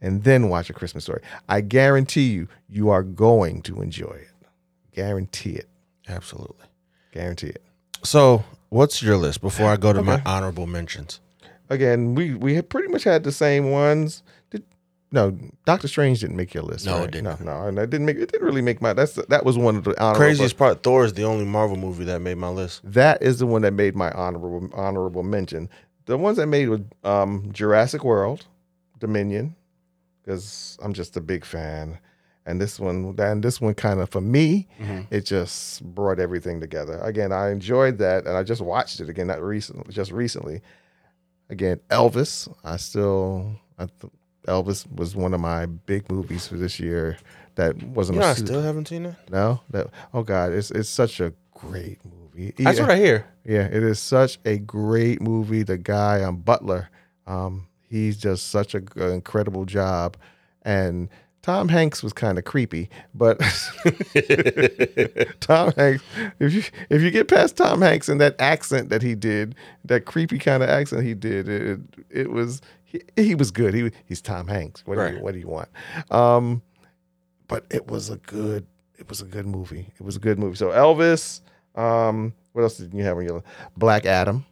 Speaker 1: and then watch a Christmas Story. I guarantee you, you are going to enjoy it. Guarantee it.
Speaker 2: Absolutely.
Speaker 1: Guarantee it.
Speaker 2: So, what's your list before I go to my honorable mentions?
Speaker 1: again, we we had pretty much had the same ones. Did no Doctor Strange didn't make your list?
Speaker 2: No, it
Speaker 1: right?
Speaker 2: didn't.
Speaker 1: No, no, and that didn't make it. Didn't really make my. That's that was one of the honorable.
Speaker 2: Craziest part, Thor is the only Marvel movie that made my list.
Speaker 1: That is the one that made my honorable honorable mention. The ones that made with um, Jurassic World, Dominion, because I'm just a big fan, and this one and this one kind of for me it just brought everything together again i enjoyed that and i just watched it again not recently just recently again elvis i still I th- elvis was one of my big movies for this year that wasn't
Speaker 2: You know,
Speaker 1: a
Speaker 2: I
Speaker 1: super-
Speaker 2: still haven't seen that.
Speaker 1: no that oh god it's it's such a great movie
Speaker 2: That's
Speaker 1: Yeah.
Speaker 2: what I hear.
Speaker 1: Yeah, it is such a great movie. The guy um, Butler, um, he's just such an incredible job, and Tom Hanks was kind of creepy, but [laughs] Tom Hanks, if you if you get past Tom Hanks and that accent that he did, that creepy kind of accent he did, it it, it was he, he was good. He he's Tom Hanks. What do you
Speaker 2: Right.
Speaker 1: what do you want? Um, but it was a good it was a good movie. It was a good movie. So Elvis, um, what else did you have on your Black Adam?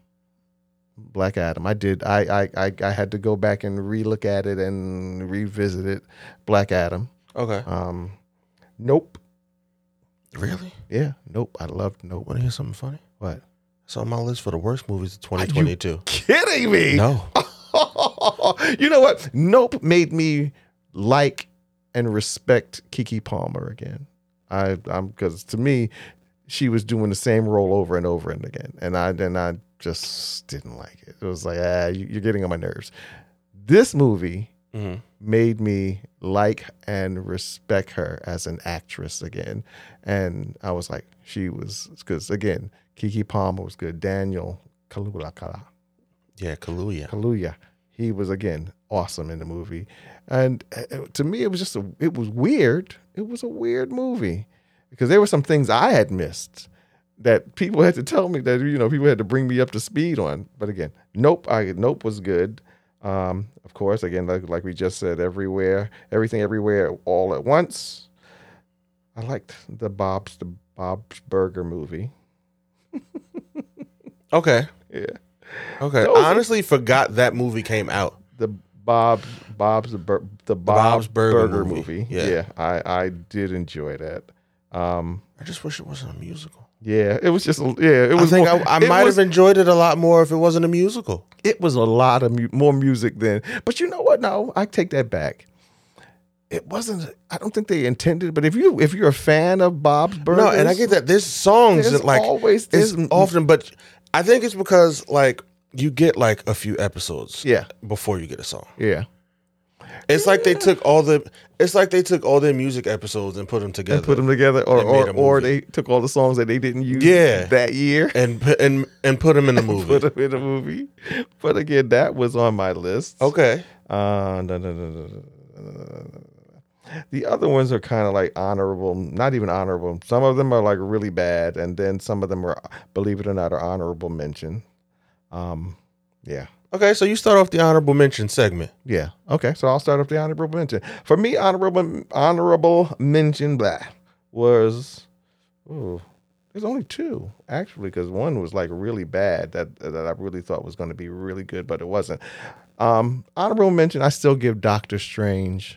Speaker 1: Black Adam. I did. I I I, I had to go back and relook at it and revisit it. Black Adam.
Speaker 2: [laughs] Okay.
Speaker 1: Um, nope.
Speaker 2: Really?
Speaker 1: Yeah, nope. I loved Nope.
Speaker 2: Want to hear something funny?
Speaker 1: What?
Speaker 2: It's on my list for the worst movies
Speaker 1: Ah,
Speaker 2: of 2022.
Speaker 1: Kidding me?
Speaker 2: No.
Speaker 1: [laughs] you know what? Nope made me like and respect Kiki Palmer again. I I'm because to me, she was doing the same role over and over and again, and I and I just didn't like it. It was like ah, you, you're getting on my nerves. This movie
Speaker 2: hmm
Speaker 1: made me like and respect her as an actress again. And I was like, she was because again, Kiki Palmer was good. Daniel Kalula Kala.
Speaker 2: Yeah, Kaluuya.
Speaker 1: Kaluuya. He was again awesome in the movie, and uh, to me, it was just a, it was weird. It was a weird movie because there were some things I had missed that people had to tell me that you know people had to bring me up to speed on. But again, nope, I nope was good. Um, of course, again, like like we just said, everywhere, everything, everywhere, all at once. I liked the Bob's the Bob's Burger movie.
Speaker 2: Okay.
Speaker 1: Yeah.
Speaker 2: Okay.
Speaker 1: Those
Speaker 2: I honestly forgot that movie came out.
Speaker 1: the Bob Bob's Bur- the Bob's, Burger, movie. Yeah.
Speaker 2: Yeah.
Speaker 1: I I did enjoy that. Um,
Speaker 2: I just wish it wasn't a musical.
Speaker 1: yeah, it was just a- yeah, it
Speaker 2: I
Speaker 1: was.
Speaker 2: think
Speaker 1: more-
Speaker 2: I, I
Speaker 1: it
Speaker 2: might
Speaker 1: was-
Speaker 2: have enjoyed it a lot more if it wasn't a musical.
Speaker 1: It was a lot of mu- more music then, but you know what? No, I take that back. It wasn't. I don't think they intended. But if you if you're a fan of Bob's Burgers,
Speaker 2: No, and I get that. There's songs
Speaker 1: there's
Speaker 2: that like
Speaker 1: always
Speaker 2: it's
Speaker 1: this m-
Speaker 2: often, but I think it's because like you get like a few episodes
Speaker 1: Yeah,
Speaker 2: before you get a song.
Speaker 1: yeah.
Speaker 2: It's like they took all the it's like they took all their music episodes and put them together
Speaker 1: Put them together, or
Speaker 2: They made
Speaker 1: or,
Speaker 2: a
Speaker 1: or
Speaker 2: movie.
Speaker 1: they took all the songs that they didn't use.
Speaker 2: Yeah.
Speaker 1: that year.
Speaker 2: and pu- and and put
Speaker 1: [laughs]
Speaker 2: them in the movie.
Speaker 1: Put them in a movie. But again, that was on my list.
Speaker 2: okay.
Speaker 1: Uh, da- da- da- da- da- da- da- da- da. the other ones are kind of like honorable, not even honorable. Some of them are like really bad, and then some of them are, believe it or not, are honorable mention. Um, yeah,
Speaker 2: Okay, so you start off the honorable mention segment.
Speaker 1: yeah, okay. So I'll start off the honorable mention. For me, honorable honorable mention blah was, ooh, there's only two actually, because one was like really bad that that I really thought was going to be really good, but it wasn't. Um, honorable mention, I still give Doctor Strange,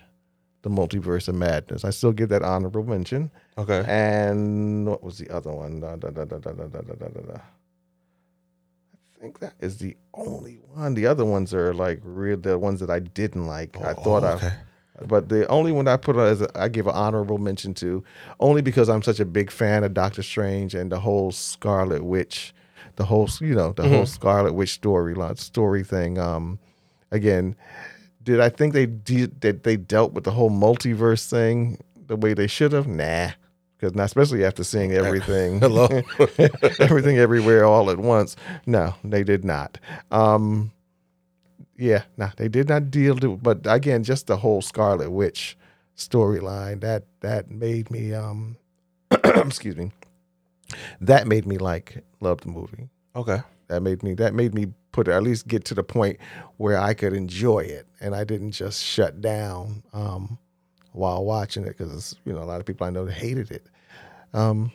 Speaker 1: the Multiverse of Madness. I still give that honorable mention.
Speaker 2: Okay.
Speaker 1: And what was the other one? Da, da, da, da, da, da, da, da, da, da, da. I think that is the only one. The other ones are like real the ones that I didn't like. I thought
Speaker 2: Oh, okay. [laughs]
Speaker 1: I but the only one I put as a, I give an honorable mention to only because I'm such a big fan of Doctor Strange and the whole Scarlet Witch, the whole you know, the whole Scarlet Witch story story thing um again did I think they did that they dealt with the whole multiverse thing the way they should have? Nah, because not especially after seeing everything, [laughs]
Speaker 2: [laughs] Hello.
Speaker 1: everything everywhere all at once. No, they did not. Um, yeah, nah, they did not deal. To, but again, just the whole Scarlet Witch storyline that that made me um, [clears throat] excuse me, that made me like love the movie
Speaker 2: Okay.
Speaker 1: that made me that made me put at least get to the point where I could enjoy it and I didn't just shut down um, while watching it because you know a lot of people I know hated it. Um,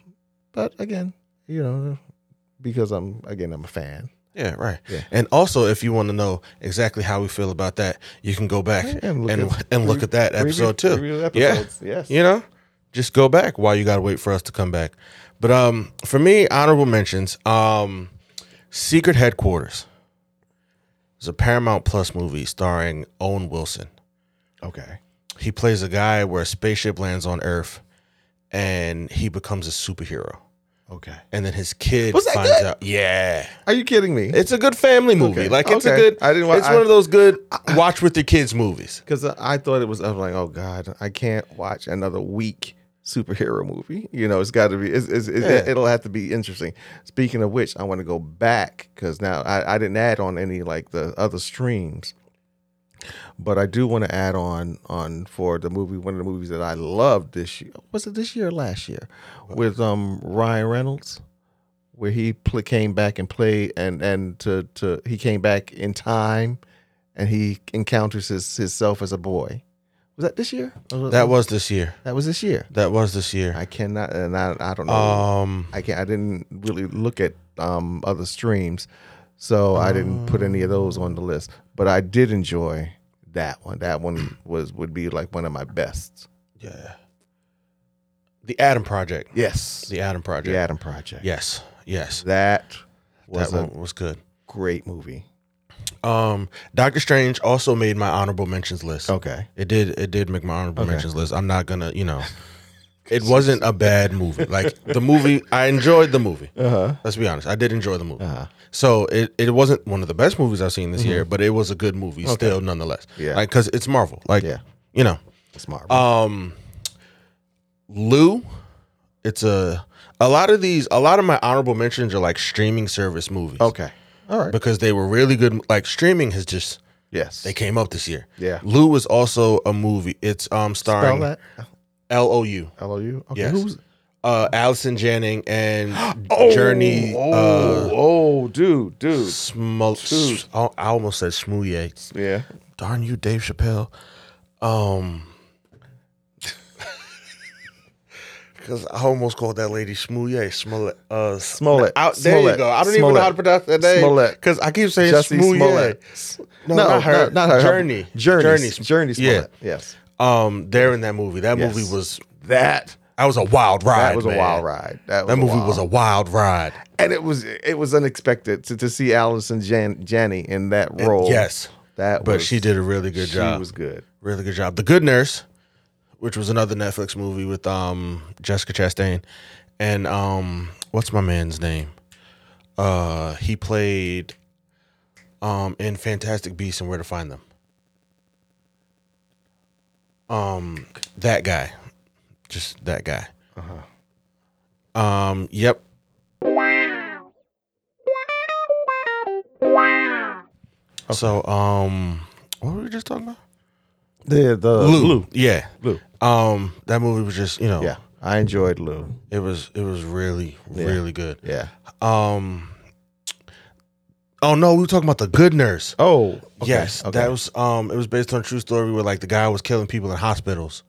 Speaker 1: but again, you know, because I'm again I'm a fan.
Speaker 2: Yeah, right.
Speaker 1: Yeah.
Speaker 2: And also, if you want to know exactly how we feel about that, you can go back
Speaker 1: Yeah,
Speaker 2: and
Speaker 1: and look
Speaker 2: and look
Speaker 1: at-
Speaker 2: at, that episode too. Yeah.
Speaker 1: Yeah. Yes.
Speaker 2: You know, just go back while you gotta wait for us to come back. But um, for me, honorable mentions. Um, Secret Headquarters. It's a Paramount Plus movie starring Owen Wilson.
Speaker 1: Okay.
Speaker 2: He plays a guy where a spaceship lands on Earth, and he becomes a superhero.
Speaker 1: Okay.
Speaker 2: And then his kid
Speaker 1: Was that
Speaker 2: finds
Speaker 1: good?
Speaker 2: out. Yeah,
Speaker 1: Are you kidding me?
Speaker 2: it's a good family movie.
Speaker 1: Okay.
Speaker 2: Like it's a
Speaker 1: Okay.
Speaker 2: good.
Speaker 1: I didn't wa-
Speaker 2: it's
Speaker 1: I-
Speaker 2: one of those good watch with your kids movies.
Speaker 1: Because I I thought it was. I was like, oh god, I can't watch another weak superhero movie. You know, it's got to be. It's, it's, it's,
Speaker 2: Yeah.
Speaker 1: It'll have to be interesting. Speaking of which, I want to go back because now I, I didn't add on any like the other streams, but I do want to add on on for the movie. One of the movies that I loved this year was it this year or last year with um Ryan Reynolds. Where he pl- came back and played, and and to, to he came back in time and he encounters his himself as a boy. Was that this year?
Speaker 2: That was this year.
Speaker 1: that was this year.
Speaker 2: That was this year.
Speaker 1: I cannot, and I, I don't know.
Speaker 2: Um,
Speaker 1: I can't. I didn't really look at um, other streams, so I didn't put any of those
Speaker 2: Uh.
Speaker 1: on the list. But I did enjoy that one. That one was would be like one of my best.
Speaker 2: yeah. The Adam Project.
Speaker 1: Yes, the,
Speaker 2: The Adam Project.
Speaker 1: Adam Project.
Speaker 2: Yes. Yes.
Speaker 1: that was
Speaker 2: that
Speaker 1: a
Speaker 2: one was good.
Speaker 1: great movie.
Speaker 2: Um, Doctor Strange also made my honorable mentions list.
Speaker 1: Okay,
Speaker 2: It did. It did make my honorable mentions list. I'm not gonna,
Speaker 1: [laughs]
Speaker 2: you know, it wasn't a bad movie. Like the movie, I enjoyed the movie.
Speaker 1: uh-huh.
Speaker 2: Let's be honest, I did enjoy the movie.
Speaker 1: Uh-huh.
Speaker 2: So it, it wasn't one of the best movies I've seen this year, but it was a good movie still, nonetheless.
Speaker 1: Mm-hmm. Yeah.
Speaker 2: like because it's Marvel. Like,
Speaker 1: Yeah.
Speaker 2: you know,
Speaker 1: smart.
Speaker 2: um, Lou. It's a a lot of these. A lot of my honorable mentions are like streaming service movies.
Speaker 1: okay, all right.
Speaker 2: because they were really good. Like streaming has just
Speaker 1: yes,
Speaker 2: they came up this year.
Speaker 1: Yeah.
Speaker 2: Lou is also a movie. It's um
Speaker 1: spell
Speaker 2: starring
Speaker 1: that.
Speaker 2: L O U.
Speaker 1: L O U. Okay,
Speaker 2: Yes.
Speaker 1: who's
Speaker 2: Uh Allison Janning
Speaker 1: [gasps]
Speaker 2: and Journey
Speaker 1: Oh,
Speaker 2: uh
Speaker 1: oh, dude, dude.
Speaker 2: Smul-
Speaker 1: Dude.
Speaker 2: I I almost said Smouye.
Speaker 1: Yeah.
Speaker 2: Darn you, Dave Chappelle.
Speaker 1: [laughs]
Speaker 2: Um Because I almost called that lady Smouye. Smollett. Uh,
Speaker 1: Smollett.
Speaker 2: Out, there
Speaker 1: Smollett.
Speaker 2: you go. I don't even
Speaker 1: Smollett.
Speaker 2: know how to pronounce that name.
Speaker 1: Smollett.
Speaker 2: Because I keep saying
Speaker 1: Jesse
Speaker 2: Smouye.
Speaker 1: Smollett.
Speaker 2: No, not her. Journey.
Speaker 1: Journey. Journey.
Speaker 2: Journey.
Speaker 1: Journey
Speaker 2: Yeah.
Speaker 1: Smollett. Yes.
Speaker 2: um they're in that movie that
Speaker 1: Yes.
Speaker 2: movie was
Speaker 1: That
Speaker 2: that was a wild ride
Speaker 1: that was a
Speaker 2: man.
Speaker 1: wild ride. That, was
Speaker 2: that
Speaker 1: a
Speaker 2: movie
Speaker 1: wild.
Speaker 2: was a wild ride
Speaker 1: and it was it was unexpected to, to see Allison Jan Janney in that role.
Speaker 2: yes
Speaker 1: that
Speaker 2: but
Speaker 1: was,
Speaker 2: she did a really good
Speaker 1: she
Speaker 2: job
Speaker 1: was good.
Speaker 2: really good job the good nurse which was another netflix movie with um jessica chastain and um what's my man's name uh he played um in fantastic beasts and where to find them um that guy just that guy
Speaker 1: Uh-huh.
Speaker 2: um yep So, um, what were we just talking about?
Speaker 1: The the
Speaker 2: Uh, Yeah.
Speaker 1: Lou.
Speaker 2: Um, that movie was just, you know,
Speaker 1: Yeah, I enjoyed Lou.
Speaker 2: it was it was really really good.
Speaker 1: Yeah.
Speaker 2: Um, oh no, we were talking about the good nurse.
Speaker 1: Oh
Speaker 2: yes,
Speaker 1: Okay.
Speaker 2: that was um, it was based on a true story where like the guy was killing people in hospitals.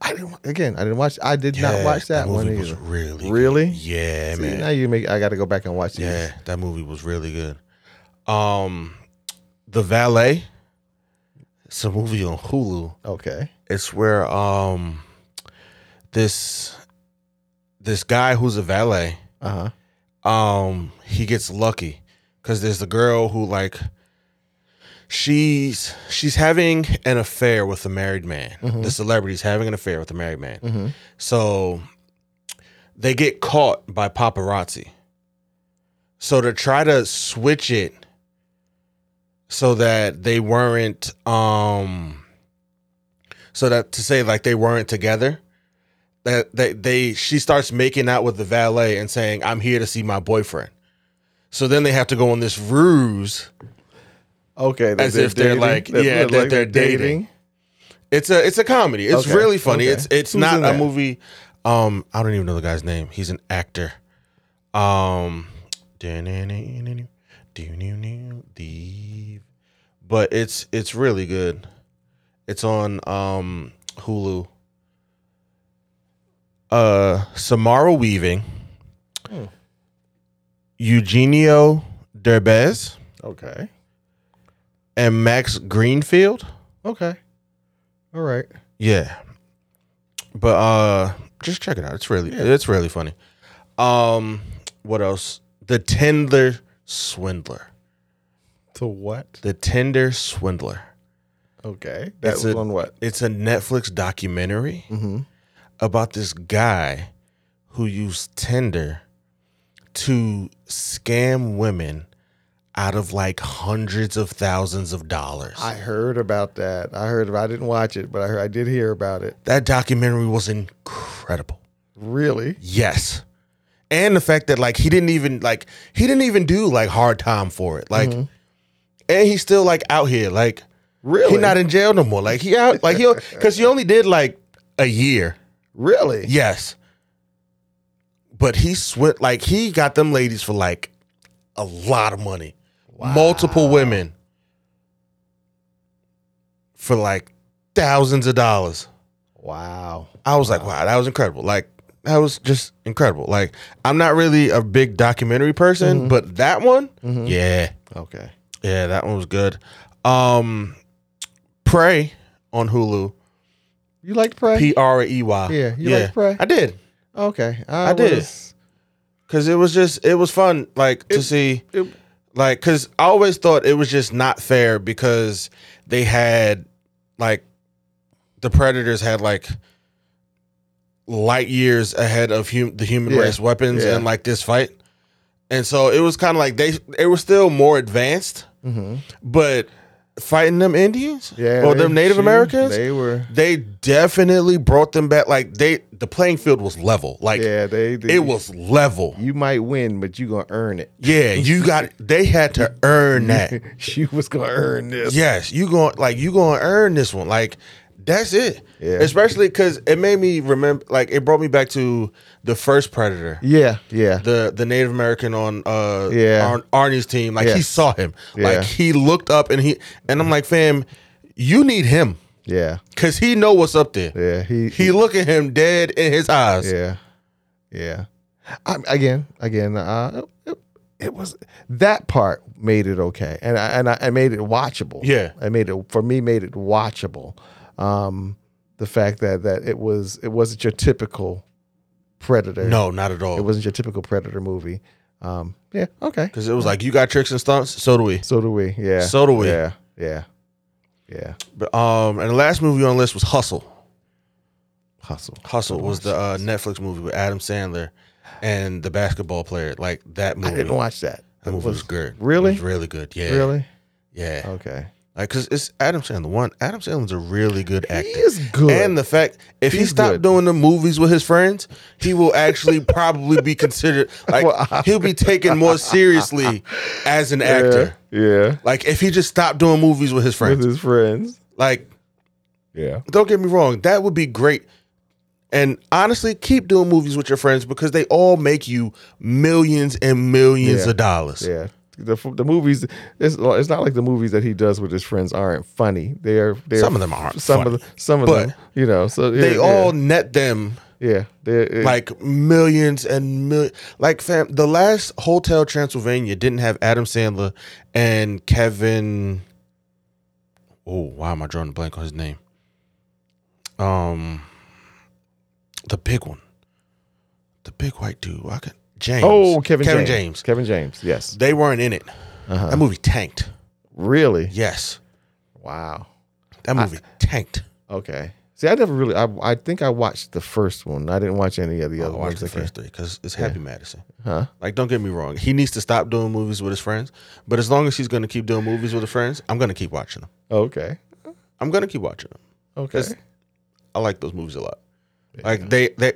Speaker 1: I didn't wa- again. I didn't watch. I did
Speaker 2: Yeah,
Speaker 1: not watch that, one
Speaker 2: movie
Speaker 1: either.
Speaker 2: Was really, good.
Speaker 1: Really?
Speaker 2: yeah,
Speaker 1: See,
Speaker 2: man.
Speaker 1: now you make. I got to go back and watch these.
Speaker 2: yeah, that movie was really good. Um, the valet. It's a movie on Hulu.
Speaker 1: Okay.
Speaker 2: It's where um this this guy who's a valet
Speaker 1: Uh huh.
Speaker 2: um he gets lucky cuz there's the girl who like she's she's having an affair with a married man. The celebrity's having an affair with a married man.
Speaker 1: Mhm.
Speaker 2: So they get caught by paparazzi. So to try to switch it so that they weren't um so that to say like they weren't together that they, they she starts making out with the valet and saying i'm here to see my boyfriend so then they have to go on this ruse
Speaker 1: Okay. that
Speaker 2: As if they're like- yeah, that they're dating. it's a it's a comedy it's
Speaker 1: Okay,
Speaker 2: really funny
Speaker 1: okay.
Speaker 2: it's it's
Speaker 1: Who's
Speaker 2: not
Speaker 1: in
Speaker 2: a
Speaker 1: that?
Speaker 2: movie um i don't even know the guy's name he's an actor um but it's it's really good it's on um hulu uh samara weaving
Speaker 1: Hmm.
Speaker 2: eugenio derbez
Speaker 1: Okay.
Speaker 2: and max greenfield
Speaker 1: Okay. All right.
Speaker 2: Yeah. But uh just check it out. It's really it's really funny. Um what else? The Tender Swindler.
Speaker 1: To what?
Speaker 2: The Tender Swindler.
Speaker 1: Okay. That
Speaker 2: It's
Speaker 1: was
Speaker 2: a-
Speaker 1: on what?
Speaker 2: It's a Netflix documentary
Speaker 1: Mm-hmm.
Speaker 2: about this guy who used Tinder to scam women out of like hundreds of thousands of dollars.
Speaker 1: I heard about that. I heard. About, I didn't watch it, but I, heard, I did hear about it.
Speaker 2: that documentary was incredible.
Speaker 1: Really?
Speaker 2: Yes. And the fact that like he didn't even like he didn't even do like hard time for it. Like and he's still like out here like
Speaker 1: Really?
Speaker 2: He's not in jail no more. Like he out like he because he only did like a year.
Speaker 1: really?
Speaker 2: Yes, but he sweat like he got them ladies for like a lot of money, multiple women for like thousands of dollars.
Speaker 1: Wow.
Speaker 2: I was like, wow, that was incredible. Like that was just incredible. Like I'm not really a big documentary person,
Speaker 1: Mm-hmm.
Speaker 2: but that one, yeah,
Speaker 1: Okay.
Speaker 2: yeah, that one was good. Um, Prey on Hulu.
Speaker 1: You like Prey?
Speaker 2: P R E Y.
Speaker 1: Yeah, you like Prey?
Speaker 2: I did
Speaker 1: okay.
Speaker 2: I did.
Speaker 1: was-
Speaker 2: because it was just it was fun like to see
Speaker 1: it-
Speaker 2: like because I always thought it was just not fair because they had like the predators had like light years ahead of hum- the human
Speaker 1: Yeah,
Speaker 2: race weapons
Speaker 1: yeah.
Speaker 2: and like this fight, and so it was kind of like they they were still more advanced,
Speaker 1: mm-hmm.
Speaker 2: but fighting them Indians
Speaker 1: Yeah.
Speaker 2: or
Speaker 1: they-
Speaker 2: Oh, them Native
Speaker 1: she-
Speaker 2: Americans. They-
Speaker 1: They were.
Speaker 2: definitely brought them back. Like they, the playing field was level. Like
Speaker 1: Yeah. They. they
Speaker 2: it was level.
Speaker 1: You might win, but you gonna earn it.
Speaker 2: Yeah, you got. They had to
Speaker 1: [laughs]
Speaker 2: earn that.
Speaker 1: you was gonna earn this.
Speaker 2: Yes, you going like you going to earn this one. Like that's it.
Speaker 1: Yeah.
Speaker 2: Especially because it made me remember. Like it brought me back to the first Predator,
Speaker 1: Yeah. Yeah.
Speaker 2: the the Native American on uh
Speaker 1: Yeah.
Speaker 2: Ar- Arnie's team. Like he
Speaker 1: Yes.
Speaker 2: saw him.
Speaker 1: Yeah.
Speaker 2: Like he looked up and he and I'm like, fam, you need him
Speaker 1: yeah.
Speaker 2: because he know what's up there.
Speaker 1: Yeah. He.
Speaker 2: He look at him dead in his eyes.
Speaker 1: Yeah, yeah. I, again, again, uh, it, it was that part made it okay, and I and I, I made it watchable.
Speaker 2: Yeah.
Speaker 1: I made it for me made it watchable. Um, the fact that that it was it wasn't your typical predator.
Speaker 2: No, not at
Speaker 1: it
Speaker 2: all.
Speaker 1: wasn't your typical predator movie. Um, yeah, okay.
Speaker 2: Because it was like you got tricks and stunts. So do we.
Speaker 1: So do we. Yeah.
Speaker 2: So do we.
Speaker 1: Yeah. Yeah. Yeah.
Speaker 2: But, um, and the last movie on the list was Hustle.
Speaker 1: Hustle.
Speaker 2: Hustle was the uh, Netflix movie with Adam Sandler and the basketball player. Like that movie.
Speaker 1: I didn't watch that.
Speaker 2: that movie was, good.
Speaker 1: really?
Speaker 2: It was really good. Yeah.
Speaker 1: Really? Oh.
Speaker 2: Yeah.
Speaker 1: Okay.
Speaker 2: Like, cause it's Adam Sandler. One, Adam Sandler's a really good actor.
Speaker 1: is good.
Speaker 2: And the fact if he
Speaker 1: He's
Speaker 2: stopped
Speaker 1: good.
Speaker 2: doing the movies with his friends, he will actually [laughs] probably be considered like
Speaker 1: Well,
Speaker 2: he'll be taken
Speaker 1: [laughs]
Speaker 2: more seriously as an actor.
Speaker 1: Yeah.
Speaker 2: Like if he just stopped doing movies with his
Speaker 1: yeah. With
Speaker 2: friends.
Speaker 1: his friends.
Speaker 2: Like
Speaker 1: Yeah.
Speaker 2: don't get me wrong, that would be great. And honestly, keep doing movies with your friends because they all make you millions and millions
Speaker 1: Yeah.
Speaker 2: of dollars.
Speaker 1: Yeah. The, the movies it's, it's not like the movies that he does with his friends aren't funny. They are they're
Speaker 2: Some of them aren't
Speaker 1: Some
Speaker 2: funny,
Speaker 1: of them some of
Speaker 2: but
Speaker 1: them you know. So yeah,
Speaker 2: They
Speaker 1: yeah,
Speaker 2: all net them
Speaker 1: yeah. They're,
Speaker 2: like millions and mil like fam the last Hotel Transylvania didn't have Adam Sandler and Kevin Oh, why am I drawing a blank on his name? Um the big one. The big white dude. I can James.
Speaker 1: oh Kevin
Speaker 2: Kevin
Speaker 1: James. Uh-huh.
Speaker 2: James.
Speaker 1: Kevin James. Yes.
Speaker 2: They weren't in it. That movie tanked.
Speaker 1: Really?
Speaker 2: Yes.
Speaker 1: Wow.
Speaker 2: That movie tanked.
Speaker 1: Okay. See, I never really. I, I think I watched the first one. I didn't watch any of the
Speaker 2: Oh, I
Speaker 1: other ones.
Speaker 2: watched the
Speaker 1: that came-
Speaker 2: first three because it's Happy Madison.
Speaker 1: Huh?
Speaker 2: Like, don't get me wrong. He needs to stop doing movies with his friends. But as long as he's going to keep doing movies with his friends, I'm going to keep watching them.
Speaker 1: Oh, Okay.
Speaker 2: I'm going to keep watching them.
Speaker 1: Okay.
Speaker 2: It's- I like those movies a lot. Like they they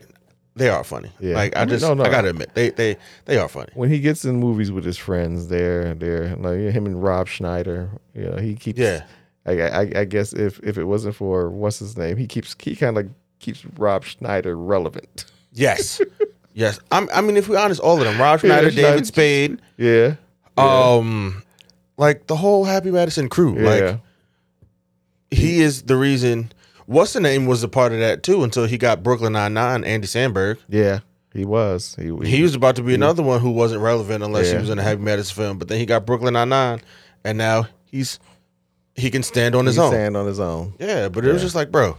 Speaker 2: they are funny.
Speaker 1: Yeah.
Speaker 2: Like I
Speaker 1: I mean,
Speaker 2: just
Speaker 1: no, no.
Speaker 2: I gotta admit they they they are funny.
Speaker 1: When he gets in movies with his friends, they're they're like him and Rob Schneider. You know, he keeps
Speaker 2: Yeah.
Speaker 1: I, I, I guess if, if it wasn't for what's his name, he keeps he kind of keeps Rob Schneider relevant. [laughs]
Speaker 2: Yes. yes. I'm, I mean, if we're honest, all of them: Rob
Speaker 1: [laughs] Yeah,
Speaker 2: Schneider,
Speaker 1: Schneider.
Speaker 2: David Spade,
Speaker 1: Yeah,
Speaker 2: um, like the whole Happy Madison crew.
Speaker 1: yeah,
Speaker 2: Like he is the reason. What's the name was a part of that too until he got Brooklyn Nine Nine, Andy Sandberg.
Speaker 1: yeah. He was. He, he-
Speaker 2: He was about to be another one who wasn't relevant unless
Speaker 1: Yeah.
Speaker 2: he was in a Happy Madison film, but then he got Brooklyn Nine Nine, and now he's he can stand on his
Speaker 1: he's
Speaker 2: own.
Speaker 1: saying on his own.
Speaker 2: Yeah, Mm-hmm. but it was just like, bro.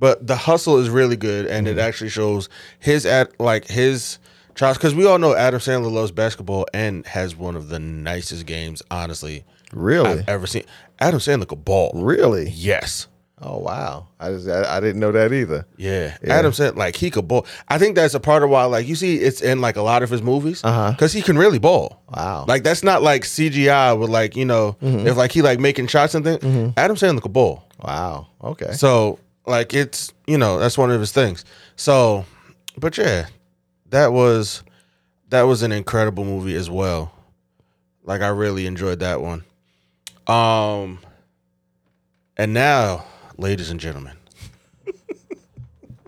Speaker 2: But the hustle is really good, and it actually shows his at like his Charles, because we all know Adam Sandler loves basketball and has one of the nicest games, honestly,
Speaker 1: Really?
Speaker 2: I've ever seen. Adam Sandler could ball.
Speaker 1: really?
Speaker 2: Yes.
Speaker 1: Oh wow! I just I, I didn't know that either.
Speaker 2: Yeah.
Speaker 1: Yeah.
Speaker 2: Adam Sandler, like, he could ball. I think that's a part of why, like, you see it's in, like, a lot of his movies
Speaker 1: Uh-huh.
Speaker 2: because he can really ball.
Speaker 1: Wow.
Speaker 2: Like, that's not, like, CGI with, like, you know, if, like, he, like, making shots and things. Adam Sandler could ball.
Speaker 1: wow. Okay.
Speaker 2: So like it's you know that's one of his things. So, but yeah, that was that was an incredible movie as well. Like I really enjoyed that one. Um, and now, ladies and gentlemen, [laughs]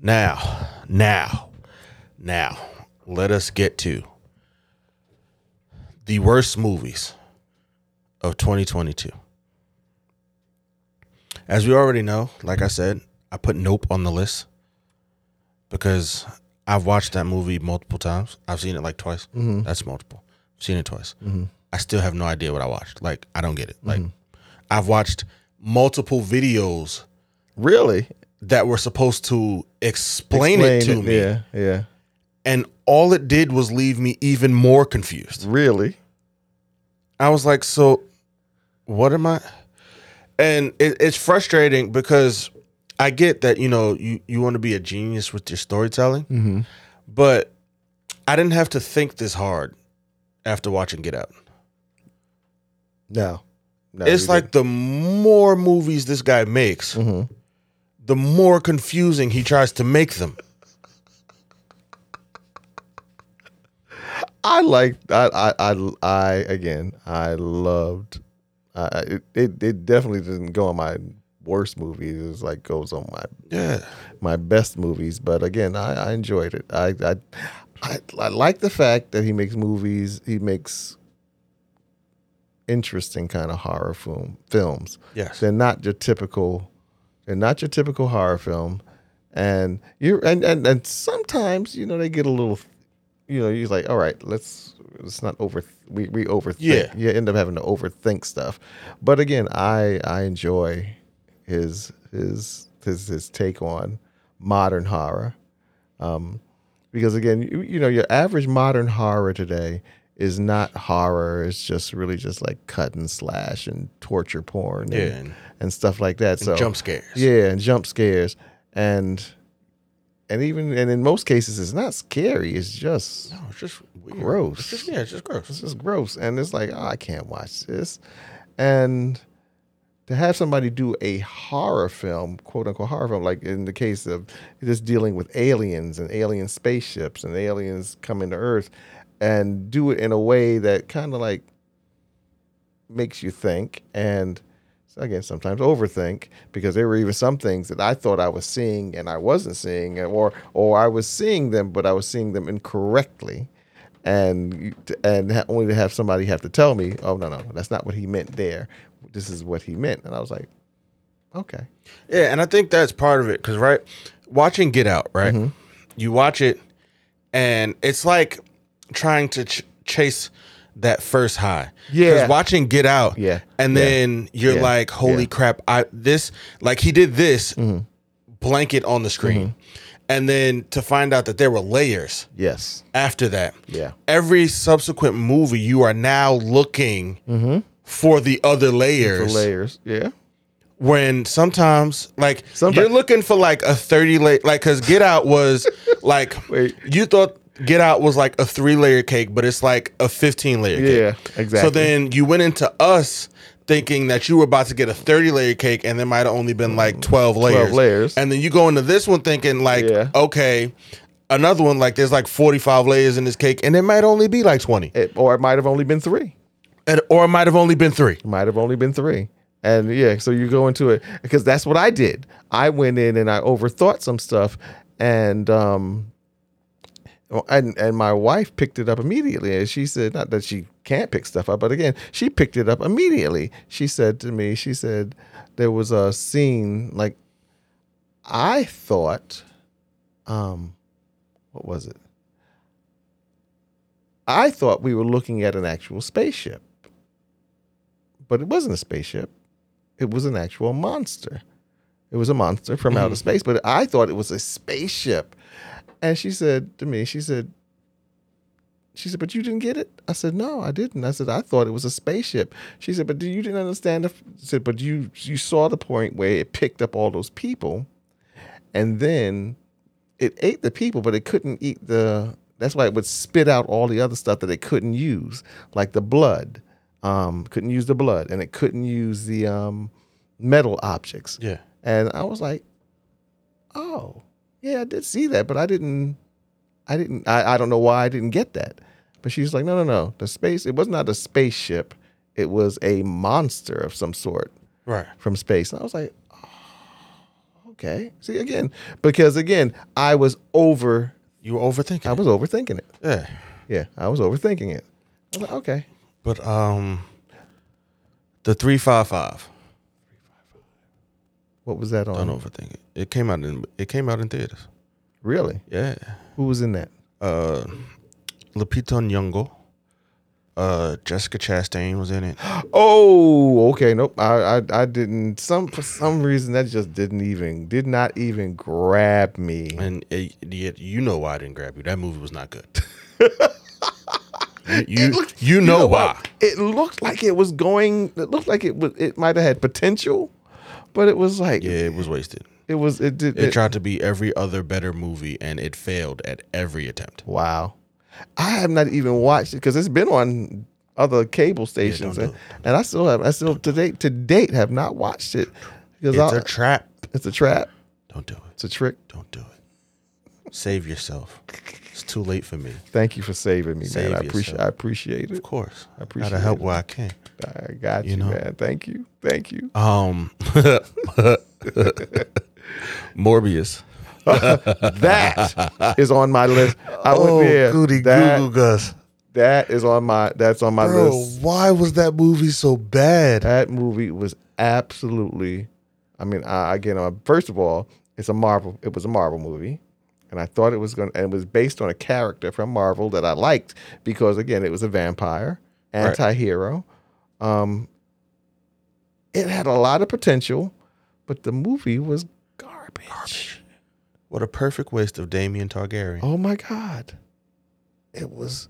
Speaker 2: now, now, now, let us get to the worst movies of 2022. As we already know, like I said, I put Nope on the list because I've watched that movie multiple times. I've seen it like twice.
Speaker 1: Mm-hmm.
Speaker 2: That's multiple. I've seen it twice. I still have no idea what I watched. Like, I don't get it.
Speaker 1: Mm-hmm.
Speaker 2: Like, I've watched multiple videos
Speaker 1: really?
Speaker 2: that were supposed to explain, it to
Speaker 1: Explain
Speaker 2: me.
Speaker 1: Yeah. Yeah.
Speaker 2: And all it did was leave me even more confused.
Speaker 1: Really?
Speaker 2: I was like, so what am I? And it, it's frustrating because I get that you know you you want to be a genius with your storytelling,
Speaker 1: Mm-hmm.
Speaker 2: but I didn't have to think this hard after watching Get Out.
Speaker 1: No. no
Speaker 2: it's like the more movies this guy makes,
Speaker 1: hmm
Speaker 2: the more confusing he tries to make them.
Speaker 1: I like I I I, I again I loved. I I- it, it it definitely didn't go on my worst movies. It's like goes on my
Speaker 2: Yeah,
Speaker 1: my best movies. But again, I, I enjoyed it. I, I I I like the fact that he makes movies. He makes interesting kind of horror film films.
Speaker 2: yes,
Speaker 1: They're not your typical. They're not your typical horror film, and you and and and sometimes you know they get a little. You know, you're like, all right, let's let's not over we we overthink.
Speaker 2: Yeah.
Speaker 1: you end up having to overthink stuff. But again, I I enjoy his his his his take on modern horror, um, because again, you, you know, your average modern horror today is not horror. It's just really just like cut and slash and torture porn.
Speaker 2: yeah,
Speaker 1: and,
Speaker 2: and,
Speaker 1: and stuff like that. so
Speaker 2: jump scares.
Speaker 1: yeah, and jump scares, and and even and in most cases, it's not scary. It's just
Speaker 2: no, it's just weird.
Speaker 1: Gross.
Speaker 2: It's just, yeah, it's just gross.
Speaker 1: it's just gross, and it's like oh, I can't watch this. And to have somebody do a horror film, quote unquote horror film, like in the case of just dealing with aliens and alien spaceships and aliens coming to Earth, and do it in a way that kind of like makes you think and again sometimes overthink because there were even some things that I thought I was seeing and I wasn't seeing or or I was seeing them but I was seeing them incorrectly and and ha- only to have somebody have to tell me oh no no that's not what he meant there this is what he meant and I was like okay
Speaker 2: Yeah, and I think that's part of it because right, watching Get Out, right,
Speaker 1: Mm-hmm.
Speaker 2: you watch it, and it's like trying to ch- chase that first high.
Speaker 1: Yeah.
Speaker 2: watching Get Out,
Speaker 1: Yeah.
Speaker 2: and
Speaker 1: Yeah.
Speaker 2: then you're
Speaker 1: Yeah.
Speaker 2: like, holy
Speaker 1: Yeah. Mm-hmm.
Speaker 2: crap, I this like he did this blanket on the screen, and then to find out that there were layers
Speaker 1: yes
Speaker 2: after that.
Speaker 1: yeah
Speaker 2: Every subsequent movie, you are now looking for the other
Speaker 1: the
Speaker 2: layers
Speaker 1: Mm-hmm. layers yeah
Speaker 2: when sometimes like
Speaker 1: Someti-
Speaker 2: you're looking for like a 30 layer like because get out was [laughs] like
Speaker 1: Wait.
Speaker 2: you thought get out was like a three layer cake but it's like a 15 layer cake
Speaker 1: yeah exactly
Speaker 2: so then you went into us thinking that you were about to get a 30 layer cake and there might have only been like 12 layers.
Speaker 1: layers.
Speaker 2: And then you go into this one thinking like,
Speaker 1: Yeah.
Speaker 2: okay, another one like there's like 45 layers in this cake and it might only be like 20
Speaker 1: it, or it might have only been three
Speaker 2: and, or it might have only been three.
Speaker 1: might have only been three. And yeah, so you go into it because that's what I did. I went in and I overthought some stuff, and um, and and my wife picked it up immediately. And she said, not that she can't pick stuff up, but again, she picked it up immediately. She said to me, she said there was a scene like I thought, um, what was it? I thought we were looking at an actual spaceship but it wasn't a spaceship. It was an actual monster. It was a monster from outer space, but I thought it was a spaceship. And she said to me, she said, She said, but you didn't get it. I said, no, I didn't. I said, I thought it was a spaceship. She said, but do- you didn't understand. The f-" I said, but you you saw the point where it picked up all those people, and then it ate the people, but it couldn't eat the. That's why it would spit out all the other stuff that it couldn't use, like the blood. Um, couldn't use the blood, and it couldn't use the um, metal objects.
Speaker 2: Yeah.
Speaker 1: And I was like, oh, yeah, I did see that, but I didn't, I didn't, I, I don't know why I didn't get that. But she's like, no, no, no. The space, it was not a spaceship. It was a monster of some sort
Speaker 2: Right.
Speaker 1: from space. And I was like, oh, okay. See, again, because again, I was over,
Speaker 2: You were overthinking.
Speaker 1: I was overthinking it.
Speaker 2: yeah.
Speaker 1: Yeah, I was overthinking it. I was like, okay.
Speaker 2: But um, the three five five.
Speaker 1: What was that on?
Speaker 2: Don't overthink it. It came out in it came out in theaters.
Speaker 1: Really?
Speaker 2: Yeah.
Speaker 1: Who was in that?
Speaker 2: Uh, Lupita Nyong'o. Uh, Jessica Chastain was [gasps] in it.
Speaker 1: Oh, okay. Nope. I, I I didn't some for some reason that just didn't even did not even grab me.
Speaker 2: And it, yet, you know why I didn't grab you. That movie was not [laughs] good. you you, you know, why?
Speaker 1: It looked like it was going it looked like it was it might have had potential, but it was like
Speaker 2: Yeah, it was wasted.
Speaker 1: it was it did
Speaker 2: It
Speaker 1: it,
Speaker 2: tried to be every other better movie, and it failed at every attempt.
Speaker 1: wow. I have not even watched it because it's been on other cable stations
Speaker 2: do
Speaker 1: and, and I still have I still to date to date have not watched it because
Speaker 2: It's
Speaker 1: I-
Speaker 2: a trap.
Speaker 1: it's a trap.
Speaker 2: Don't do it.
Speaker 1: It's a trick.
Speaker 2: Don't do it. Save yourself. It's too late for me.
Speaker 1: Thank you for saving me,
Speaker 2: Save
Speaker 1: man. I appreciate
Speaker 2: yourself.
Speaker 1: I appreciate it.
Speaker 2: Of course, I
Speaker 1: appreciate
Speaker 2: gotta help
Speaker 1: it.
Speaker 2: where I can.
Speaker 1: I got you,
Speaker 2: know?
Speaker 1: man. Thank you. Thank you.
Speaker 2: Um, [laughs] Morbius.
Speaker 1: That is on my list. I went there. Oh, that,
Speaker 2: Oh, Google Gus.
Speaker 1: that is on my that's on my
Speaker 2: Bro,
Speaker 1: list.
Speaker 2: why was that movie so bad?
Speaker 1: That movie was absolutely I mean, I, again, uh, first of all, it's a Marvel it was a Marvel movie. And I thought it was going to and it was based on a character from Marvel that I liked because again, it was a vampire, anti-hero. Um it had a lot of potential, but the movie was garbage.
Speaker 2: What a perfect waste of Damien Targaryen.
Speaker 1: Oh my God. It was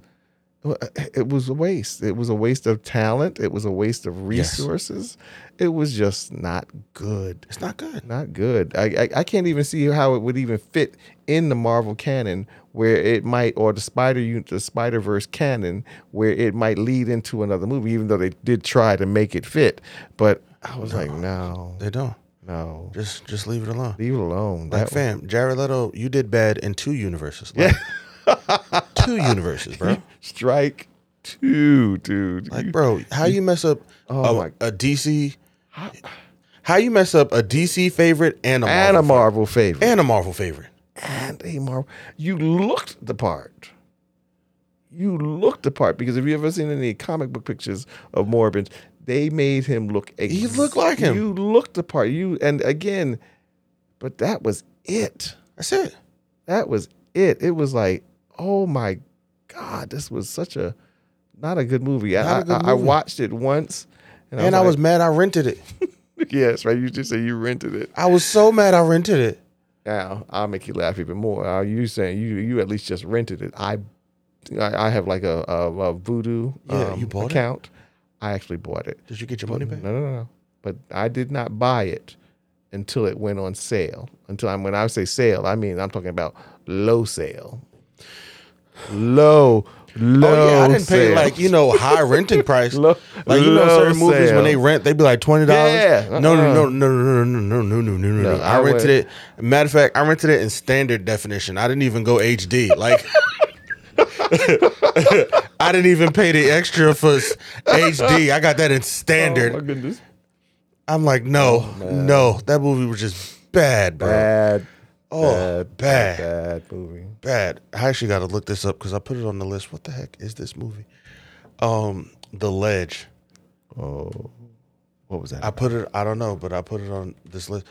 Speaker 1: it was a waste. It was a waste of talent. It was a waste of
Speaker 2: Yes.
Speaker 1: resources. It was just not good.
Speaker 2: It's not good.
Speaker 1: Not good. I, I I can't even see how it would even fit in the Marvel canon where it might or the Spider Un- the Spider Verse canon where it might lead into another movie. Even though they did try to make it fit, but I was like, no,
Speaker 2: They don't.
Speaker 1: no,
Speaker 2: Just just leave it alone.
Speaker 1: leave it alone.
Speaker 2: Like
Speaker 1: That was-
Speaker 2: fam, Jared Leto, you did bad in two universes. Like, two universes, [laughs] bro.
Speaker 1: [laughs] strike two, dude.
Speaker 2: Like, bro, how you mess up
Speaker 1: Oh
Speaker 2: a,
Speaker 1: my-
Speaker 2: a DC? How you mess up a DC favorite and a
Speaker 1: and
Speaker 2: Marvel
Speaker 1: a Marvel favorite.
Speaker 2: and a Marvel favorite?
Speaker 1: And a Marvel. You looked the part. You looked the part because if you ever seen any comic book pictures of Morbin, they made him look. Ex-
Speaker 2: He looked like him.
Speaker 1: You looked the part. You and again, but that was it.
Speaker 2: That's it.
Speaker 1: That was it. It was like, oh my god, this was such a not a good movie. I,
Speaker 2: Not a good
Speaker 1: I, I
Speaker 2: movie.
Speaker 1: watched it once,
Speaker 2: And I was mad I rented it.
Speaker 1: like, [laughs] yes, right. You just said you rented it.
Speaker 2: I was so mad I rented it.
Speaker 1: Now I'll make you laugh even more. Are you saying you you at least just rented it? I I, I have like a a, a voodoo
Speaker 2: Yeah, you bought it?
Speaker 1: account. I actually bought it.
Speaker 2: Did you get your
Speaker 1: No,
Speaker 2: money
Speaker 1: no,
Speaker 2: back?
Speaker 1: no, no. But I did not buy it until it went on sale. Until I'm when I say sale, I mean I'm talking about low sale. Low, low.
Speaker 2: Oh yeah, I didn't pay
Speaker 1: sale.
Speaker 2: like you know high renting
Speaker 1: [laughs]
Speaker 2: price.
Speaker 1: Low-
Speaker 2: like you know
Speaker 1: low
Speaker 2: certain movies
Speaker 1: sale.
Speaker 2: when they rent they be like twenty dollars.
Speaker 1: Yeah.
Speaker 2: No,
Speaker 1: Uh-uh.
Speaker 2: no, no, no, no, no, no, no, no, no, no, no.
Speaker 1: No,
Speaker 2: I
Speaker 1: I
Speaker 2: rented
Speaker 1: would-
Speaker 2: it. Matter of fact, I rented it in standard definition. I didn't even go HD. Like. [laughs] I didn't even pay the extra for s- HD. I got that in
Speaker 1: Oh my
Speaker 2: standard.
Speaker 1: goodness.
Speaker 2: I'm like, no, no, that movie was just bad, bro.
Speaker 1: Bad.
Speaker 2: Oh,
Speaker 1: bad,
Speaker 2: bad.
Speaker 1: bad movie.
Speaker 2: bad. I actually got to look this up because I put it on the list. What the heck is this movie? Um, The Ledge.
Speaker 1: Oh, what was that?
Speaker 2: I put it. I don't know, but I put it on this list.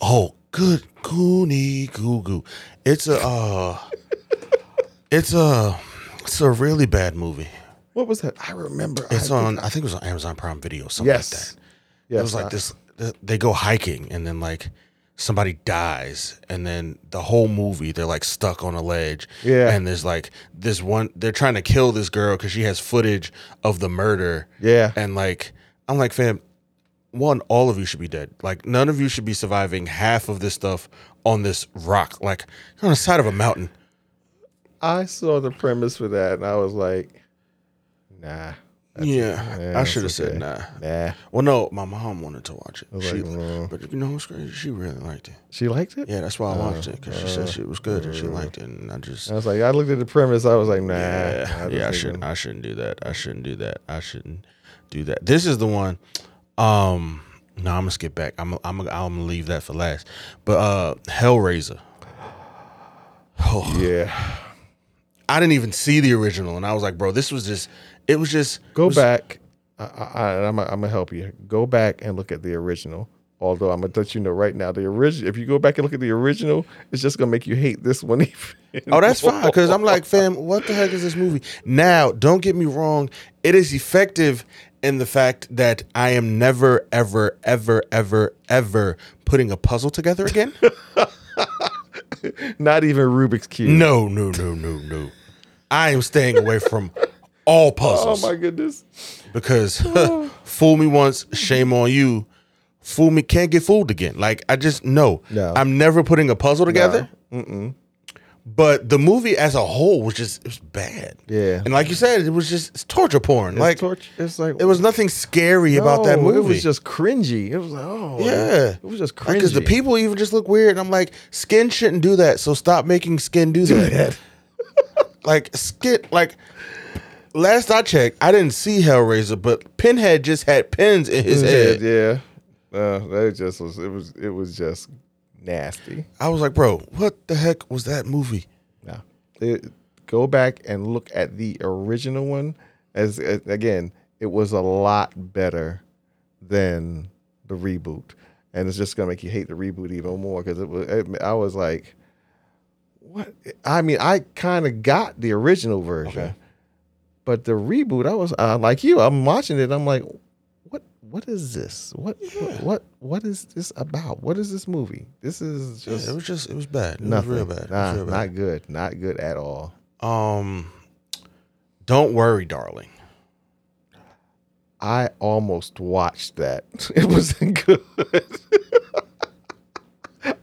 Speaker 2: Oh, good Goonie Goo Goo. It's a. Uh, it's a. It's a really bad movie.
Speaker 1: what was that? I remember.
Speaker 2: It's
Speaker 1: I,
Speaker 2: on. I think it was on Amazon Prime Video. Something
Speaker 1: yes.
Speaker 2: like that.
Speaker 1: Yes,
Speaker 2: it was like
Speaker 1: I-
Speaker 2: this. They go hiking and then like somebody dies and then the whole movie they're like stuck on a ledge
Speaker 1: Yeah.
Speaker 2: and there's like this one they're trying to kill this girl because she has footage of the murder
Speaker 1: Yeah.
Speaker 2: and like i'm like fam one all of you should be dead like none of you should be surviving half of this stuff on this rock like you're on the side of a mountain
Speaker 1: I saw the premise for that and I was like, nah.
Speaker 2: yeah, i
Speaker 1: that's
Speaker 2: should have said
Speaker 1: okay.
Speaker 2: nah
Speaker 1: Nah.
Speaker 2: well no my mom wanted to watch it
Speaker 1: was
Speaker 2: she,
Speaker 1: like, mm.
Speaker 2: but you know what's crazy she really liked it
Speaker 1: She liked it?
Speaker 2: yeah that's why i watched it because she said she was good and she liked it and i just
Speaker 1: I was like, I looked at the premise. uh, I was like, nah.
Speaker 2: Yeah,
Speaker 1: just
Speaker 2: yeah, I
Speaker 1: ain't
Speaker 2: shouldn't. I shouldn't do that. I shouldn't do that. I shouldn't do that. This is the one. Um, no, I'm gonna skip back. I'm I'm I'm gonna leave that for last. But uh, Hellraiser. [sighs] Oh,
Speaker 1: gonna- Yeah.
Speaker 2: I didn't even see the original, and I was like, bro, this was just. It was just
Speaker 1: Go
Speaker 2: it was-
Speaker 1: back. I, I, I, I'm going to help you. Go back and look at the original. Although I'm going to let you know right now, the original, if you go back and look at the original, it's just going to make you hate this one. [laughs] even
Speaker 2: Oh, that's fine. Because I'm
Speaker 1: more. [laughs]
Speaker 2: like, fam, what the heck is this movie? Now, don't get me wrong. It is effective in the fact that I am never, ever, ever, ever, ever putting a puzzle together
Speaker 1: [laughs]
Speaker 2: again.
Speaker 1: not even Rubik's Cube.
Speaker 2: No, no, no, no, no. I am staying away from all
Speaker 1: Oh
Speaker 2: puzzles
Speaker 1: my goodness.
Speaker 2: because [laughs] fool me once, shame on you. Fool me, can't get fooled again. Like I just no,
Speaker 1: No.
Speaker 2: I'm never putting a puzzle together. But the movie as a whole was just it was bad.
Speaker 1: Yeah.
Speaker 2: and like you said, it was just it's torture porn. like
Speaker 1: it's, torch, it's like
Speaker 2: it was nothing scary about that
Speaker 1: No,
Speaker 2: movie.
Speaker 1: It was just cringy. It was like, oh
Speaker 2: Yeah.
Speaker 1: It was just cringy.
Speaker 2: because the people even just look weird. And I'm like, skin shouldn't do that. So stop making skin
Speaker 1: [laughs]
Speaker 2: do that. like skin, like last I checked, I didn't see Hellraiser, but Pinhead just had pins in his head.
Speaker 1: yeah. Uh, that just was it was it was just nasty.
Speaker 2: I was like, bro, what the heck was that movie?
Speaker 1: No. It, go back and look at the original one. As uh, again, it was a lot better than the reboot, and it's just gonna make you hate the reboot even more because it was. It, I was like, what? I mean, I kind of got the original version,
Speaker 2: Okay.
Speaker 1: but the reboot, I was uh, like you. I'm watching it. I'm like, what? What is this? What? What, what? What is this about? What is this movie? This is
Speaker 2: Yeah,
Speaker 1: just
Speaker 2: it was just, it was bad. It
Speaker 1: nothing.
Speaker 2: was real bad. It was
Speaker 1: Nah,
Speaker 2: real bad.
Speaker 1: not good. Not good at all.
Speaker 2: um, don't worry, darling.
Speaker 1: I almost watched that. [laughs] It wasn't good. [laughs]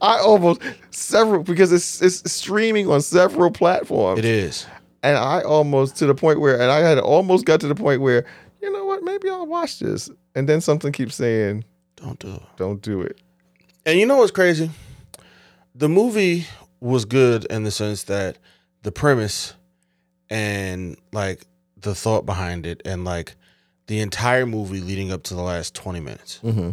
Speaker 1: I almost several because it's it's streaming on several platforms.
Speaker 2: It is.
Speaker 1: And I almost to the point where and I had almost got to the point where, you know what, maybe I'll watch this. And then something keeps saying,
Speaker 2: Don't do it.
Speaker 1: Don't do it.
Speaker 2: And you know what's crazy? The movie was good in the sense that the premise and like the thought behind it and like the entire movie leading up to the last 20 minutes.
Speaker 1: Mm-hmm.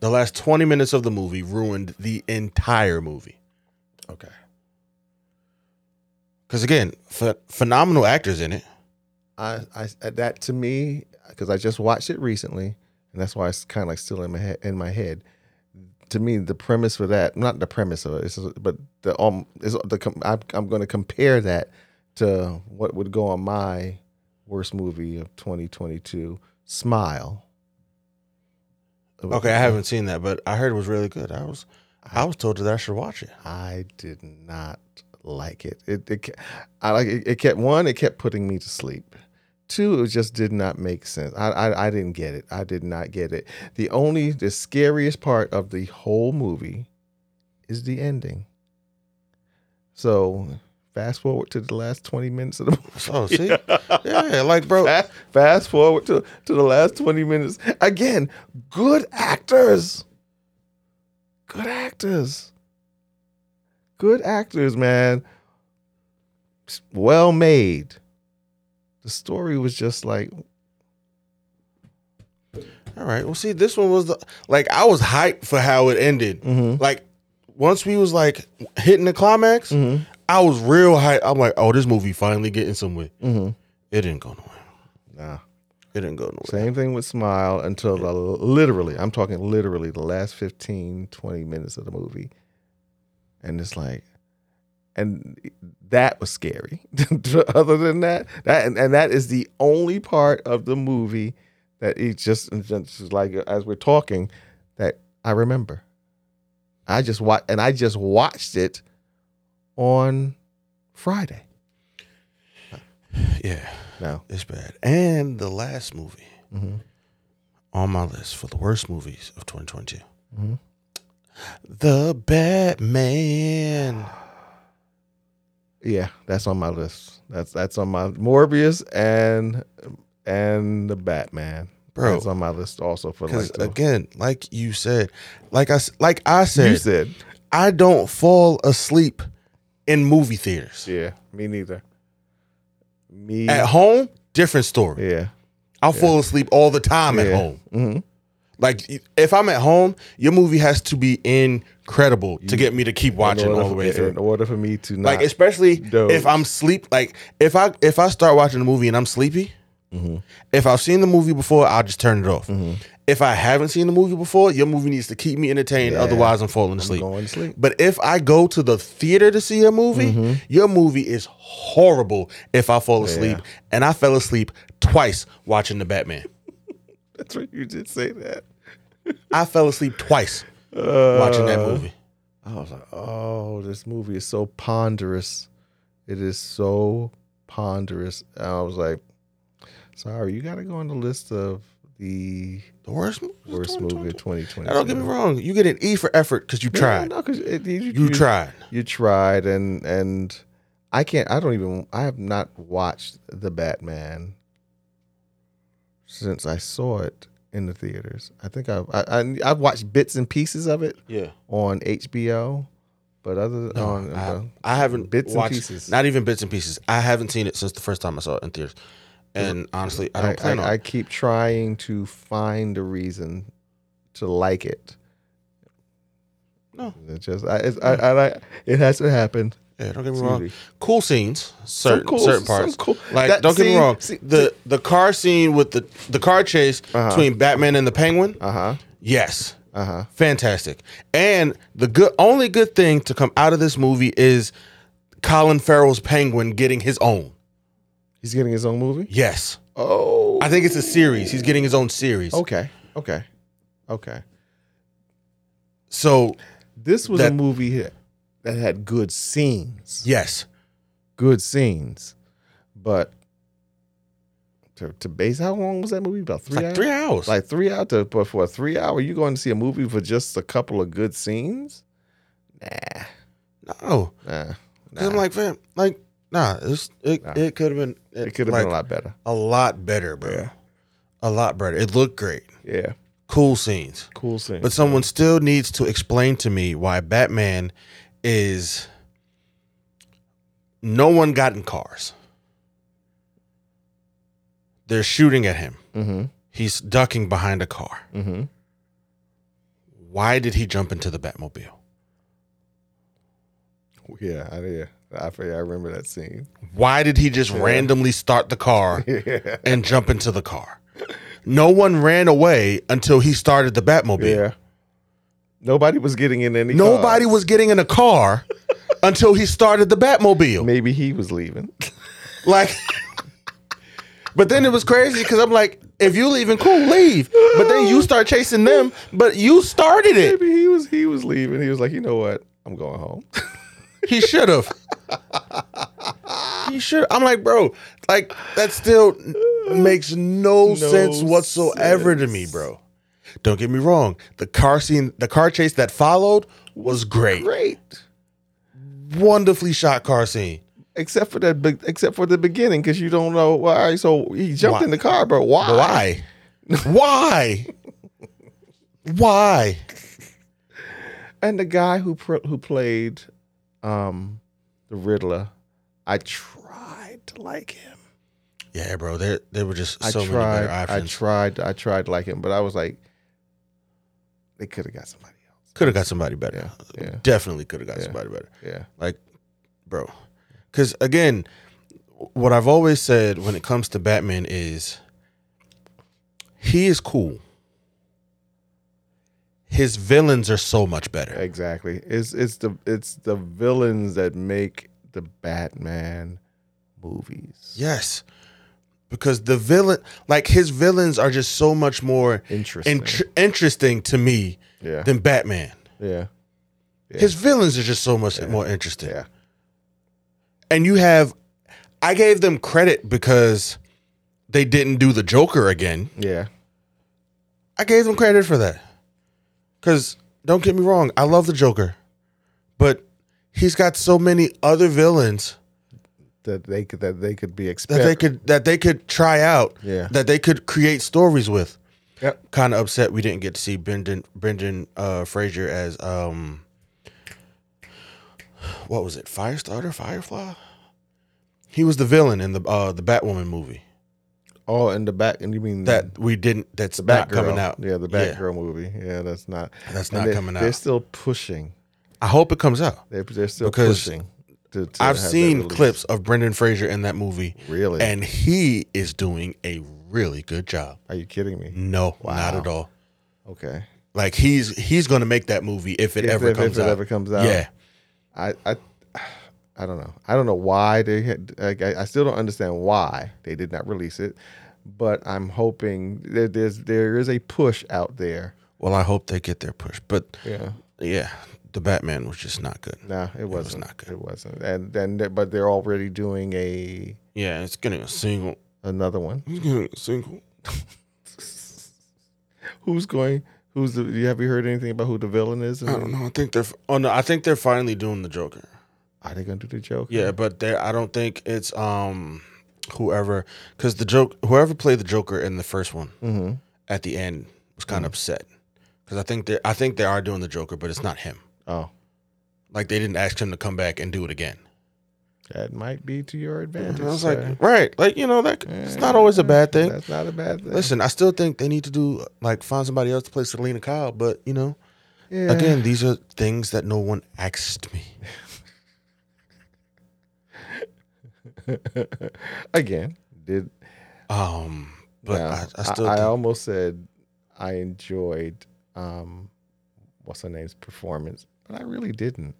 Speaker 2: The last 20 minutes of the movie ruined the entire movie.
Speaker 1: Okay.
Speaker 2: Because again, ph- phenomenal actors in it.
Speaker 1: I, I that to me because I just watched it recently, and that's why it's kind of like still in my head. In my head, to me, the premise for that, not the premise of it, it's, but the um, is the com- I'm, I'm going to compare that to what would go on my worst movie of 2022, Smile.
Speaker 2: Okay, I haven't seen that, but I heard it was really good. I was I was told that I should watch it.
Speaker 1: I did not like it. It, it ke- I like it, it kept one, it kept putting me to sleep. Two, it just did not make sense. I, I I didn't get it. I did not get it. The only the scariest part of the whole movie is the ending. So fast forward to the last twenty minutes of the movie.
Speaker 2: So see? yeah, like bro,
Speaker 1: Fast, fast forward to, to the last 20 minutes. Again, good actors. Good actors. Good actors, man. Well made. The story was just like,
Speaker 2: All right. Well, see, this one was the like I was hyped for how it ended.
Speaker 1: mm-hmm.
Speaker 2: Like once we was like hitting the climax, I was real hyped. I'm like, oh, this movie finally getting somewhere. It didn't go nowhere.
Speaker 1: nah.
Speaker 2: It didn't go nowhere.
Speaker 1: Same thing with Smile until the literally, I'm talking literally the last 15, 20 minutes of the movie. And it's like, and that was scary. [laughs] Other than that, that and, and that is the only part of the movie that it just, it's just like as we're talking that I remember. I just watched and I just watched it on Friday.
Speaker 2: Yeah,
Speaker 1: No.
Speaker 2: it's bad. And the last movie
Speaker 1: Mhm.
Speaker 2: on my list for the worst movies of 2022
Speaker 1: Mhm.
Speaker 2: The Batman.
Speaker 1: Yeah, that's on my list. That's that's on my Morbius and and the Batman.
Speaker 2: Bro.
Speaker 1: that's on my list also for
Speaker 2: Because
Speaker 1: like the-
Speaker 2: again, like you said, like I s- like I
Speaker 1: you
Speaker 2: said,
Speaker 1: said.
Speaker 2: I don't fall asleep in movie theaters.
Speaker 1: Yeah, me neither. Me
Speaker 2: At home, different story.
Speaker 1: Yeah.
Speaker 2: I'll fall asleep all the time at
Speaker 1: Yeah.
Speaker 2: home.
Speaker 1: hmm
Speaker 2: Like if I'm at home, your movie has to be incredible to get me to keep watching all the way
Speaker 1: In
Speaker 2: through.
Speaker 1: order for me to not
Speaker 2: Like especially
Speaker 1: Dope.
Speaker 2: if I'm sleep, like if I if I start watching the movie and I'm sleepy, Mm-hmm. if I've seen the movie before, I'll just turn it off. If I haven't seen the movie before, your movie needs to keep me entertained. Otherwise, I'm falling asleep.
Speaker 1: going to sleep. [laughs]
Speaker 2: But if I go to the theater to see a movie, your movie is horrible if I fall asleep. And I fell asleep twice watching the Batman.
Speaker 1: That's right. You did say that.
Speaker 2: I fell asleep twice watching
Speaker 1: Uh,
Speaker 2: that movie.
Speaker 1: I was like, oh, this movie is so ponderous. It is so ponderous. And I was like, sorry, you got to go on the list of the
Speaker 2: The worst, mo-
Speaker 1: worst movie of 2020.
Speaker 2: Now, don't get me wrong. You get an E for effort because you tried.
Speaker 1: No, because you,
Speaker 2: You tried.
Speaker 1: You tried, and and I can't. I don't even. I have not watched the Batman since I saw it in the theaters. I think I've I, I, I've watched bits and pieces of it
Speaker 2: Yeah.
Speaker 1: on HBO, but other than on, uh,
Speaker 2: I, I haven't
Speaker 1: Bits and
Speaker 2: watched,
Speaker 1: pieces.
Speaker 2: Not even bits and pieces. I haven't seen it since the first time I saw it in theaters. And honestly, I
Speaker 1: I,
Speaker 2: don't plan
Speaker 1: I,
Speaker 2: on.
Speaker 1: I keep trying to find a reason to like it.
Speaker 2: No.
Speaker 1: it just I, it's, I, I, I it hasn't happened.
Speaker 2: Yeah, don't get me
Speaker 1: Excuse
Speaker 2: wrong.
Speaker 1: me.
Speaker 2: Cool scenes, certain
Speaker 1: cool-
Speaker 2: certain
Speaker 1: some
Speaker 2: parts.
Speaker 1: cool-
Speaker 2: Like,
Speaker 1: that
Speaker 2: don't get me
Speaker 1: scene-
Speaker 2: wrong.
Speaker 1: see- Uh-huh.
Speaker 2: the the car scene with the the car chase between Batman and the Penguin.
Speaker 1: Uh huh.
Speaker 2: Yes,
Speaker 1: Uh huh.
Speaker 2: fantastic. And the good only good thing to come out of this movie is Colin Farrell's Penguin getting his own.
Speaker 1: He's getting his own movie.
Speaker 2: Yes,
Speaker 1: Oh.
Speaker 2: I think it's a series. He's getting his own series.
Speaker 1: Okay. Okay. Okay.
Speaker 2: So
Speaker 1: This was
Speaker 2: That-
Speaker 1: a movie that- that had good scenes.
Speaker 2: yes,
Speaker 1: Good scenes. But to, to base how long was that movie? About
Speaker 2: it's
Speaker 1: three
Speaker 2: like
Speaker 1: hours?
Speaker 2: three hours.
Speaker 1: Like three hours to but for a three hour, you going to see a movie for just a couple of good scenes? Nah.
Speaker 2: no,
Speaker 1: Nah.
Speaker 2: because I'm
Speaker 1: nah.
Speaker 2: like, fam, like, nah, it's, it
Speaker 1: Nah.
Speaker 2: it could have been
Speaker 1: it could have
Speaker 2: like,
Speaker 1: been a lot better.
Speaker 2: a lot better, bro.
Speaker 1: Yeah.
Speaker 2: A lot better. It looked great.
Speaker 1: Yeah.
Speaker 2: Cool scenes.
Speaker 1: Cool scene.
Speaker 2: But someone still needs to explain to me why Batman is no one got in cars. They're shooting at him.
Speaker 1: mm-hmm.
Speaker 2: He's ducking behind a car.
Speaker 1: Mm-hmm.
Speaker 2: Why did he jump into the Batmobile?
Speaker 1: Yeah, I yeah. I, I remember that scene. [laughs]
Speaker 2: Why did he just randomly start the car
Speaker 1: yeah.
Speaker 2: and jump into the car? No one ran away until he started the Batmobile.
Speaker 1: Yeah. Nobody was getting in any
Speaker 2: Nobody
Speaker 1: cars.
Speaker 2: was getting in a car until he started
Speaker 1: [laughs]
Speaker 2: the Batmobile.
Speaker 1: Maybe he was leaving. [laughs]
Speaker 2: Like, [laughs] but then it was crazy because I'm like, if you leaving, cool, leave. But then you start chasing them, but you started it.
Speaker 1: Maybe he was he was leaving. He was like, you know what? I'm going home. [laughs]
Speaker 2: He should have. He should. I'm like, bro, like that still makes no, sense whatsoever to me, bro. Don't get me wrong. The car scene, the car chase that followed was great.
Speaker 1: Great.
Speaker 2: Wonderfully shot car scene.
Speaker 1: Except for that big except for the beginning, because you don't know why. so he jumped
Speaker 2: Why?
Speaker 1: in the car, but why?
Speaker 2: Why? Why? Why?
Speaker 1: And the guy who pr- who played um the Riddler, I tried to like him.
Speaker 2: Yeah, bro. There, there were just
Speaker 1: I
Speaker 2: so many
Speaker 1: tried.
Speaker 2: better
Speaker 1: I
Speaker 2: options.
Speaker 1: tried. I tried to like him, but I was like, they could have got somebody else.
Speaker 2: could have got somebody better.
Speaker 1: Yeah, yeah.
Speaker 2: Definitely could have got
Speaker 1: Yeah.
Speaker 2: somebody better.
Speaker 1: Yeah.
Speaker 2: Like, bro. Because again, what I've always said when it comes to Batman is he is cool. His villains are so much better.
Speaker 1: Exactly. It's it's the it's the villains that make the Batman movies
Speaker 2: Yes. Because the villain, like his villains are just so much more
Speaker 1: interesting.
Speaker 2: int- interesting to me
Speaker 1: yeah,
Speaker 2: than Batman.
Speaker 1: yeah,
Speaker 2: His villains are just so much more interesting.
Speaker 1: Yeah.
Speaker 2: And you have, I gave them credit because they didn't do the Joker again.
Speaker 1: Yeah.
Speaker 2: I gave them credit for that. Because don't get me wrong, I love the Joker, but he's got so many other villains
Speaker 1: That they could that they could be
Speaker 2: that
Speaker 1: expected.
Speaker 2: they could that they could try out,
Speaker 1: Yeah.
Speaker 2: that they could create stories with.
Speaker 1: Yep.
Speaker 2: Kind of upset we didn't get to see Brendan Brendan uh, Fraser as um, what was it? Firestarter, Firefly. He was the villain in the uh, the Batwoman movie
Speaker 1: all in the back. Oh, And you mean
Speaker 2: that we didn't. That's
Speaker 1: Mm. the
Speaker 2: not
Speaker 1: Batgirl?
Speaker 2: coming out.
Speaker 1: Yeah, the
Speaker 2: Yeah.
Speaker 1: Batgirl movie. Yeah, that's not.
Speaker 2: That's
Speaker 1: and
Speaker 2: not
Speaker 1: they-
Speaker 2: coming
Speaker 1: They're
Speaker 2: out.
Speaker 1: still pushing.
Speaker 2: I hope it comes out.
Speaker 1: They're, they're still
Speaker 2: Because
Speaker 1: pushing. To, to have
Speaker 2: I've
Speaker 1: that
Speaker 2: seen
Speaker 1: released.
Speaker 2: clips of Brendan Fraser in that movie,
Speaker 1: Really?
Speaker 2: and he is doing a really good job.
Speaker 1: Are you kidding me?
Speaker 2: No, not at all.
Speaker 1: Okay.
Speaker 2: Like he's he's going to make that movie if Mm. it
Speaker 1: If-
Speaker 2: ever
Speaker 1: if- if
Speaker 2: comes
Speaker 1: it
Speaker 2: out.
Speaker 1: ever comes out.
Speaker 2: yeah.
Speaker 1: I, I, I don't know. I don't know why they had. Like, I, I still don't understand why they did not release it. But I'm hoping that there's there is a push out there.
Speaker 2: Well, I hope they get their push, but
Speaker 1: Yeah.
Speaker 2: yeah, the Batman was just not good.
Speaker 1: No, it wasn't.
Speaker 2: not good.
Speaker 1: It wasn't. And then, they- but they're already doing a
Speaker 2: Yeah, it's getting a single.
Speaker 1: another one.
Speaker 2: It's getting a single.
Speaker 1: Who's going? Who's the? you- Have you heard anything about who the villain is?
Speaker 2: I don't know. I think they're. Oh no, I think they're finally doing the Joker.
Speaker 1: Are they going to do the joke?
Speaker 2: Yeah, but they. I don't think it's um whoever because the joke whoever played the Joker in the first one
Speaker 1: Mm-hmm.
Speaker 2: at the end was kind of
Speaker 1: Mm.
Speaker 2: upset because I think they I think they are doing the Joker, but it's not him.
Speaker 1: Oh,
Speaker 2: Like they didn't ask him to come back and do it again.
Speaker 1: that might be to your advantage.
Speaker 2: And I was
Speaker 1: sir.
Speaker 2: like, right, like you know, like it's not always a bad thing.
Speaker 1: that's not a bad thing.
Speaker 2: Listen, I still think they need to do like find somebody else to play Selena Kyle, but you know,
Speaker 1: Yeah.
Speaker 2: again, these are things that no one asked me.
Speaker 1: [laughs] Again, did
Speaker 2: Um, but
Speaker 1: no,
Speaker 2: I, I still
Speaker 1: I,
Speaker 2: think,
Speaker 1: almost said I enjoyed um, what's her name's performance, but I really didn't.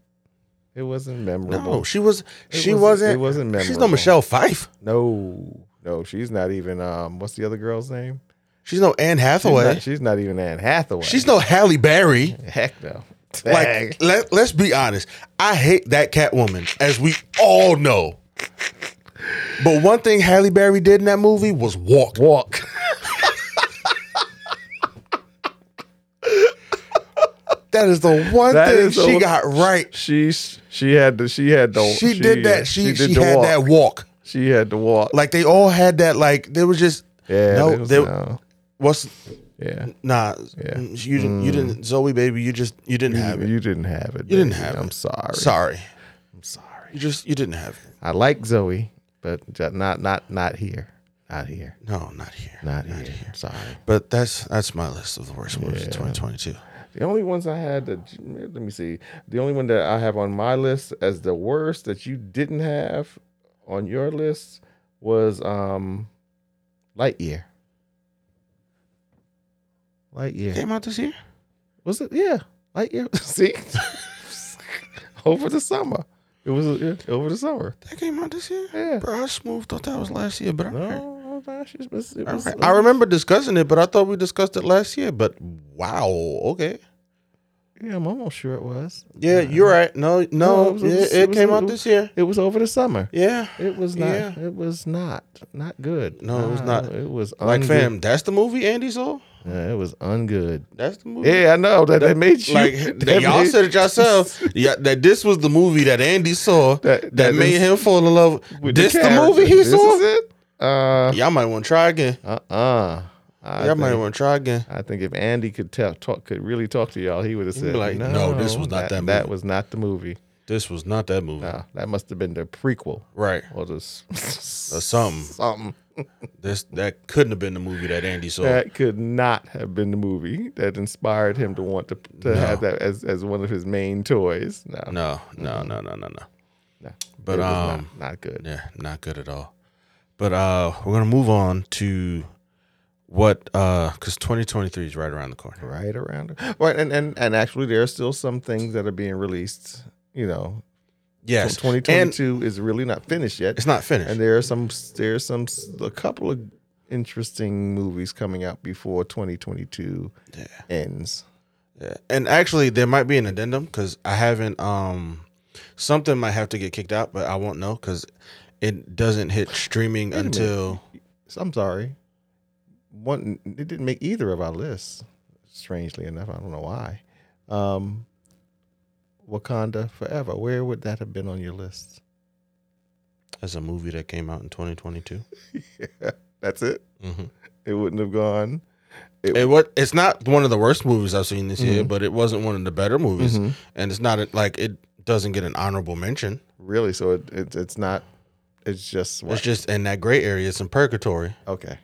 Speaker 1: It wasn't memorable.
Speaker 2: no, she was
Speaker 1: It
Speaker 2: she
Speaker 1: wasn't-
Speaker 2: wasn't,
Speaker 1: it wasn't
Speaker 2: she's no
Speaker 1: memorable.
Speaker 2: Michelle Fife.
Speaker 1: No, no, she's not even. Um, what's the other girl's name?
Speaker 2: She's no Anne
Speaker 1: She's
Speaker 2: Hathaway.
Speaker 1: not, she's not even Anne Hathaway.
Speaker 2: She's no Halle Berry.
Speaker 1: heck no.
Speaker 2: Like let, let's be honest. I hate that Catwoman, as we all know. But one thing Halle Berry did in that movie was walk.
Speaker 1: walk.
Speaker 2: That is the one
Speaker 1: That
Speaker 2: thing
Speaker 1: is the
Speaker 2: she
Speaker 1: one-
Speaker 2: got right.
Speaker 1: She's she had the she had the
Speaker 2: She did that. She she,
Speaker 1: did the
Speaker 2: had
Speaker 1: walk.
Speaker 2: that walk.
Speaker 1: She had the walk.
Speaker 2: Like they all had that. Like there was just
Speaker 1: yeah,
Speaker 2: No,
Speaker 1: it was-
Speaker 2: they-
Speaker 1: no.
Speaker 2: what's
Speaker 1: yeah.
Speaker 2: nah.
Speaker 1: Yeah. Mm.
Speaker 2: You didn't. You didn't. Zoe, baby, you just you didn't have
Speaker 1: You,
Speaker 2: it.
Speaker 1: you didn't have it.
Speaker 2: You didn't
Speaker 1: baby.
Speaker 2: have
Speaker 1: I'm
Speaker 2: it.
Speaker 1: sorry.
Speaker 2: Sorry,
Speaker 1: I'm sorry.
Speaker 2: you just you didn't have it.
Speaker 1: I like Zoe, but ju- not not not here. Not here.
Speaker 2: No, not here.
Speaker 1: Not, here. Sorry.
Speaker 2: But that's that's my list of the worst movies of 2022.
Speaker 1: The only ones I had that eh, let me see. The only one that I have on my list as the worst that you didn't have on your list was um Lightyear. Lightyear.
Speaker 2: Came out this year.
Speaker 1: Was it? Yeah, like yeah. [laughs] See, over the summer. It was yeah, over the summer.
Speaker 2: That came out this year.
Speaker 1: Yeah.
Speaker 2: Bro, I smooth thought that was last year, but I,
Speaker 1: No, gosh, it was. It was
Speaker 2: I remember discussing it, but I thought we discussed it last year. But wow, okay.
Speaker 1: yeah, I'm almost sure it was.
Speaker 2: Yeah, you're right. No,
Speaker 1: No,
Speaker 2: no,
Speaker 1: it was-
Speaker 2: yeah,
Speaker 1: it was-
Speaker 2: it,
Speaker 1: it was-
Speaker 2: came
Speaker 1: it
Speaker 2: out
Speaker 1: was-
Speaker 2: this year.
Speaker 1: It was over the summer.
Speaker 2: Yeah.
Speaker 1: It was not.
Speaker 2: Yeah.
Speaker 1: It was not. Not good.
Speaker 2: No, it was
Speaker 1: Nah,
Speaker 2: not.
Speaker 1: It was
Speaker 2: Like
Speaker 1: ungood.
Speaker 2: fam, that's the movie Andy saw.
Speaker 1: Yeah, it was ungood.
Speaker 2: That's the movie.
Speaker 1: Yeah, I know that they made you. [laughs]
Speaker 2: Like
Speaker 1: that
Speaker 2: y'all
Speaker 1: made-
Speaker 2: said it yourself. yeah, that this was the movie that Andy
Speaker 1: [laughs]
Speaker 2: saw
Speaker 1: That-
Speaker 2: that,
Speaker 1: that
Speaker 2: made
Speaker 1: is-
Speaker 2: him fall in love.
Speaker 1: with
Speaker 2: this the,
Speaker 1: character.
Speaker 2: movie he
Speaker 1: This
Speaker 2: saw.
Speaker 1: is it? Uh,
Speaker 2: [laughs] Y'all might want to try again.
Speaker 1: uh, uh. I
Speaker 2: Y'all might
Speaker 1: think-
Speaker 2: want to try again.
Speaker 1: I think if Andy could tell, talk, could really talk to y'all, he would have
Speaker 2: be
Speaker 1: said,
Speaker 2: like,
Speaker 1: no,
Speaker 2: "No, this was not that
Speaker 1: That
Speaker 2: movie."
Speaker 1: was not the movie.
Speaker 2: This was not that movie,
Speaker 1: Nah, that must have been the prequel
Speaker 2: right?
Speaker 1: or the s-
Speaker 2: Or
Speaker 1: [laughs]
Speaker 2: something.
Speaker 1: something.
Speaker 2: This that couldn't have been the movie that Andy saw.
Speaker 1: That could not have been the movie that inspired him to want to, to have that as, as one of his main toys. No, no,
Speaker 2: No, no, no, no, no, no.
Speaker 1: it
Speaker 2: But
Speaker 1: was
Speaker 2: um,
Speaker 1: not, not good.
Speaker 2: yeah, not good at all. But uh, we're gonna move on to what uh, because 2023 is right around the corner.
Speaker 1: Right around, right, and, and and actually, there are still some things that are being released. You know,
Speaker 2: Yes, 2022.
Speaker 1: 2022 is really not finished yet.
Speaker 2: It's not finished.
Speaker 1: and there are some there are some a couple of interesting movies coming out before 2022
Speaker 2: Yeah.
Speaker 1: ends
Speaker 2: And actually, there might be an addendum because I haven't. Um, something might have to get kicked out, but I won't know because it doesn't hit streaming
Speaker 1: minute.
Speaker 2: until.
Speaker 1: I'm sorry. One, it didn't make either of our lists. Strangely enough, I don't know why. Um, Wakanda Forever. Where would that have been on your list?
Speaker 2: As a movie that came out in 2022.
Speaker 1: That's it.
Speaker 2: Mhm.
Speaker 1: It wouldn't have gone.
Speaker 2: It what? It's not one of the worst movies I've seen this
Speaker 1: Mm-hmm.
Speaker 2: year, but it wasn't one of the better movies, and it's not a- like it doesn't get an honorable mention.
Speaker 1: Really? So it, it it's not. It's just. What?
Speaker 2: It's just in that gray area. It's in purgatory.
Speaker 1: okay.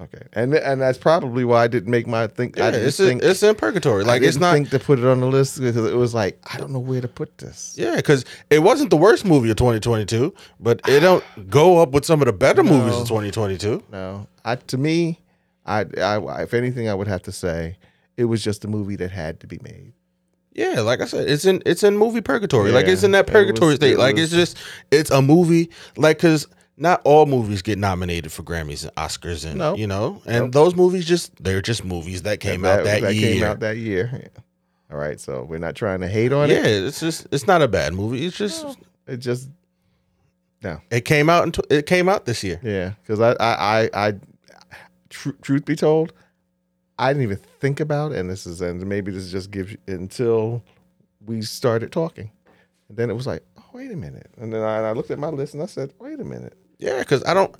Speaker 1: Okay. And and that's probably why I didn't make my think.
Speaker 2: Yeah,
Speaker 1: I didn't
Speaker 2: it's
Speaker 1: think.
Speaker 2: in, it's in purgatory. Like
Speaker 1: I
Speaker 2: it's
Speaker 1: didn't
Speaker 2: not.
Speaker 1: think to put it on the list because it was like I don't know where to put this.
Speaker 2: Yeah, because it wasn't the worst movie of 2022, but it don't go up with some of the better movies of 2022.
Speaker 1: No, I to me, I, I if anything, I would have to say it was just a movie that had to be made.
Speaker 2: Yeah, like I said, it's in it's in movie purgatory. like it's
Speaker 1: Yeah,
Speaker 2: in that
Speaker 1: it
Speaker 2: purgatory
Speaker 1: was-
Speaker 2: state.
Speaker 1: it
Speaker 2: like
Speaker 1: was-
Speaker 2: it's just it's a movie. Like because not all movies get nominated for Grammys and Oscars, and
Speaker 1: No.
Speaker 2: you know, and those movies just they're just movies that came out that, year.
Speaker 1: came out that year. Yeah. All right, so we're not trying to hate on
Speaker 2: yeah,
Speaker 1: it.
Speaker 2: it's just it's not a bad movie. It's just
Speaker 1: It just no,
Speaker 2: it came out in tw- it came out this year.
Speaker 1: yeah, because I I I, I tr- truth be told, I didn't even think about, and this is and maybe this just gives you, until we started talking, and then it was like, oh wait a minute, and then I, and I looked at my list and I said, wait a minute,
Speaker 2: Yeah, because I don't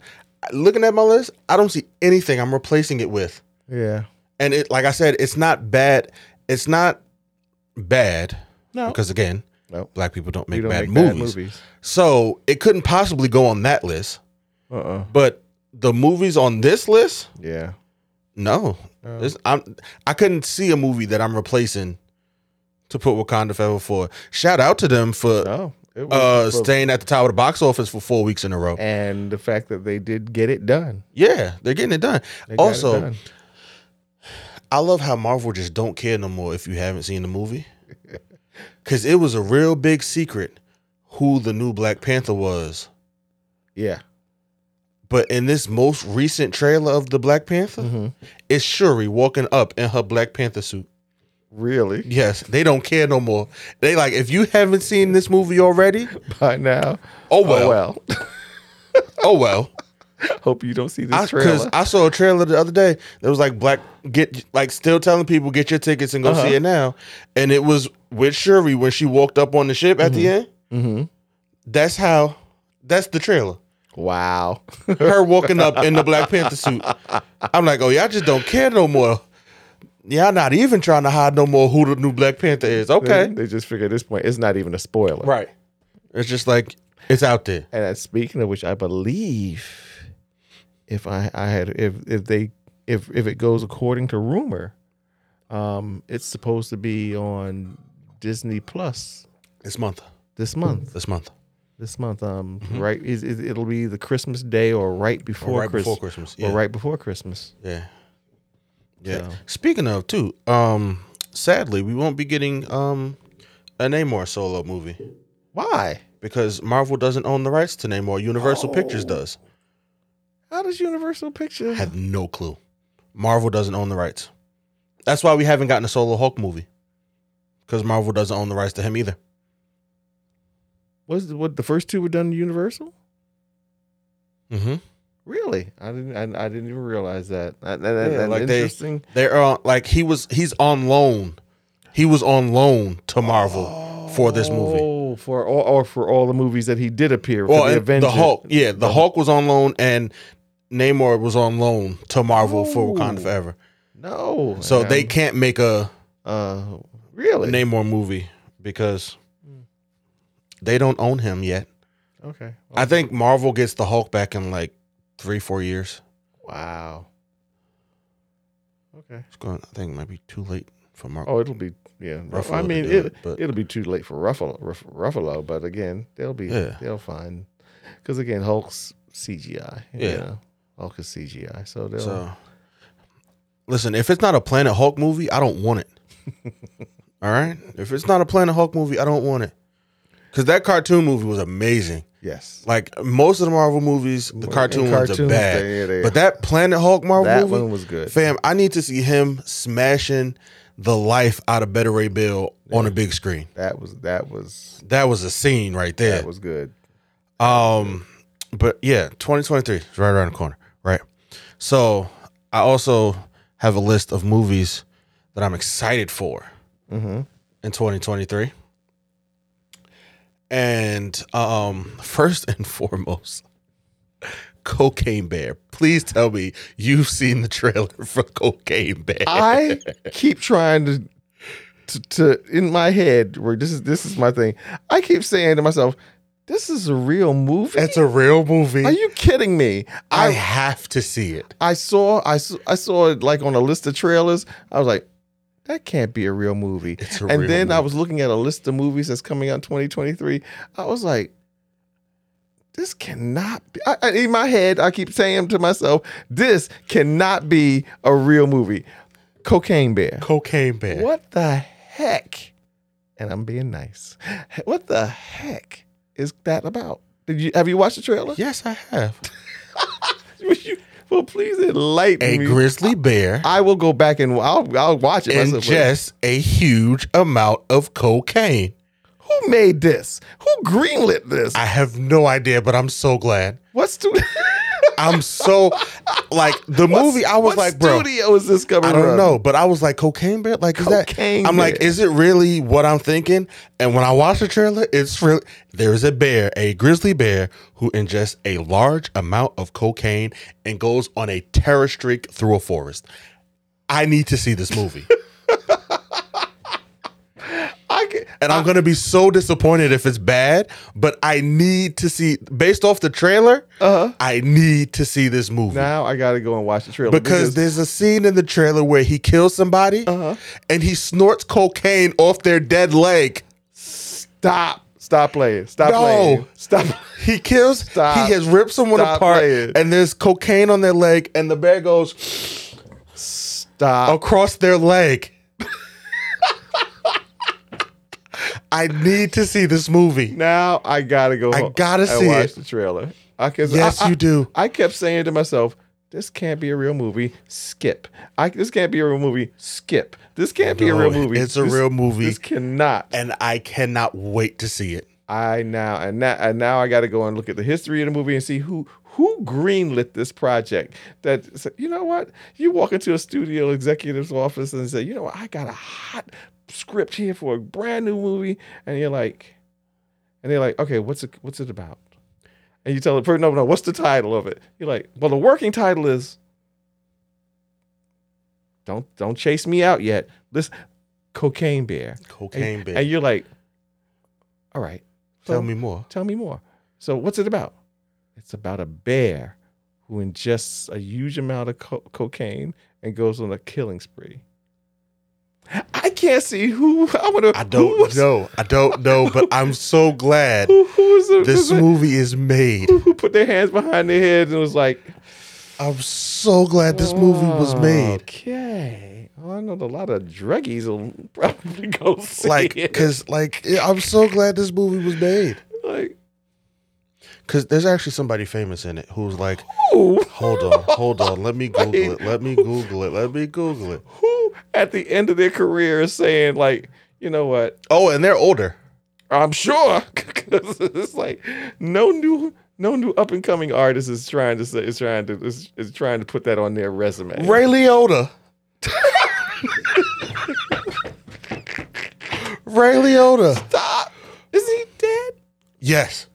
Speaker 2: looking at my list, I don't see anything I'm replacing it with.
Speaker 1: yeah,
Speaker 2: and it like I said, it's not bad. It's not bad
Speaker 1: no,
Speaker 2: because again,
Speaker 1: Nope.
Speaker 2: black people don't
Speaker 1: we
Speaker 2: make,
Speaker 1: don't
Speaker 2: bad,
Speaker 1: make
Speaker 2: movies.
Speaker 1: bad movies.
Speaker 2: So it couldn't possibly go on that list.
Speaker 1: Uh uh
Speaker 2: But the movies on this list,
Speaker 1: Yeah.
Speaker 2: no,
Speaker 1: Um,
Speaker 2: This- I'm I couldn't see a movie that I'm replacing to put Wakanda Forever for. Shout out to them for
Speaker 1: No. It
Speaker 2: uh,
Speaker 1: was,
Speaker 2: staying at the top of the box office for four weeks in a row.
Speaker 1: and the fact that they did get it done.
Speaker 2: Yeah, they're getting it done.
Speaker 1: They got it
Speaker 2: also,
Speaker 1: done.
Speaker 2: I love how Marvel just don't care no more if you haven't seen
Speaker 1: [laughs]
Speaker 2: the movie. Cause it was a real big secret who the new Black Panther was. [laughs]
Speaker 1: yeah.
Speaker 2: But in this most recent trailer of the Black Panther,
Speaker 1: Mm-hmm.
Speaker 2: it's Shuri walking up in her Black Panther suit.
Speaker 1: Really?
Speaker 2: Yes, they don't care no more. They like if you haven't seen this movie already,
Speaker 1: [laughs] By now.
Speaker 2: oh well,
Speaker 1: Oh well. [laughs]
Speaker 2: oh well.
Speaker 1: Hope you don't see [laughs] this
Speaker 2: Because
Speaker 1: trailer.
Speaker 2: I, saw a trailer the other day that was like black get like still telling people get your tickets and go
Speaker 1: Uh-huh.
Speaker 2: see it now, and it was with Shuri when she walked up on the ship at the end.
Speaker 1: Mm-hmm.
Speaker 2: That's how. That's the trailer.
Speaker 1: wow.
Speaker 2: Her walking up in the Black Panther suit. I'm like, oh y'all just don't care no more. Y'all not even trying to hide no more who the new Black Panther is.
Speaker 1: they,
Speaker 2: Okay,
Speaker 1: they just figure at this point it's not even a spoiler.
Speaker 2: right. It's just like it's out there.
Speaker 1: And uh, speaking of which, I believe if I, I had if if they if if it goes according to rumor, um, it's supposed to be on Disney Plus
Speaker 2: This month.
Speaker 1: this month.
Speaker 2: This month.
Speaker 1: this month. Um, right is, is it'll be the Christmas day or right before
Speaker 2: Mm-hmm. right
Speaker 1: Christ-
Speaker 2: before Christmas,
Speaker 1: or
Speaker 2: yeah.
Speaker 1: right before Christmas.
Speaker 2: Yeah. Yeah.
Speaker 1: So-
Speaker 2: Speaking of too, um, sadly we won't be getting um a Namor solo movie
Speaker 1: Why?
Speaker 2: because Marvel doesn't own the rights to Namor. Universal Pictures does.
Speaker 1: How does Universal Pictures?
Speaker 2: I have no clue. Marvel doesn't own the rights. That's why we haven't gotten a solo Hulk movie. Because Marvel doesn't own the rights to him either.
Speaker 1: was what the first two were done to Universal?
Speaker 2: Mm-hmm.
Speaker 1: Really? I didn't. I, I didn't even realize that. And,
Speaker 2: Yeah, like they-
Speaker 1: interesting.
Speaker 2: They're on like he was he's on loan. He was on loan to Marvel for this movie.
Speaker 1: Oh, for all or for all the movies that he did appear. For
Speaker 2: Well,
Speaker 1: the
Speaker 2: and
Speaker 1: Avengers.
Speaker 2: the Hulk, yeah, the Hulk was on loan, and Namor was on loan to Marvel for Wakanda
Speaker 1: Oh.
Speaker 2: Forever.
Speaker 1: No.
Speaker 2: So
Speaker 1: And,
Speaker 2: they can't make a
Speaker 1: Uh, really?
Speaker 2: Namor movie because
Speaker 1: Mm.
Speaker 2: they don't own him yet.
Speaker 1: okay.
Speaker 2: I think Marvel gets the Hulk back in like three, four years.
Speaker 1: Wow. Okay.
Speaker 2: It's going. I think it might be too late for Marvel.
Speaker 1: Oh, it'll be yeah.
Speaker 2: Ruffalo
Speaker 1: I
Speaker 2: to
Speaker 1: mean,
Speaker 2: do
Speaker 1: it,
Speaker 2: it, but-
Speaker 1: it'll be too late for Ruffalo, Ruff, Ruffalo. But again, they'll be
Speaker 2: Yeah.
Speaker 1: they'll find because again, Hulk's CGI.
Speaker 2: Yeah.
Speaker 1: you know? Hulk is CGI, so they'll.
Speaker 2: So, listen, if it's not a Planet Hulk movie, I don't
Speaker 1: [laughs]
Speaker 2: want it. All right, if it's not a Planet Hulk movie, I don't want it. Because that cartoon movie was amazing.
Speaker 1: yes,
Speaker 2: Like most of the Marvel movies, the
Speaker 1: Well,
Speaker 2: cartoon
Speaker 1: and
Speaker 2: ones are
Speaker 1: cartoons,
Speaker 2: bad.
Speaker 1: they- they-
Speaker 2: but that Planet Hulk Marvel
Speaker 1: that
Speaker 2: movie,
Speaker 1: one was good.
Speaker 2: fam, I need to see him smashing the life out of Better Ray Bill on a big screen.
Speaker 1: That was that was
Speaker 2: That was a scene right there.
Speaker 1: that was good.
Speaker 2: Um, but yeah, 2023 is right around the corner, right? So I also have a list of movies that I'm excited for [laughs]
Speaker 1: Mm-hmm.
Speaker 2: in 2023. And um, first and [laughs] foremost, Cocaine Bear. Please tell me you've seen the trailer for Cocaine Bear.
Speaker 1: I keep trying to, to to in my head where this is this is my thing. I keep saying to myself, this is a real movie.
Speaker 2: it's a real movie.
Speaker 1: Are you kidding me?
Speaker 2: I
Speaker 1: I
Speaker 2: have to see it.
Speaker 1: I saw I saw, I saw it like on a list of trailers. I was like, that can't be a real movie.
Speaker 2: It's a
Speaker 1: and
Speaker 2: real
Speaker 1: then I
Speaker 2: movie.
Speaker 1: was looking at a list of movies that's coming out in 2023. I was like, this cannot be. I, I- in my head, I keep saying to myself, this cannot be a real movie. Cocaine Bear.
Speaker 2: Cocaine Bear.
Speaker 1: What the heck? And I'm being nice. What the heck is that about? Did you have you watched the trailer?
Speaker 2: Yes, I have.
Speaker 1: [laughs] Will you- well, please enlighten
Speaker 2: A
Speaker 1: me.
Speaker 2: grizzly bear
Speaker 1: I will go back and I'll I'll watch it. myself.
Speaker 2: ingests a huge amount of cocaine.
Speaker 1: Who made this? Who greenlit this?
Speaker 2: I have no idea, but I'm so glad.
Speaker 1: What's to
Speaker 2: I'm so like the movie. I was
Speaker 1: [laughs] what
Speaker 2: like, bro,
Speaker 1: studio is this coming
Speaker 2: I don't
Speaker 1: from?
Speaker 2: know, but I was like, cocaine bear. Like, is
Speaker 1: Cocaine
Speaker 2: that? I'm like,
Speaker 1: Bear.
Speaker 2: is it really what I'm thinking? And when I watch the trailer, it's really there's a bear, a grizzly bear, who ingests a large amount of cocaine and goes on a terror streak through a forest. I need to see
Speaker 1: [laughs]
Speaker 2: this movie.
Speaker 1: I can,
Speaker 2: And I'm gonna be so disappointed if it's bad, but I need to see based off the trailer.
Speaker 1: Uh-huh.
Speaker 2: I need to see this movie
Speaker 1: now I gotta go and watch the trailer
Speaker 2: because there's a scene in the trailer where he kills somebody
Speaker 1: Uh-huh.
Speaker 2: and he snorts cocaine off their dead leg.
Speaker 1: stop stop playing stop
Speaker 2: No.
Speaker 1: playing stop.
Speaker 2: He kills.
Speaker 1: Stop.
Speaker 2: He has ripped someone
Speaker 1: Stop
Speaker 2: apart,
Speaker 1: playing.
Speaker 2: and there's cocaine on their leg, and the bear goes
Speaker 1: Stop.
Speaker 2: across
Speaker 1: [laughs]
Speaker 2: their leg. I need to see this movie.
Speaker 1: Now I gotta go. home
Speaker 2: gotta
Speaker 1: and
Speaker 2: see
Speaker 1: watch
Speaker 2: it.
Speaker 1: the trailer. I can,
Speaker 2: Yes,
Speaker 1: I- I-
Speaker 2: you do.
Speaker 1: I kept saying to myself, "This can't be a real movie. Skip. I, this can't be a real movie. Skip. This can't be a real
Speaker 2: No,
Speaker 1: movie.
Speaker 2: It's a
Speaker 1: This-
Speaker 2: real movie.
Speaker 1: This cannot.
Speaker 2: and I cannot wait to see it.
Speaker 1: I now and now and now I got to go and look at the history of the movie and see who who greenlit this project. That so, you know what you walk into a studio executive's office and say, you know what, I got a hot script here for a brand new movie, and you're like, and they're like, okay, what's it what's it about? And you tell the person, no, no, what's the title of it? You're like, well, the working title is. Don't don't chase me out yet. This cocaine bear.
Speaker 2: Cocaine Bear.
Speaker 1: And you're like, all right.
Speaker 2: Tell
Speaker 1: so [laughs]
Speaker 2: me more.
Speaker 1: Tell me more. So what's it about? It's about a bear who ingests a huge amount of co- cocaine and goes on a killing spree. I can't see who I want to.
Speaker 2: I don't know. I don't know, but I'm so
Speaker 1: [laughs]
Speaker 2: glad
Speaker 1: Who, who is the,
Speaker 2: this
Speaker 1: is it-
Speaker 2: movie is made.
Speaker 1: who, who put their hands behind their heads and was like,
Speaker 2: I'm so glad this movie was
Speaker 1: Oh,
Speaker 2: made.
Speaker 1: [laughs] Okay. Well, I know that a lot of druggies will probably go see
Speaker 2: Like,
Speaker 1: it.
Speaker 2: cause like yeah, I'm so glad this movie was made.
Speaker 1: like,
Speaker 2: Cause there's actually somebody famous in it who's like,
Speaker 1: ooh.
Speaker 2: hold on, hold on, let me Google
Speaker 1: Wait.
Speaker 2: it, let me Google it, let me Google it.
Speaker 1: who at the end of their career is saying like, you know what?
Speaker 2: Oh, and they're older.
Speaker 1: I'm sure [laughs] 'Cause it's like no new no new up and coming artist is trying to say is trying to is, is trying to put that on their resume.
Speaker 2: Ray Liotta. Ray Liotta.
Speaker 1: Stop. Is he dead?
Speaker 2: Yes.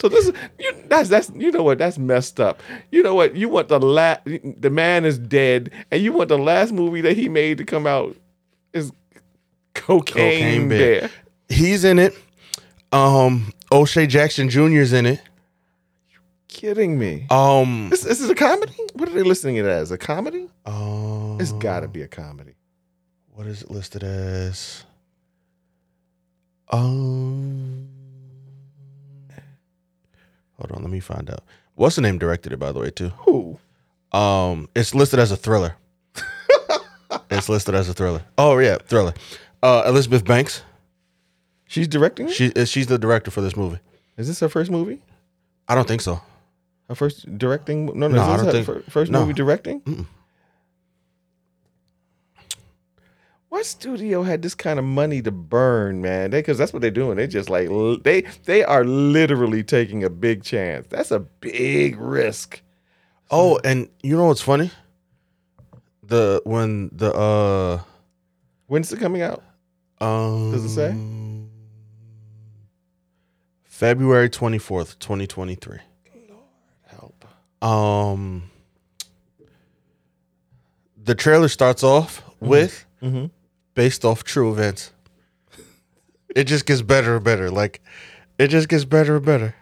Speaker 1: So this is you, that's that's you know what that's messed up. You know what you want the la- the man is dead and you want the last movie that he made to come out is cocaine,
Speaker 2: Cocaine Bear.
Speaker 1: bear.
Speaker 2: He's in it. Um, O'Shea Jackson Jr. is in it.
Speaker 1: Kidding me?
Speaker 2: Um,
Speaker 1: This, this is a comedy. What are they listing it as? A comedy?
Speaker 2: um,
Speaker 1: It's got to be a comedy.
Speaker 2: What is it listed as? Um, hold on, let me find out. What's the name directed it, by the way, too?
Speaker 1: Who?
Speaker 2: Um, it's listed as a thriller. it's listed as a thriller. Oh yeah, thriller. Uh, Elizabeth Banks.
Speaker 1: She's directing it?
Speaker 2: She uh, she's the director for this movie.
Speaker 1: Is this her first movie?
Speaker 2: I don't think so.
Speaker 1: Her first directing? No, no,
Speaker 2: No, I
Speaker 1: is
Speaker 2: don't
Speaker 1: this her
Speaker 2: think-
Speaker 1: fir- first
Speaker 2: no.
Speaker 1: movie directing?
Speaker 2: Mm-mm.
Speaker 1: What studio had this kind of money to burn, man? They because that's what they're doing. They just like l- they they are literally taking a big chance. That's a big risk.
Speaker 2: Oh, and you know what's funny? The when the uh
Speaker 1: When's it coming out?
Speaker 2: um
Speaker 1: Does it say?
Speaker 2: February 24th, 2023.
Speaker 1: Help.
Speaker 2: Um the trailer starts off with
Speaker 1: Mhm.
Speaker 2: based off true events. It just gets better and better. Like it just gets better and better.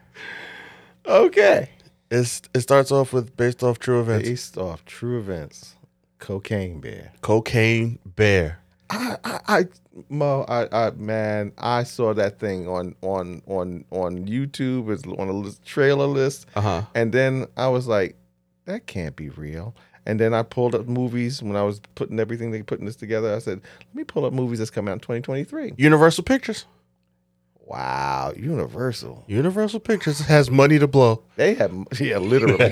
Speaker 1: Okay.
Speaker 2: It's it starts off with based off true events.
Speaker 1: Based off true events. Cocaine bear.
Speaker 2: Cocaine Bear.
Speaker 1: I, I, I Mo, I, I, man, I saw that thing on on on on YouTube. It's on a list, trailer list,
Speaker 2: Uh-huh.
Speaker 1: and then I was like, that can't be real. And then I pulled up movies when I was putting everything, they putting this together. I said, let me pull up movies that's coming out in 2023.
Speaker 2: Universal Pictures.
Speaker 1: Wow, Universal.
Speaker 2: Universal Pictures has money to blow.
Speaker 1: They have, [laughs] yeah, literally.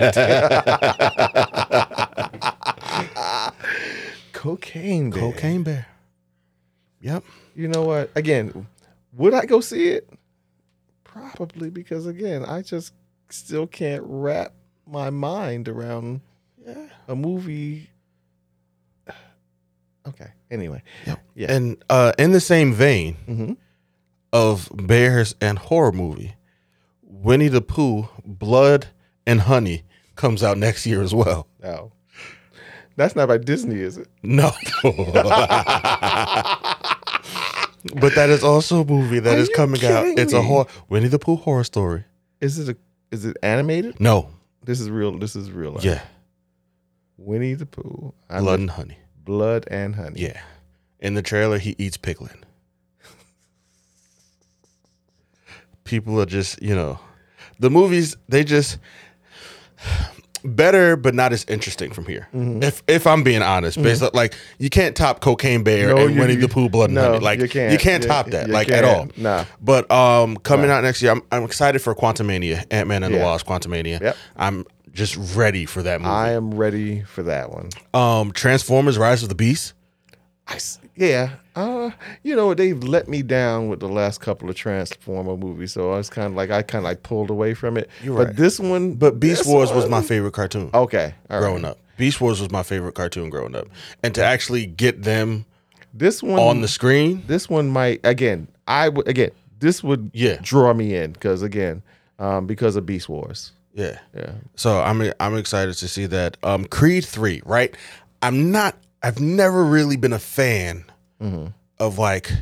Speaker 1: Cocaine. Bear.
Speaker 2: Cocaine Bear. Yep.
Speaker 1: you know what? Again, would I go see it? Probably because again, I just still can't wrap my mind around
Speaker 2: Yeah.
Speaker 1: a movie. [sighs] Okay. Anyway, Yeah.
Speaker 2: And uh, in the same vein
Speaker 1: Mhm.
Speaker 2: of bears and horror movie, Winnie the Pooh, Blood and Honey comes out next year as well. [laughs]
Speaker 1: no, that's not by Disney, is it? [laughs]
Speaker 2: No. but that is also a movie that
Speaker 1: Are
Speaker 2: is
Speaker 1: you
Speaker 2: coming out.
Speaker 1: kidding
Speaker 2: It's a
Speaker 1: me?
Speaker 2: horror Winnie the Pooh horror story.
Speaker 1: Is it a? Is it animated?
Speaker 2: No.
Speaker 1: This is real. This is real. life.
Speaker 2: Yeah.
Speaker 1: Winnie the Pooh. I
Speaker 2: Blood
Speaker 1: blood.
Speaker 2: and Honey.
Speaker 1: blood and honey.
Speaker 2: Yeah. In the trailer, he eats piglet. People are just, you know, the movies they just [sighs] better, but not as interesting from here.
Speaker 1: Mm-hmm.
Speaker 2: If if I'm being honest, based on, like you can't top Cocaine Bear
Speaker 1: No,
Speaker 2: and
Speaker 1: you-
Speaker 2: Winnie
Speaker 1: you-
Speaker 2: the Pooh Blood
Speaker 1: no,
Speaker 2: and Honey. Like
Speaker 1: you can't. You-
Speaker 2: top that,
Speaker 1: you
Speaker 2: like at all.
Speaker 1: can't. Nah.
Speaker 2: But um, coming out next year, I'm, I'm excited for Quantumania, Ant Man and the
Speaker 1: Yeah.
Speaker 2: Wasp, Quantumania.
Speaker 1: Yep.
Speaker 2: I'm just ready for that movie.
Speaker 1: I am ready for that one.
Speaker 2: um, Transformers: Rise of the Beast.
Speaker 1: I s yeah. Uh, you know, they've let me down with the last couple of Transformer movies, so I was kind of like, I kind of like pulled away from it.
Speaker 2: You're
Speaker 1: but
Speaker 2: right.
Speaker 1: this one,
Speaker 2: But Beast
Speaker 1: this
Speaker 2: Wars
Speaker 1: one-
Speaker 2: was
Speaker 1: Oh,
Speaker 2: my favorite cartoon.
Speaker 1: okay. All right.
Speaker 2: growing up. Beast Wars was my favorite cartoon growing up, and to actually get them
Speaker 1: This one
Speaker 2: on the screen,
Speaker 1: This one might again. I would again. This would
Speaker 2: Yeah.
Speaker 1: draw me in because again, um, because of Beast Wars.
Speaker 2: yeah.
Speaker 1: Yeah.
Speaker 2: So I'm I'm excited to see that. Um, Creed three, right? I'm not. I've never really been a fan
Speaker 1: Mm-hmm.
Speaker 2: of like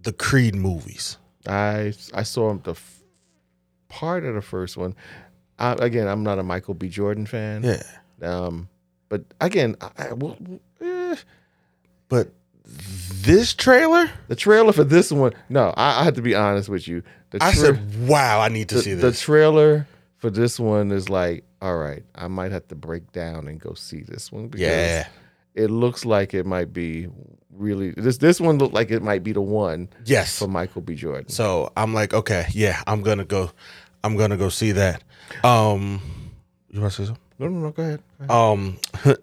Speaker 2: the Creed movies.
Speaker 1: I I saw the f- part of the first one. I, again, I'm not a Michael B. Jordan fan.
Speaker 2: Yeah,
Speaker 1: Um, but again, I, I, well, eh,
Speaker 2: but this trailer,
Speaker 1: The trailer for this one, no, I, I have to be honest with you. The,
Speaker 2: I
Speaker 1: tra-
Speaker 2: said, wow, I need to
Speaker 1: the,
Speaker 2: see
Speaker 1: the
Speaker 2: this.
Speaker 1: trailer for this one is like, all right, I might have to break down and go see this one because
Speaker 2: yeah,
Speaker 1: it looks like it might be really this this one looked like it might be the one
Speaker 2: yes.
Speaker 1: for Michael B. Jordan.
Speaker 2: So I'm like, okay, yeah, I'm gonna go, I'm gonna go see that. Um, you want to say something?
Speaker 1: No, no, no, go ahead. Go ahead.
Speaker 2: um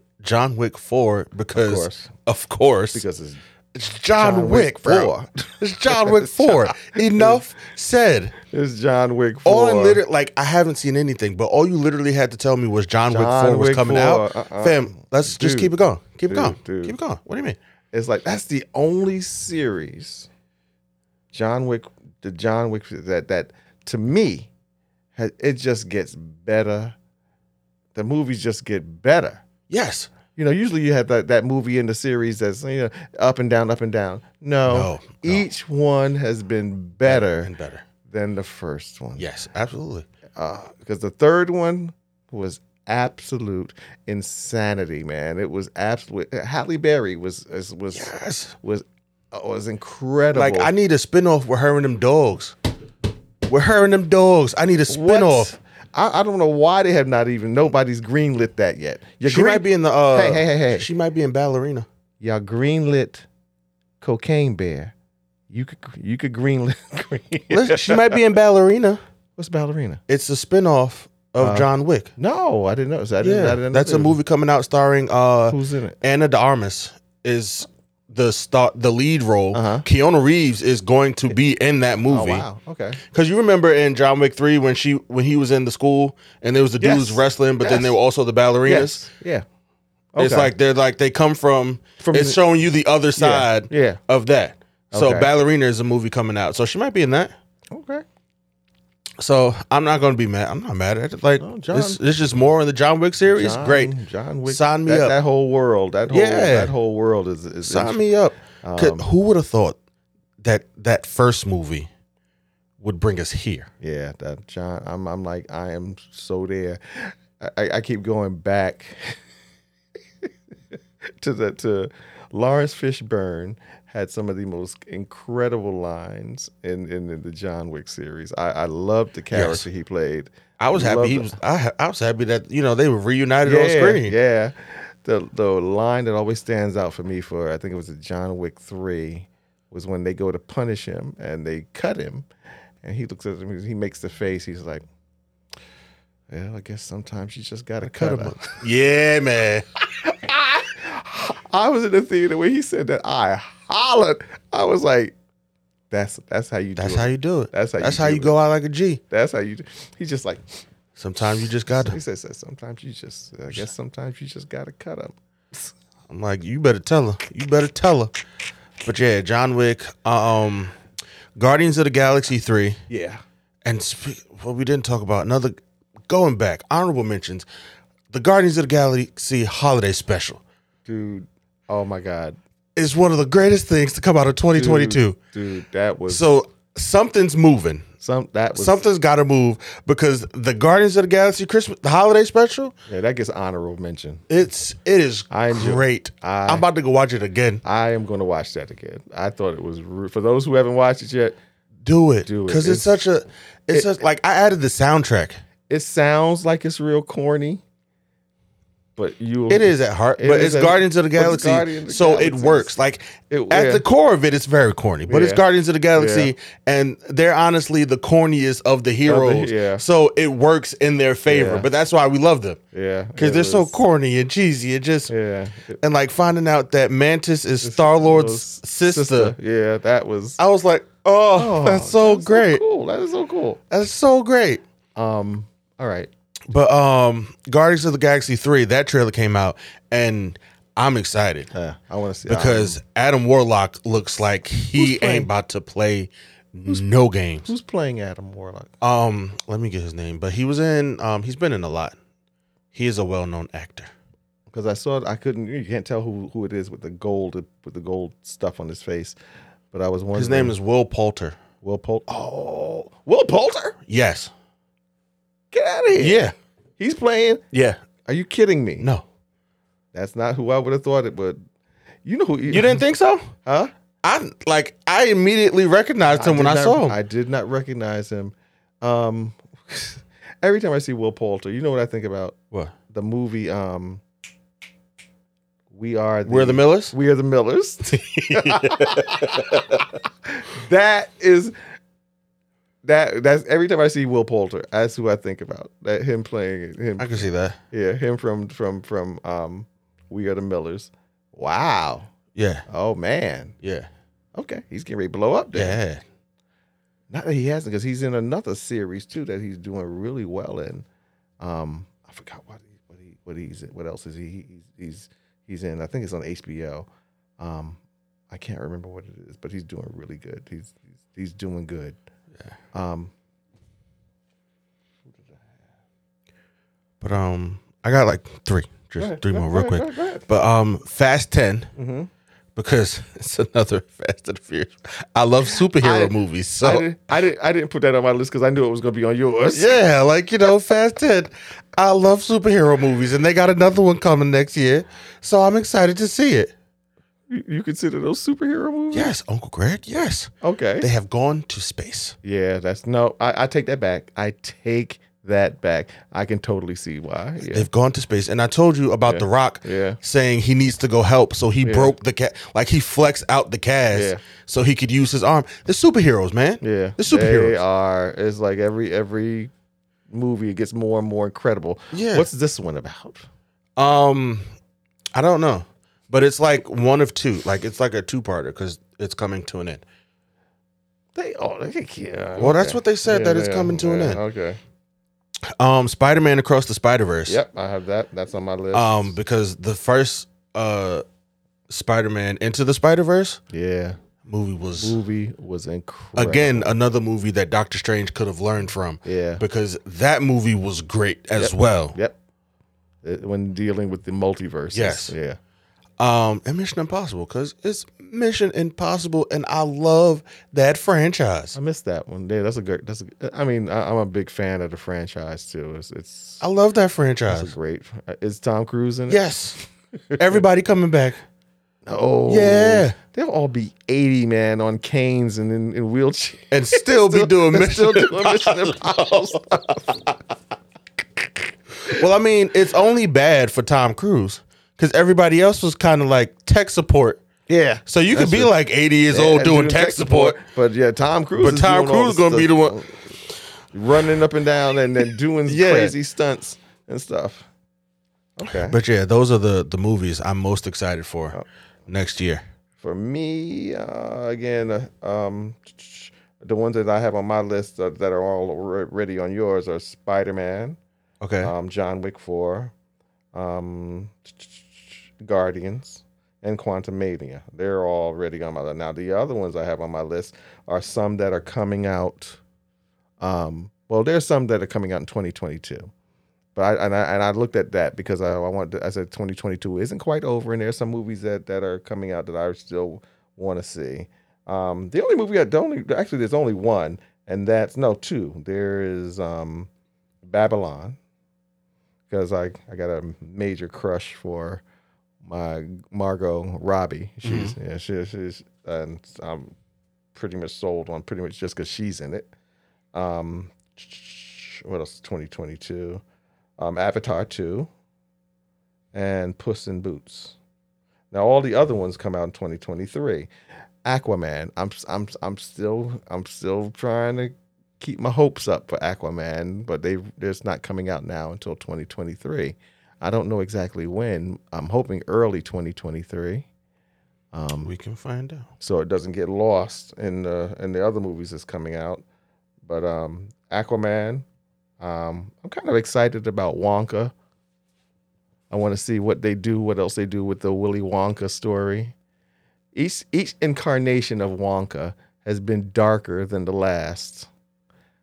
Speaker 2: [laughs] John Wick 4 because of course,
Speaker 1: course. Because it's
Speaker 2: it's John,
Speaker 1: John
Speaker 2: Wick,
Speaker 1: Wick,
Speaker 2: 4.
Speaker 1: [laughs]
Speaker 2: It's John Wick 4. Enough said.
Speaker 1: it's John Wick.
Speaker 2: All I
Speaker 1: for-
Speaker 2: literally like I haven't seen anything, but all you literally had to tell me was John,
Speaker 1: John
Speaker 2: Wick 4 was
Speaker 1: Wick
Speaker 2: coming
Speaker 1: 4,
Speaker 2: out.
Speaker 1: uh-uh.
Speaker 2: Fam, let's just
Speaker 1: Dude.
Speaker 2: keep it going. Keep
Speaker 1: Dude,
Speaker 2: it going.
Speaker 1: dude.
Speaker 2: Keep it going. What do you mean?
Speaker 1: It's like that's the only series, John Wick, the John Wick that that to me, has, it just gets better. The movies just get better.
Speaker 2: Yes.
Speaker 1: You know, usually you have that, that movie in the series that's you know up and down, up and down. No,
Speaker 2: No, no.
Speaker 1: each one has been Oh, better
Speaker 2: And better.
Speaker 1: than the first one.
Speaker 2: Yes, absolutely.
Speaker 1: because the third one was absolute insanity, man. It was absolute. Halle Berry was was was
Speaker 2: Yes.
Speaker 1: was
Speaker 2: uh,
Speaker 1: oh, was incredible.
Speaker 2: Like I need a spinoff with her and them dogs. With her and them dogs. I need a
Speaker 1: What?
Speaker 2: spinoff.
Speaker 1: I, I don't know why they have not even nobody's greenlit that yet. You're
Speaker 2: She might be in the uh
Speaker 1: Hey, hey, hey, hey.
Speaker 2: She might be
Speaker 1: [laughs]
Speaker 2: in ballerina.
Speaker 1: y'all greenlit cocaine bear. You could you could greenlit. [laughs] green,
Speaker 2: Listen, she might be in ballerina.
Speaker 1: what's ballerina?
Speaker 2: It's a spinoff of
Speaker 1: Uh,
Speaker 2: John Wick.
Speaker 1: No, I didn't know. I didn't, I
Speaker 2: Yeah,
Speaker 1: didn't know
Speaker 2: that's a
Speaker 1: that.
Speaker 2: movie coming out starring uh,
Speaker 1: Who's in it?
Speaker 2: Anna De Armas is the star, the lead role,
Speaker 1: Uh-huh.
Speaker 2: Keanu Reeves is going to be in that
Speaker 1: Oh
Speaker 2: movie.
Speaker 1: wow. Okay.
Speaker 2: Because you remember in John Wick three when she when he was in the school and there was the dudes
Speaker 1: Yes.
Speaker 2: wrestling, but then
Speaker 1: Yes.
Speaker 2: they were also the ballerinas.
Speaker 1: Yeah.
Speaker 2: It's like they're like they come from.
Speaker 1: From
Speaker 2: it's
Speaker 1: the-
Speaker 2: showing you the other side
Speaker 1: Yeah.
Speaker 2: of that. So
Speaker 1: Okay.
Speaker 2: ballerina is a movie coming out, so she might be in that.
Speaker 1: Okay.
Speaker 2: So I'm not going to be mad. I'm not mad at it. Like
Speaker 1: No, Oh, John-
Speaker 2: this, this is more in the John Wick series.
Speaker 1: John-
Speaker 2: Great.
Speaker 1: John Wick.
Speaker 2: Sign me
Speaker 1: that,
Speaker 2: up.
Speaker 1: That whole world. That whole.
Speaker 2: Yeah.
Speaker 1: That whole world is. is
Speaker 2: Sign me up. 'Cause
Speaker 1: Um,
Speaker 2: who would have thought that that first movie would bring us here?
Speaker 1: Yeah, that John. I'm. I'm like. I am so there. I- I, I keep going back [laughs] to the to Lawrence Fishburne had some of the most incredible lines in in, the John Wick series. I I loved the character he played.
Speaker 2: I was happy
Speaker 1: Love
Speaker 2: he
Speaker 1: the-
Speaker 2: was. I, ha- I was happy that you know they were reunited on screen.
Speaker 1: Yeah. The the line that always stands out for me for I think it was a John Wick three was when they go to punish him and they cut him and he looks at him he makes the face, he's like Well, I guess sometimes you just gotta cut, him.
Speaker 2: Yeah, man.
Speaker 1: [laughs] I was in the theater when he said that I hollered. I was like, That's that's how you
Speaker 2: That's
Speaker 1: do
Speaker 2: how
Speaker 1: it.
Speaker 2: you do it.
Speaker 1: That's how you
Speaker 2: That's how
Speaker 1: do
Speaker 2: you
Speaker 1: it.
Speaker 2: go out like a G.
Speaker 1: that's how you do he's just like
Speaker 2: Sometimes you just got
Speaker 1: he
Speaker 2: to.
Speaker 1: says that sometimes you just I guess sometimes you just gotta cut him.
Speaker 2: I'm like, you better tell her. You better tell her. But yeah, John Wick, um, Guardians of the Galaxy three,
Speaker 1: Yeah.
Speaker 2: and spe- what we didn't talk about another going back honorable mentions, the Guardians of the Galaxy holiday special
Speaker 1: Dude, oh my God.
Speaker 2: is one of the greatest things to come out of 2022.
Speaker 1: Dude, that was
Speaker 2: So something's moving.
Speaker 1: Some that was
Speaker 2: Something's got to move because the Guardians of the Galaxy Christmas, the holiday special,
Speaker 1: yeah, that gets honorable mention.
Speaker 2: it's it is
Speaker 1: I enjoy-
Speaker 2: great.
Speaker 1: I-
Speaker 2: I'm about to go watch it again.
Speaker 1: I am going to watch that again. I thought it was ru- for those who haven't watched it yet.
Speaker 2: Do it.
Speaker 1: Do it.
Speaker 2: Because it's,
Speaker 1: It's-
Speaker 2: such a it's such like I added the soundtrack.
Speaker 1: It sounds like it's real corny, but you
Speaker 2: It is at heart,
Speaker 1: It
Speaker 2: but
Speaker 1: is
Speaker 2: it's
Speaker 1: at-
Speaker 2: Guardians of the
Speaker 1: but it's
Speaker 2: Galaxy.
Speaker 1: Guardians of the
Speaker 2: so it
Speaker 1: Galaxy.
Speaker 2: works. Like
Speaker 1: It-
Speaker 2: at
Speaker 1: yeah.
Speaker 2: the core of it, it's very corny, but it's
Speaker 1: Yeah.
Speaker 2: Guardians of the Galaxy,
Speaker 1: Yeah.
Speaker 2: and they're honestly the corniest of the heroes.
Speaker 1: yeah.
Speaker 2: So it works in their favor.
Speaker 1: Yeah.
Speaker 2: But that's why we love them.
Speaker 1: yeah
Speaker 2: Because
Speaker 1: it
Speaker 2: they're so
Speaker 1: was-
Speaker 2: corny and cheesy and just
Speaker 1: yeah. It
Speaker 2: and like finding out that Mantis is Star
Speaker 1: was
Speaker 2: Lord's sister.
Speaker 1: yeah, that was
Speaker 2: I was like, oh,
Speaker 1: Oh,
Speaker 2: that's so
Speaker 1: that's
Speaker 2: great.
Speaker 1: cool. That is so cool.
Speaker 2: That's so great.
Speaker 1: Um, all right,
Speaker 2: But um Guardians of the Galaxy 3, that trailer came out and I'm excited
Speaker 1: uh, I want to see
Speaker 2: because Adam Warlock looks like he
Speaker 1: playing?
Speaker 2: ain't about to play no games.
Speaker 1: who's playing Adam Warlock?
Speaker 2: Um let me get his name, but he was in um he's been in a lot. He is a well-known actor.
Speaker 1: because I saw it. I couldn't. You can't tell who who it is with the gold with the gold stuff on his face. But I was wondering.
Speaker 2: His name is Will Poulter.
Speaker 1: Will Poulter. Oh, Will Poulter!
Speaker 2: Yes.
Speaker 1: Get out of here.
Speaker 2: Yeah.
Speaker 1: He's playing.
Speaker 2: Yeah.
Speaker 1: Are you kidding me?
Speaker 2: No.
Speaker 1: That's not who I would have thought it would. You know who
Speaker 2: You didn't think so?
Speaker 1: [laughs] Huh?
Speaker 2: I like I immediately recognized him
Speaker 1: did
Speaker 2: when I
Speaker 1: not-
Speaker 2: saw him.
Speaker 1: I did not recognize him. Um, [laughs] every time I see Will Poulter, you know what I think about
Speaker 2: what?
Speaker 1: the movie. Um, we are the,
Speaker 2: We're the Millers?
Speaker 1: We are the Millers. [laughs] that is that that's every time I see Will Poulter, that's who I think about. That him playing him
Speaker 2: I can see that.
Speaker 1: yeah, him from from from um We Are the Millers. Wow.
Speaker 2: Yeah.
Speaker 1: Oh man.
Speaker 2: Yeah.
Speaker 1: Okay. He's getting ready to blow up there.
Speaker 2: Yeah.
Speaker 1: Not that he hasn't, because he's in another series too that he's doing really well in. Um I forgot what he what he what he's what else is he he's he's he's in. I think it's on HBO. Um I can't remember what it is, but he's doing really good. He's he's, he's doing good. Um
Speaker 2: But um, I got like three, just three more real [laughs] quick.
Speaker 1: go ahead.
Speaker 2: But um, Fast 10
Speaker 1: Mhm.
Speaker 2: because [laughs] it's another Fast and Furious. I love superhero
Speaker 1: I-
Speaker 2: movies,
Speaker 1: I
Speaker 2: so
Speaker 1: didn't, I didn't I didn't put that on my list because I knew it was gonna be on yours.
Speaker 2: [laughs] yeah, like you know, Fast Ten. I love superhero movies, and they got another one coming next year, so I'm excited to see it.
Speaker 1: You, you consider those superhero movies?
Speaker 2: Yes, Uncle Greg. Yes,
Speaker 1: Okay.
Speaker 2: they have gone to space.
Speaker 1: yeah, that's no. I, I take that back. I take that back. I can totally see why. Yeah.
Speaker 2: They've gone to space, and I told you about The Rock
Speaker 1: Yeah.
Speaker 2: saying he needs to go help, so he broke the cat, like he flexed out the cash,
Speaker 1: Yeah.
Speaker 2: so he could use his arm. They're superheroes, man.
Speaker 1: Yeah.
Speaker 2: they're superheroes.
Speaker 1: They are. It's like every every movie it gets more and more incredible.
Speaker 2: Yeah.
Speaker 1: What's this one about?
Speaker 2: Um, I don't know, But it's like one of two. Like it's like a two parter because it's coming to an end.
Speaker 1: They oh they yeah.
Speaker 2: Well, that's what they said, that it's coming to an end.
Speaker 1: Okay.
Speaker 2: Um, Spider Man Across the Spider Verse.
Speaker 1: Yep, I have that. That's on my list.
Speaker 2: Um, because the first uh Spider Man Into the Spider Verse
Speaker 1: yeah,
Speaker 2: movie was
Speaker 1: movie was incredible.
Speaker 2: again another movie that Doctor Strange could have learned from
Speaker 1: yeah,
Speaker 2: because that movie was great as well.
Speaker 1: yep. Uh, When dealing with the multiverse,
Speaker 2: Yes.
Speaker 1: yeah,
Speaker 2: Um, and Mission Impossible because it's Mission Impossible, and I love that franchise.
Speaker 1: I missed that one. Yeah, that's a great. That's a, I mean, I, I'm a big fan of the franchise too. It's it's,
Speaker 2: I love that
Speaker 1: it's a
Speaker 2: franchise.
Speaker 1: great. uh, Is Tom Cruise in it? [laughs]
Speaker 2: Yes, everybody coming back.
Speaker 1: Oh
Speaker 2: Yeah.
Speaker 1: They'll all be 80 man on canes and in, in wheelchairs.
Speaker 2: and still be doing
Speaker 1: [laughs] They're
Speaker 2: Mission
Speaker 1: still doing Mission Impossible.
Speaker 2: [laughs] Well, I mean, it's only bad for Tom Cruise because everybody else was kind of like tech support.
Speaker 1: Yeah.
Speaker 2: So you could
Speaker 1: That's
Speaker 2: be
Speaker 1: it.
Speaker 2: like 80 years
Speaker 1: Yeah,
Speaker 2: old doing tech support,
Speaker 1: But yeah, Tom Cruise.
Speaker 2: but
Speaker 1: is
Speaker 2: Tom
Speaker 1: doing all
Speaker 2: Cruise gonna be the
Speaker 1: stuff.
Speaker 2: one.
Speaker 1: running up and down and then doing
Speaker 2: [laughs] Yeah.
Speaker 1: crazy stunts and stuff. Okay.
Speaker 2: But yeah, those are the the movies I'm most excited for next year.
Speaker 1: For me, uh, again, uh, um, the ones that I have on my list that, that are all already on yours are Spider Man,
Speaker 2: Okay.
Speaker 1: um, John Wick 4, um, Guardians, and Quantum Mania. They're already on my list. Now, the other ones I have on my list are some that are coming out. Um, well, there's some that are coming out in 2022. But I, and I and I looked at that because I, I want I said 2022 isn't quite over and there's some movies that, that are coming out that I still want to see. Um, the only movie I don't actually there's only one and that's no two. There is um, Babylon because I, I got a major crush for my Margot Robbie. She's yeah, she, she's and I'm pretty much sold on pretty much just because she's in it. Um, what else? 2022, um, Avatar 2, and Puss in Boots. Now all the other ones come out in 2023. Aquaman. I'm I'm I'm still I'm still trying to keep my hopes up for Aquaman, but they it's not coming out now until 2023. I don't know exactly when. I'm hoping early 2023, um,
Speaker 2: we can find out.
Speaker 1: so it doesn't get lost in the in the other movies that's coming out. But um, Aquaman, um, I'm kind of excited about Wonka. I want to see what they do, what else they do with the Willy Wonka story. Each each incarnation of Wonka has been darker than the last.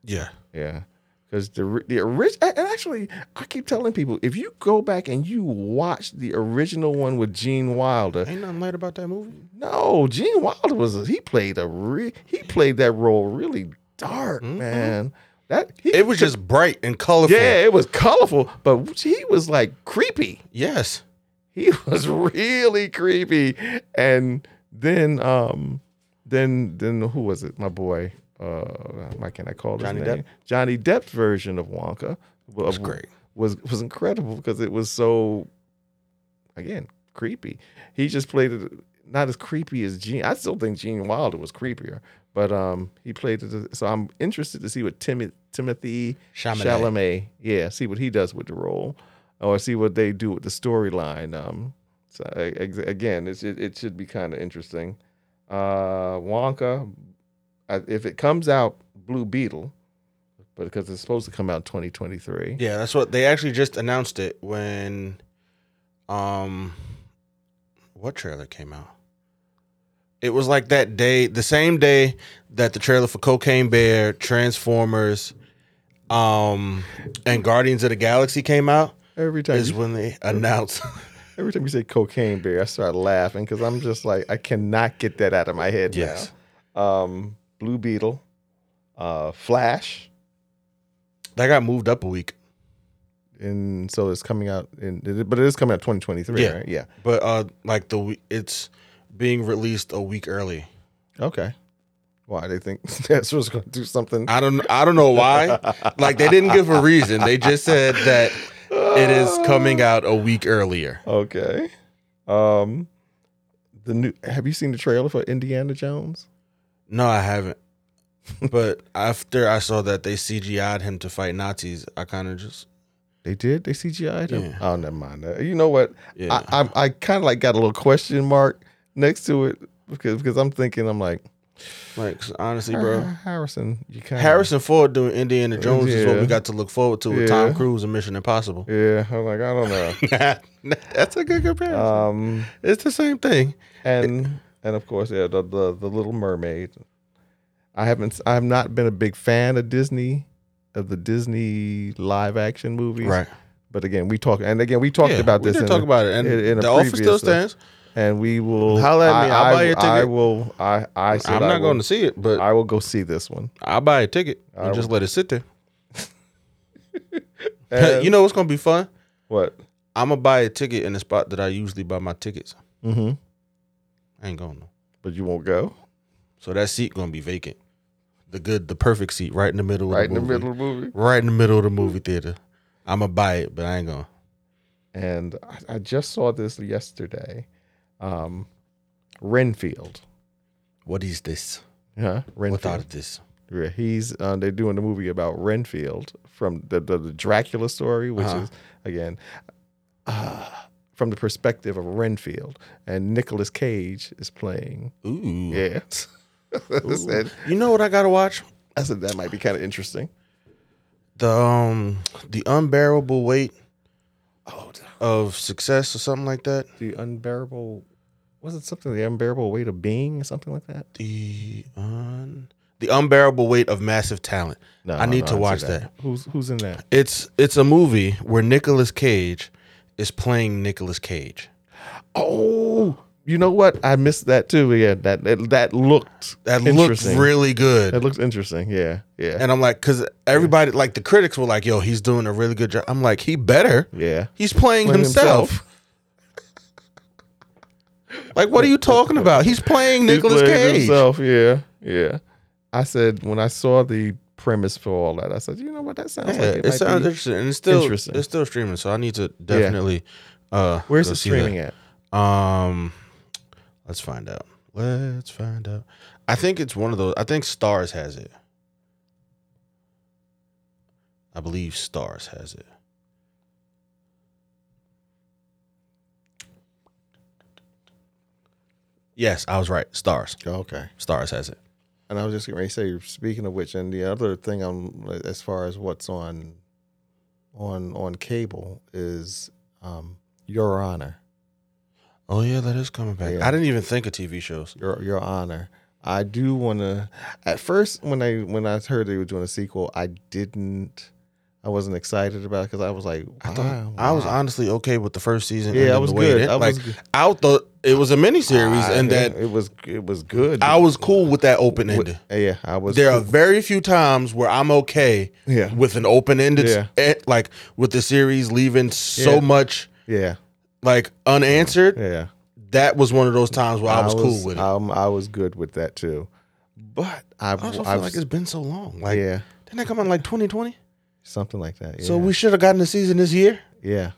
Speaker 2: Yeah.
Speaker 1: Yeah. Because the ri- the original, and actually, I keep telling people if you go back and you watch the original one with Gene Wilder,
Speaker 2: Ain't nothing light about that movie.
Speaker 1: no, Gene Wilder was a- he played a re, he played that role really dark, man. That he,
Speaker 2: Mm-hmm. It was just bright and colorful.
Speaker 1: yeah, it was colorful, but he was like creepy.
Speaker 2: Yes.
Speaker 1: He [laughs] was really creepy, and then um, then then who was it? My boy, uh, why can't I call his
Speaker 2: Johnny
Speaker 1: name?
Speaker 2: Depp?
Speaker 1: Johnny Depp's version of Wonka was
Speaker 2: great.
Speaker 1: Was was incredible because it was so, again, creepy. He just played it not as creepy as Gene. I still think Gene Wilder was creepier, but um, he played it. So I'm interested to see what Timothy Timothy
Speaker 2: Chalamet.
Speaker 1: Chalamet, yeah, see what he does with the role, or see what they do with the storyline. Um, so a- ex- again, it's, it it should be kind of interesting. Uh, Wonka, I- if it comes out, Blue Beetle, but because it's supposed to come out in 2023.
Speaker 2: Yeah, that's what they actually just announced it when um what trailer came out? It was like that day, the same day that the trailer for Cocaine Bear, Transformers, um and Guardians of the Galaxy came out
Speaker 1: Every time,
Speaker 2: is
Speaker 1: you,
Speaker 2: when they announced [laughs]
Speaker 1: every time you say cocaine bear, I start laughing because I'm just like I cannot get that out of my head.
Speaker 2: Yes.
Speaker 1: Now. Um, Blue Beetle, uh, Flash,
Speaker 2: that got moved up a week.
Speaker 1: and so it's coming out in, but it is coming out 2023.
Speaker 2: Yeah.
Speaker 1: Right? Yeah.
Speaker 2: But uh like the we- it's being released a week early.
Speaker 1: Okay. Why they think [laughs] that's what's going to do something?
Speaker 2: I don't I don't know why. Like they didn't give a reason. They just said that it is coming out a week earlier.
Speaker 1: Okay. Um, the new. Have you seen the trailer for Indiana Jones?
Speaker 2: No, I haven't. But after I saw that they CGI'd him to fight Nazis, I kind of just
Speaker 1: They did. They CGI'd him.
Speaker 2: Yeah.
Speaker 1: Oh, never mind. Uh, You know what?
Speaker 2: Yeah.
Speaker 1: I, I I kind of like got a little question mark next to it because because I'm thinking I'm like
Speaker 2: Like 'cause honestly,
Speaker 1: Uh-huh.
Speaker 2: bro.
Speaker 1: Harrison. You kind
Speaker 2: Harrison Ford doing Indiana Jones is what
Speaker 1: Yeah.
Speaker 2: we got to look forward to with Tom
Speaker 1: Yeah.
Speaker 2: Cruise and Mission Impossible.
Speaker 1: Yeah, I'm like I don't
Speaker 2: [laughs]
Speaker 1: know.
Speaker 2: That's a good comparison.
Speaker 1: um,
Speaker 2: it's the same thing.
Speaker 1: and and of course, yeah, the, the the Little Mermaid. I haven't. I've not been a big fan of Disney, of the Disney live action movies. But again, we talked, and again, we talked
Speaker 2: Yeah,
Speaker 1: about
Speaker 2: we
Speaker 1: this.
Speaker 2: did
Speaker 1: in
Speaker 2: talk
Speaker 1: the-
Speaker 2: about it, and
Speaker 1: in- in a
Speaker 2: the offer
Speaker 1: previous,
Speaker 2: still
Speaker 1: uh,
Speaker 2: stands.
Speaker 1: and we will.
Speaker 2: Holler at me, I'll
Speaker 1: I,
Speaker 2: buy your
Speaker 1: I
Speaker 2: ticket.
Speaker 1: will. I. I. Said
Speaker 2: I'm
Speaker 1: I
Speaker 2: not
Speaker 1: will-
Speaker 2: going to see it, but
Speaker 1: I will go see this one.
Speaker 2: I'll buy a ticket and
Speaker 1: I
Speaker 2: just let it sit there.
Speaker 1: And-
Speaker 2: [laughs] you know what's gonna be fun?
Speaker 1: What?
Speaker 2: I'm gonna buy a ticket in the spot that I usually buy my tickets.
Speaker 1: Mm-hmm.
Speaker 2: I ain't going to.
Speaker 1: But you won't go
Speaker 2: So that seat gonna be vacant. The good, the perfect seat, right in the middle. Of
Speaker 1: right in
Speaker 2: the
Speaker 1: the
Speaker 2: movie.
Speaker 1: middle of the movie.
Speaker 2: Right in the middle of the movie theater. I'm gonna buy it, but I ain't gonna.
Speaker 1: And I, I just saw this yesterday. Um, Renfield.
Speaker 2: What is this?
Speaker 1: Yeah,
Speaker 2: What
Speaker 1: Renfield.
Speaker 2: out of this?
Speaker 1: Yeah, he's uh, they're doing the movie about Renfield from the the, the Dracula story, which
Speaker 2: Uh-huh.
Speaker 1: is again uh, from the perspective of Renfield, and Nicolas Cage is playing.
Speaker 2: Ooh.
Speaker 1: Yeah, [laughs] I said,
Speaker 2: You know what I gotta watch?
Speaker 1: I said that might be kind of interesting.
Speaker 2: The um, the unbearable weight of success or something like that.
Speaker 1: The unbearable was it something the unbearable weight of being or something like that?
Speaker 2: The un, the unbearable weight of massive talent.
Speaker 1: No,
Speaker 2: I
Speaker 1: no, no,
Speaker 2: need to
Speaker 1: didn't see
Speaker 2: watch that.
Speaker 1: Who's who's in that?
Speaker 2: It's it's a movie where Nicolas Cage is playing Nicolas Cage.
Speaker 1: Oh, you know what? I missed that too. Yeah, that that, that looked
Speaker 2: That looks
Speaker 1: interesting.
Speaker 2: really good.
Speaker 1: that looks interesting. Yeah, yeah,
Speaker 2: And I'm like, because everybody, like the critics were like, yo, he's doing a really good job. I'm like, he better.
Speaker 1: yeah.
Speaker 2: He's playing,
Speaker 1: Playing
Speaker 2: himself.
Speaker 1: himself.
Speaker 2: [laughs] like, what are you talking about? He's playing
Speaker 1: He's
Speaker 2: Nicolas
Speaker 1: playing
Speaker 2: Cage.
Speaker 1: Himself. Yeah, yeah. I said when I saw the premise for all that, I said, you know what? That sounds
Speaker 2: Yeah,
Speaker 1: like
Speaker 2: it,
Speaker 1: it, might
Speaker 2: sounds
Speaker 1: be.
Speaker 2: interesting. And it's still,
Speaker 1: interesting.
Speaker 2: it's still streaming. So I need to definitely. Uh,
Speaker 1: Where's
Speaker 2: go
Speaker 1: it
Speaker 2: see that.
Speaker 1: streaming at?
Speaker 2: Um, let's find out. Let's find out. I think it's one of those. I think Stars has it. I believe Stars has it. Yes, I was right. Stars.
Speaker 1: Oh, okay.
Speaker 2: Stars has it.
Speaker 1: And I was just going to say, speaking of which, and the other thing I'm as far as what's on, on on cable is um, Your Honor,
Speaker 2: Oh yeah, that is coming back.
Speaker 1: Yeah.
Speaker 2: I didn't even think of TV shows.
Speaker 1: Your Your Honor. I do want to. At first, when I when I heard they were doing a sequel, I didn't. I wasn't excited about it because I was like,
Speaker 2: I thought
Speaker 1: Ah, wow,
Speaker 2: I was
Speaker 1: wow.
Speaker 2: honestly okay with the first season.
Speaker 1: Yeah,
Speaker 2: ending
Speaker 1: I was
Speaker 2: the way it
Speaker 1: good.
Speaker 2: ended.
Speaker 1: I
Speaker 2: like,
Speaker 1: was good.
Speaker 2: I thought it was a miniseries,
Speaker 1: I-
Speaker 2: and that
Speaker 1: yeah, it was it was good.
Speaker 2: I was cool with that open
Speaker 1: Wi-
Speaker 2: ended.
Speaker 1: Yeah, I was.
Speaker 2: There are very few times where I'm okay
Speaker 1: [laughs] Yeah.
Speaker 2: with an open ended,
Speaker 1: Yeah.
Speaker 2: like with the series leaving so
Speaker 1: Yeah.
Speaker 2: much
Speaker 1: yeah,
Speaker 2: like unanswered.
Speaker 1: yeah.
Speaker 2: That was one of those times where I was, cool with it. I,
Speaker 1: Um, I was good with that too. But I,
Speaker 2: also
Speaker 1: I
Speaker 2: feel like
Speaker 1: was-
Speaker 2: it's been so long. Like,
Speaker 1: yeah,
Speaker 2: didn't that come out in like 2020?
Speaker 1: something like that. Yeah.
Speaker 2: So we should have gotten a season this year.
Speaker 1: yeah,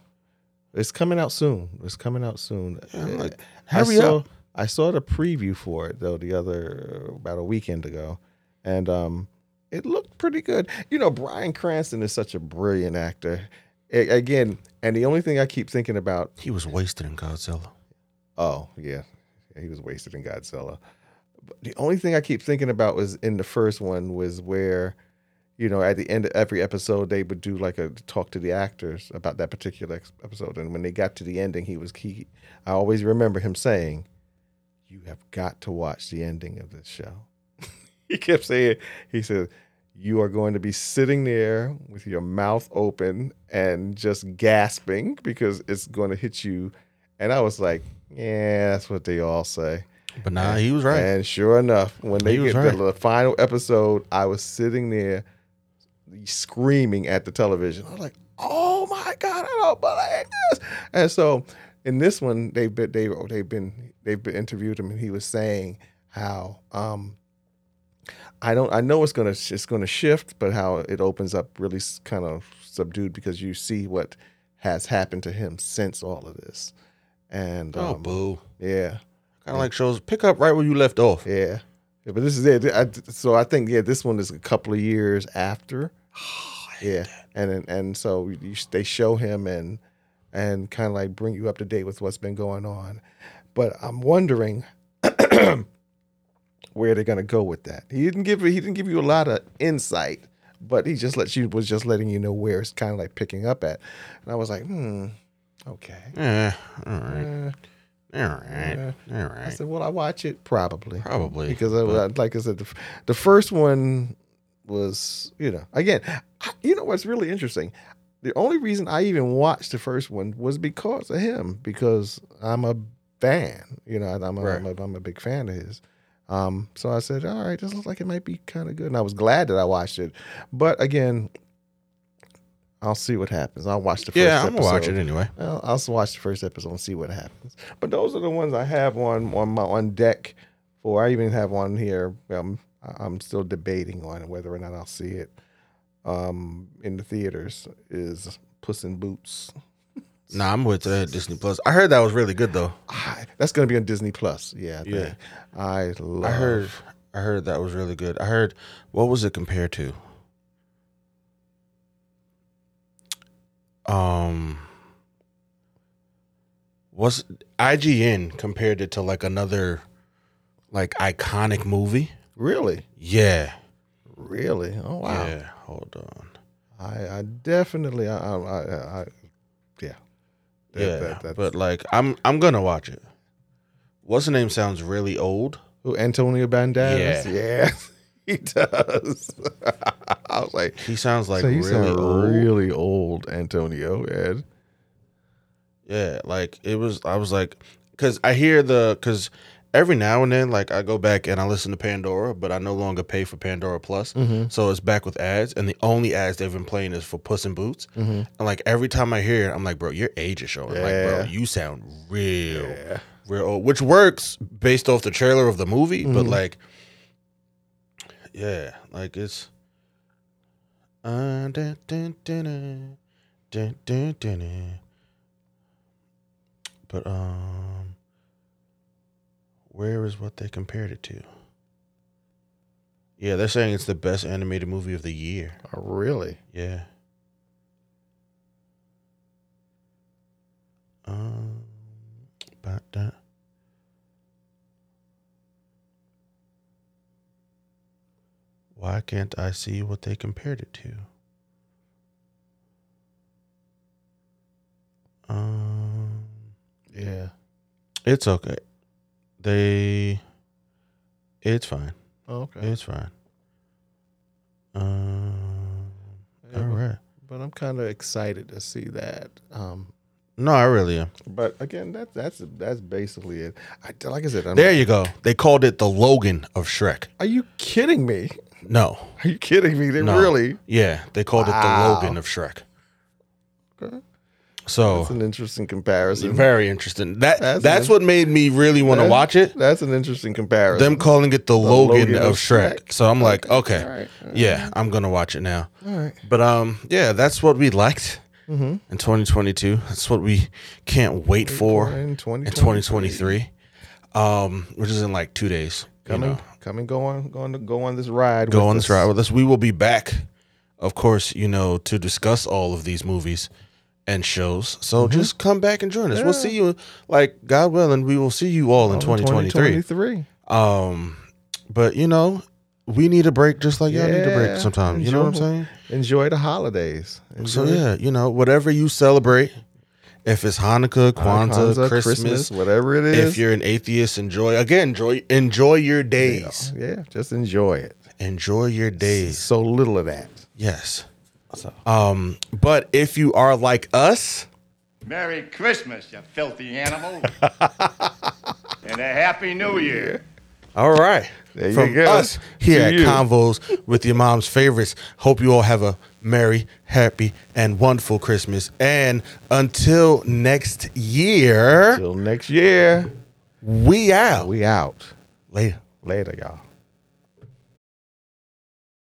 Speaker 1: it's coming out soon. It's coming out soon.
Speaker 2: I'm like,
Speaker 1: I
Speaker 2: hurry
Speaker 1: saw,
Speaker 2: up.
Speaker 1: I saw the preview for it though the other uh, about a weekend ago, and um, it looked pretty good. You know, Brian Cranston is such a brilliant actor. A- again, and the only thing I keep thinking about
Speaker 2: He was wasted in Godzilla.
Speaker 1: Oh yeah, Yeah, he was wasted in Godzilla. But the only thing I keep thinking about was in the first one was where, you know, at the end of every episode they would do like a talk to the actors about that particular ex- episode, and when they got to the ending, he was key. I always remember him saying, "You have got to watch the ending of this show." [laughs] he kept saying, "He said." You are going to be sitting there with your mouth open and just gasping because it's going to hit you. And I was like, yeah, that's what they all say.
Speaker 2: But nah, he was right.
Speaker 1: And sure enough, when they
Speaker 2: He was
Speaker 1: get to
Speaker 2: right.
Speaker 1: the final episode, I was sitting there screaming at the television. I was like, "Oh my god, I don't believe this!" And so, in this one, they've been they they've been they've been interviewed him, and he was saying how um, I don't I know it's gonna it's gonna shift, but how it opens up really s- kind of subdued because you see what has happened to him since all of this, and
Speaker 2: Oh,
Speaker 1: um,
Speaker 2: boo.
Speaker 1: yeah.
Speaker 2: Kind of like shows. Pick up right where you left off.
Speaker 1: Yeah. Yeah,
Speaker 2: Oh,
Speaker 1: but this is it. I, so I think yeah, this one is a couple of years after. yeah, and and, and so you, they show him and and kind of like bring you up to date with what's been going on. But I'm wondering [clears throat] where they're gonna go with that. He didn't give he didn't give you a lot of insight, but he just let you was just letting you know where it's kind of like picking up at. And I was like, hmm, okay.
Speaker 2: Yeah. All right.
Speaker 1: Uh,
Speaker 2: All right. All
Speaker 1: I
Speaker 2: right.
Speaker 1: said, will I watch it? Probably.
Speaker 2: Probably.
Speaker 1: because I, I- like I said, the, f- the first one was you know again, I- you know what's really interesting. The only reason I even watched the first one was because of him because I'm a fan, you know, and I'm a, I'm, a, I'm a big fan of his. Um, so I said, all right, this looks like it might be kind of good, and I was glad that I watched it. But again, I'll see what happens. I'll watch the first.
Speaker 2: yeah, I'm gonna watch
Speaker 1: episode.
Speaker 2: it anyway.
Speaker 1: Well, I'll just watch the first episode and see what happens. But those are the ones I have on on my on deck for. I even have one here. Um, I- I'm still debating on whether or not I'll see it um, in the theaters. Is Puss in Boots?
Speaker 2: Nah, I'm with uh, Disney Plus. I heard that was really good though.
Speaker 1: Ah, that's going to be on Disney Plus. Yeah, I think.
Speaker 2: Yeah.
Speaker 1: I love.
Speaker 2: I heard. I heard that was really good. I heard. What was it compared to? Um. Was IGN compared it to like another, like iconic movie?
Speaker 1: Really,
Speaker 2: Yeah.
Speaker 1: really. Oh wow.
Speaker 2: Yeah. Hold on.
Speaker 1: I, I definitely. I, I, I, I yeah. That-
Speaker 2: yeah.
Speaker 1: that- that's-
Speaker 2: but like, I'm I'm gonna watch it. What's the name? Sounds really old.
Speaker 1: Who, Antonio Banderas? Yeah. [laughs] he does. [laughs] I was like,
Speaker 2: He sounds like
Speaker 1: so you
Speaker 2: really
Speaker 1: sound
Speaker 2: old.
Speaker 1: really old, Antonio, Ed.
Speaker 2: Yeah, like it was. I was like, because I hear the because every now and then, like I go back and I listen to Pandora, but I no longer pay for Pandora Plus,
Speaker 1: Mm-hmm,
Speaker 2: so it's back with ads, and the only ads they've been playing is for Puss in Boots,
Speaker 1: mm-hmm.
Speaker 2: and like every time I hear it, I'm like, bro, your age is showing. Like, bro,
Speaker 1: Yeah.
Speaker 2: you sound real,
Speaker 1: Yeah.
Speaker 2: real old, oh, which works based off the trailer of the movie, but like, yeah, like it's. Uh, dun, dun, dun, dun, dun, dun, dun, dun. But um, where is what they compared it to? Yeah, they're saying it's the best animated movie of the year.
Speaker 1: Oh, really?
Speaker 2: Yeah. Um, about that. Why can't I see what they compared it to? Um,
Speaker 1: Yeah.
Speaker 2: it's okay. They, it's fine.
Speaker 1: okay.
Speaker 2: It's fine. Um,
Speaker 1: Yeah,
Speaker 2: all
Speaker 1: but-
Speaker 2: right.
Speaker 1: But I'm kind of excited to see that. Um,
Speaker 2: No, I really am.
Speaker 1: but again, that, that's that's basically it. I, like I said, I'm,
Speaker 2: There you go. They called it the Logan of Shrek.
Speaker 1: are you kidding me?
Speaker 2: No.
Speaker 1: Are you kidding me? They
Speaker 2: No.
Speaker 1: really?
Speaker 2: Yeah, they called
Speaker 1: Wow.
Speaker 2: it the Logan of Shrek.
Speaker 1: Okay.
Speaker 2: So
Speaker 1: That's an interesting comparison.
Speaker 2: very interesting. That
Speaker 1: That's
Speaker 2: that's, what made me really want to
Speaker 1: That-
Speaker 2: watch it.
Speaker 1: That's an interesting comparison.
Speaker 2: Them calling it the, Logan,
Speaker 1: Logan
Speaker 2: of
Speaker 1: of
Speaker 2: Shrek.
Speaker 1: Shrek.
Speaker 2: So I'm like, okay,
Speaker 1: All right.
Speaker 2: yeah, I'm gonna watch it now.
Speaker 1: All right.
Speaker 2: But um, yeah, that's what we liked in 2022. That's what we can't Mm-hmm. wait for
Speaker 1: in
Speaker 2: in
Speaker 1: 2023.
Speaker 2: 2023. Um, which is in like two days. You
Speaker 1: Come
Speaker 2: know,
Speaker 1: and come and go on, go on, go on this ride.
Speaker 2: go
Speaker 1: with
Speaker 2: on this
Speaker 1: us.
Speaker 2: ride with us. We will be back, of course, you know, to discuss all of these movies and shows. So just come back and join us. We'll see you, like God willing, we will see you all in
Speaker 1: On
Speaker 2: 2023.
Speaker 1: 2023.
Speaker 2: Um, but you know, we need a break just like y'all need a
Speaker 1: Yeah,
Speaker 2: break sometimes. You know what I'm
Speaker 1: enjoy.
Speaker 2: saying?
Speaker 1: Enjoy the holidays.
Speaker 2: So
Speaker 1: Enjoy
Speaker 2: yeah, you know, whatever you celebrate, if it's Hanukkah, Kwanzaa,
Speaker 1: Kwanzaa,
Speaker 2: Christmas.
Speaker 1: whatever it is.
Speaker 2: If you're an atheist, enjoy again. Enjoy enjoy your days.
Speaker 1: yeah, just enjoy it.
Speaker 2: Enjoy your days.
Speaker 1: So little of that.
Speaker 2: Yes. Um, but if you are like us,
Speaker 3: Merry Christmas, you filthy animal. and a Happy New Year.
Speaker 2: all right.
Speaker 1: There you
Speaker 2: From
Speaker 1: go.
Speaker 2: us
Speaker 1: To
Speaker 2: here at
Speaker 1: you.
Speaker 2: Convos with your mom's favorites. Hope you all have a merry, happy, and wonderful Christmas. And until next year,
Speaker 1: Till next year,
Speaker 2: we out.
Speaker 1: we out.
Speaker 2: Later.
Speaker 1: Later, y'all.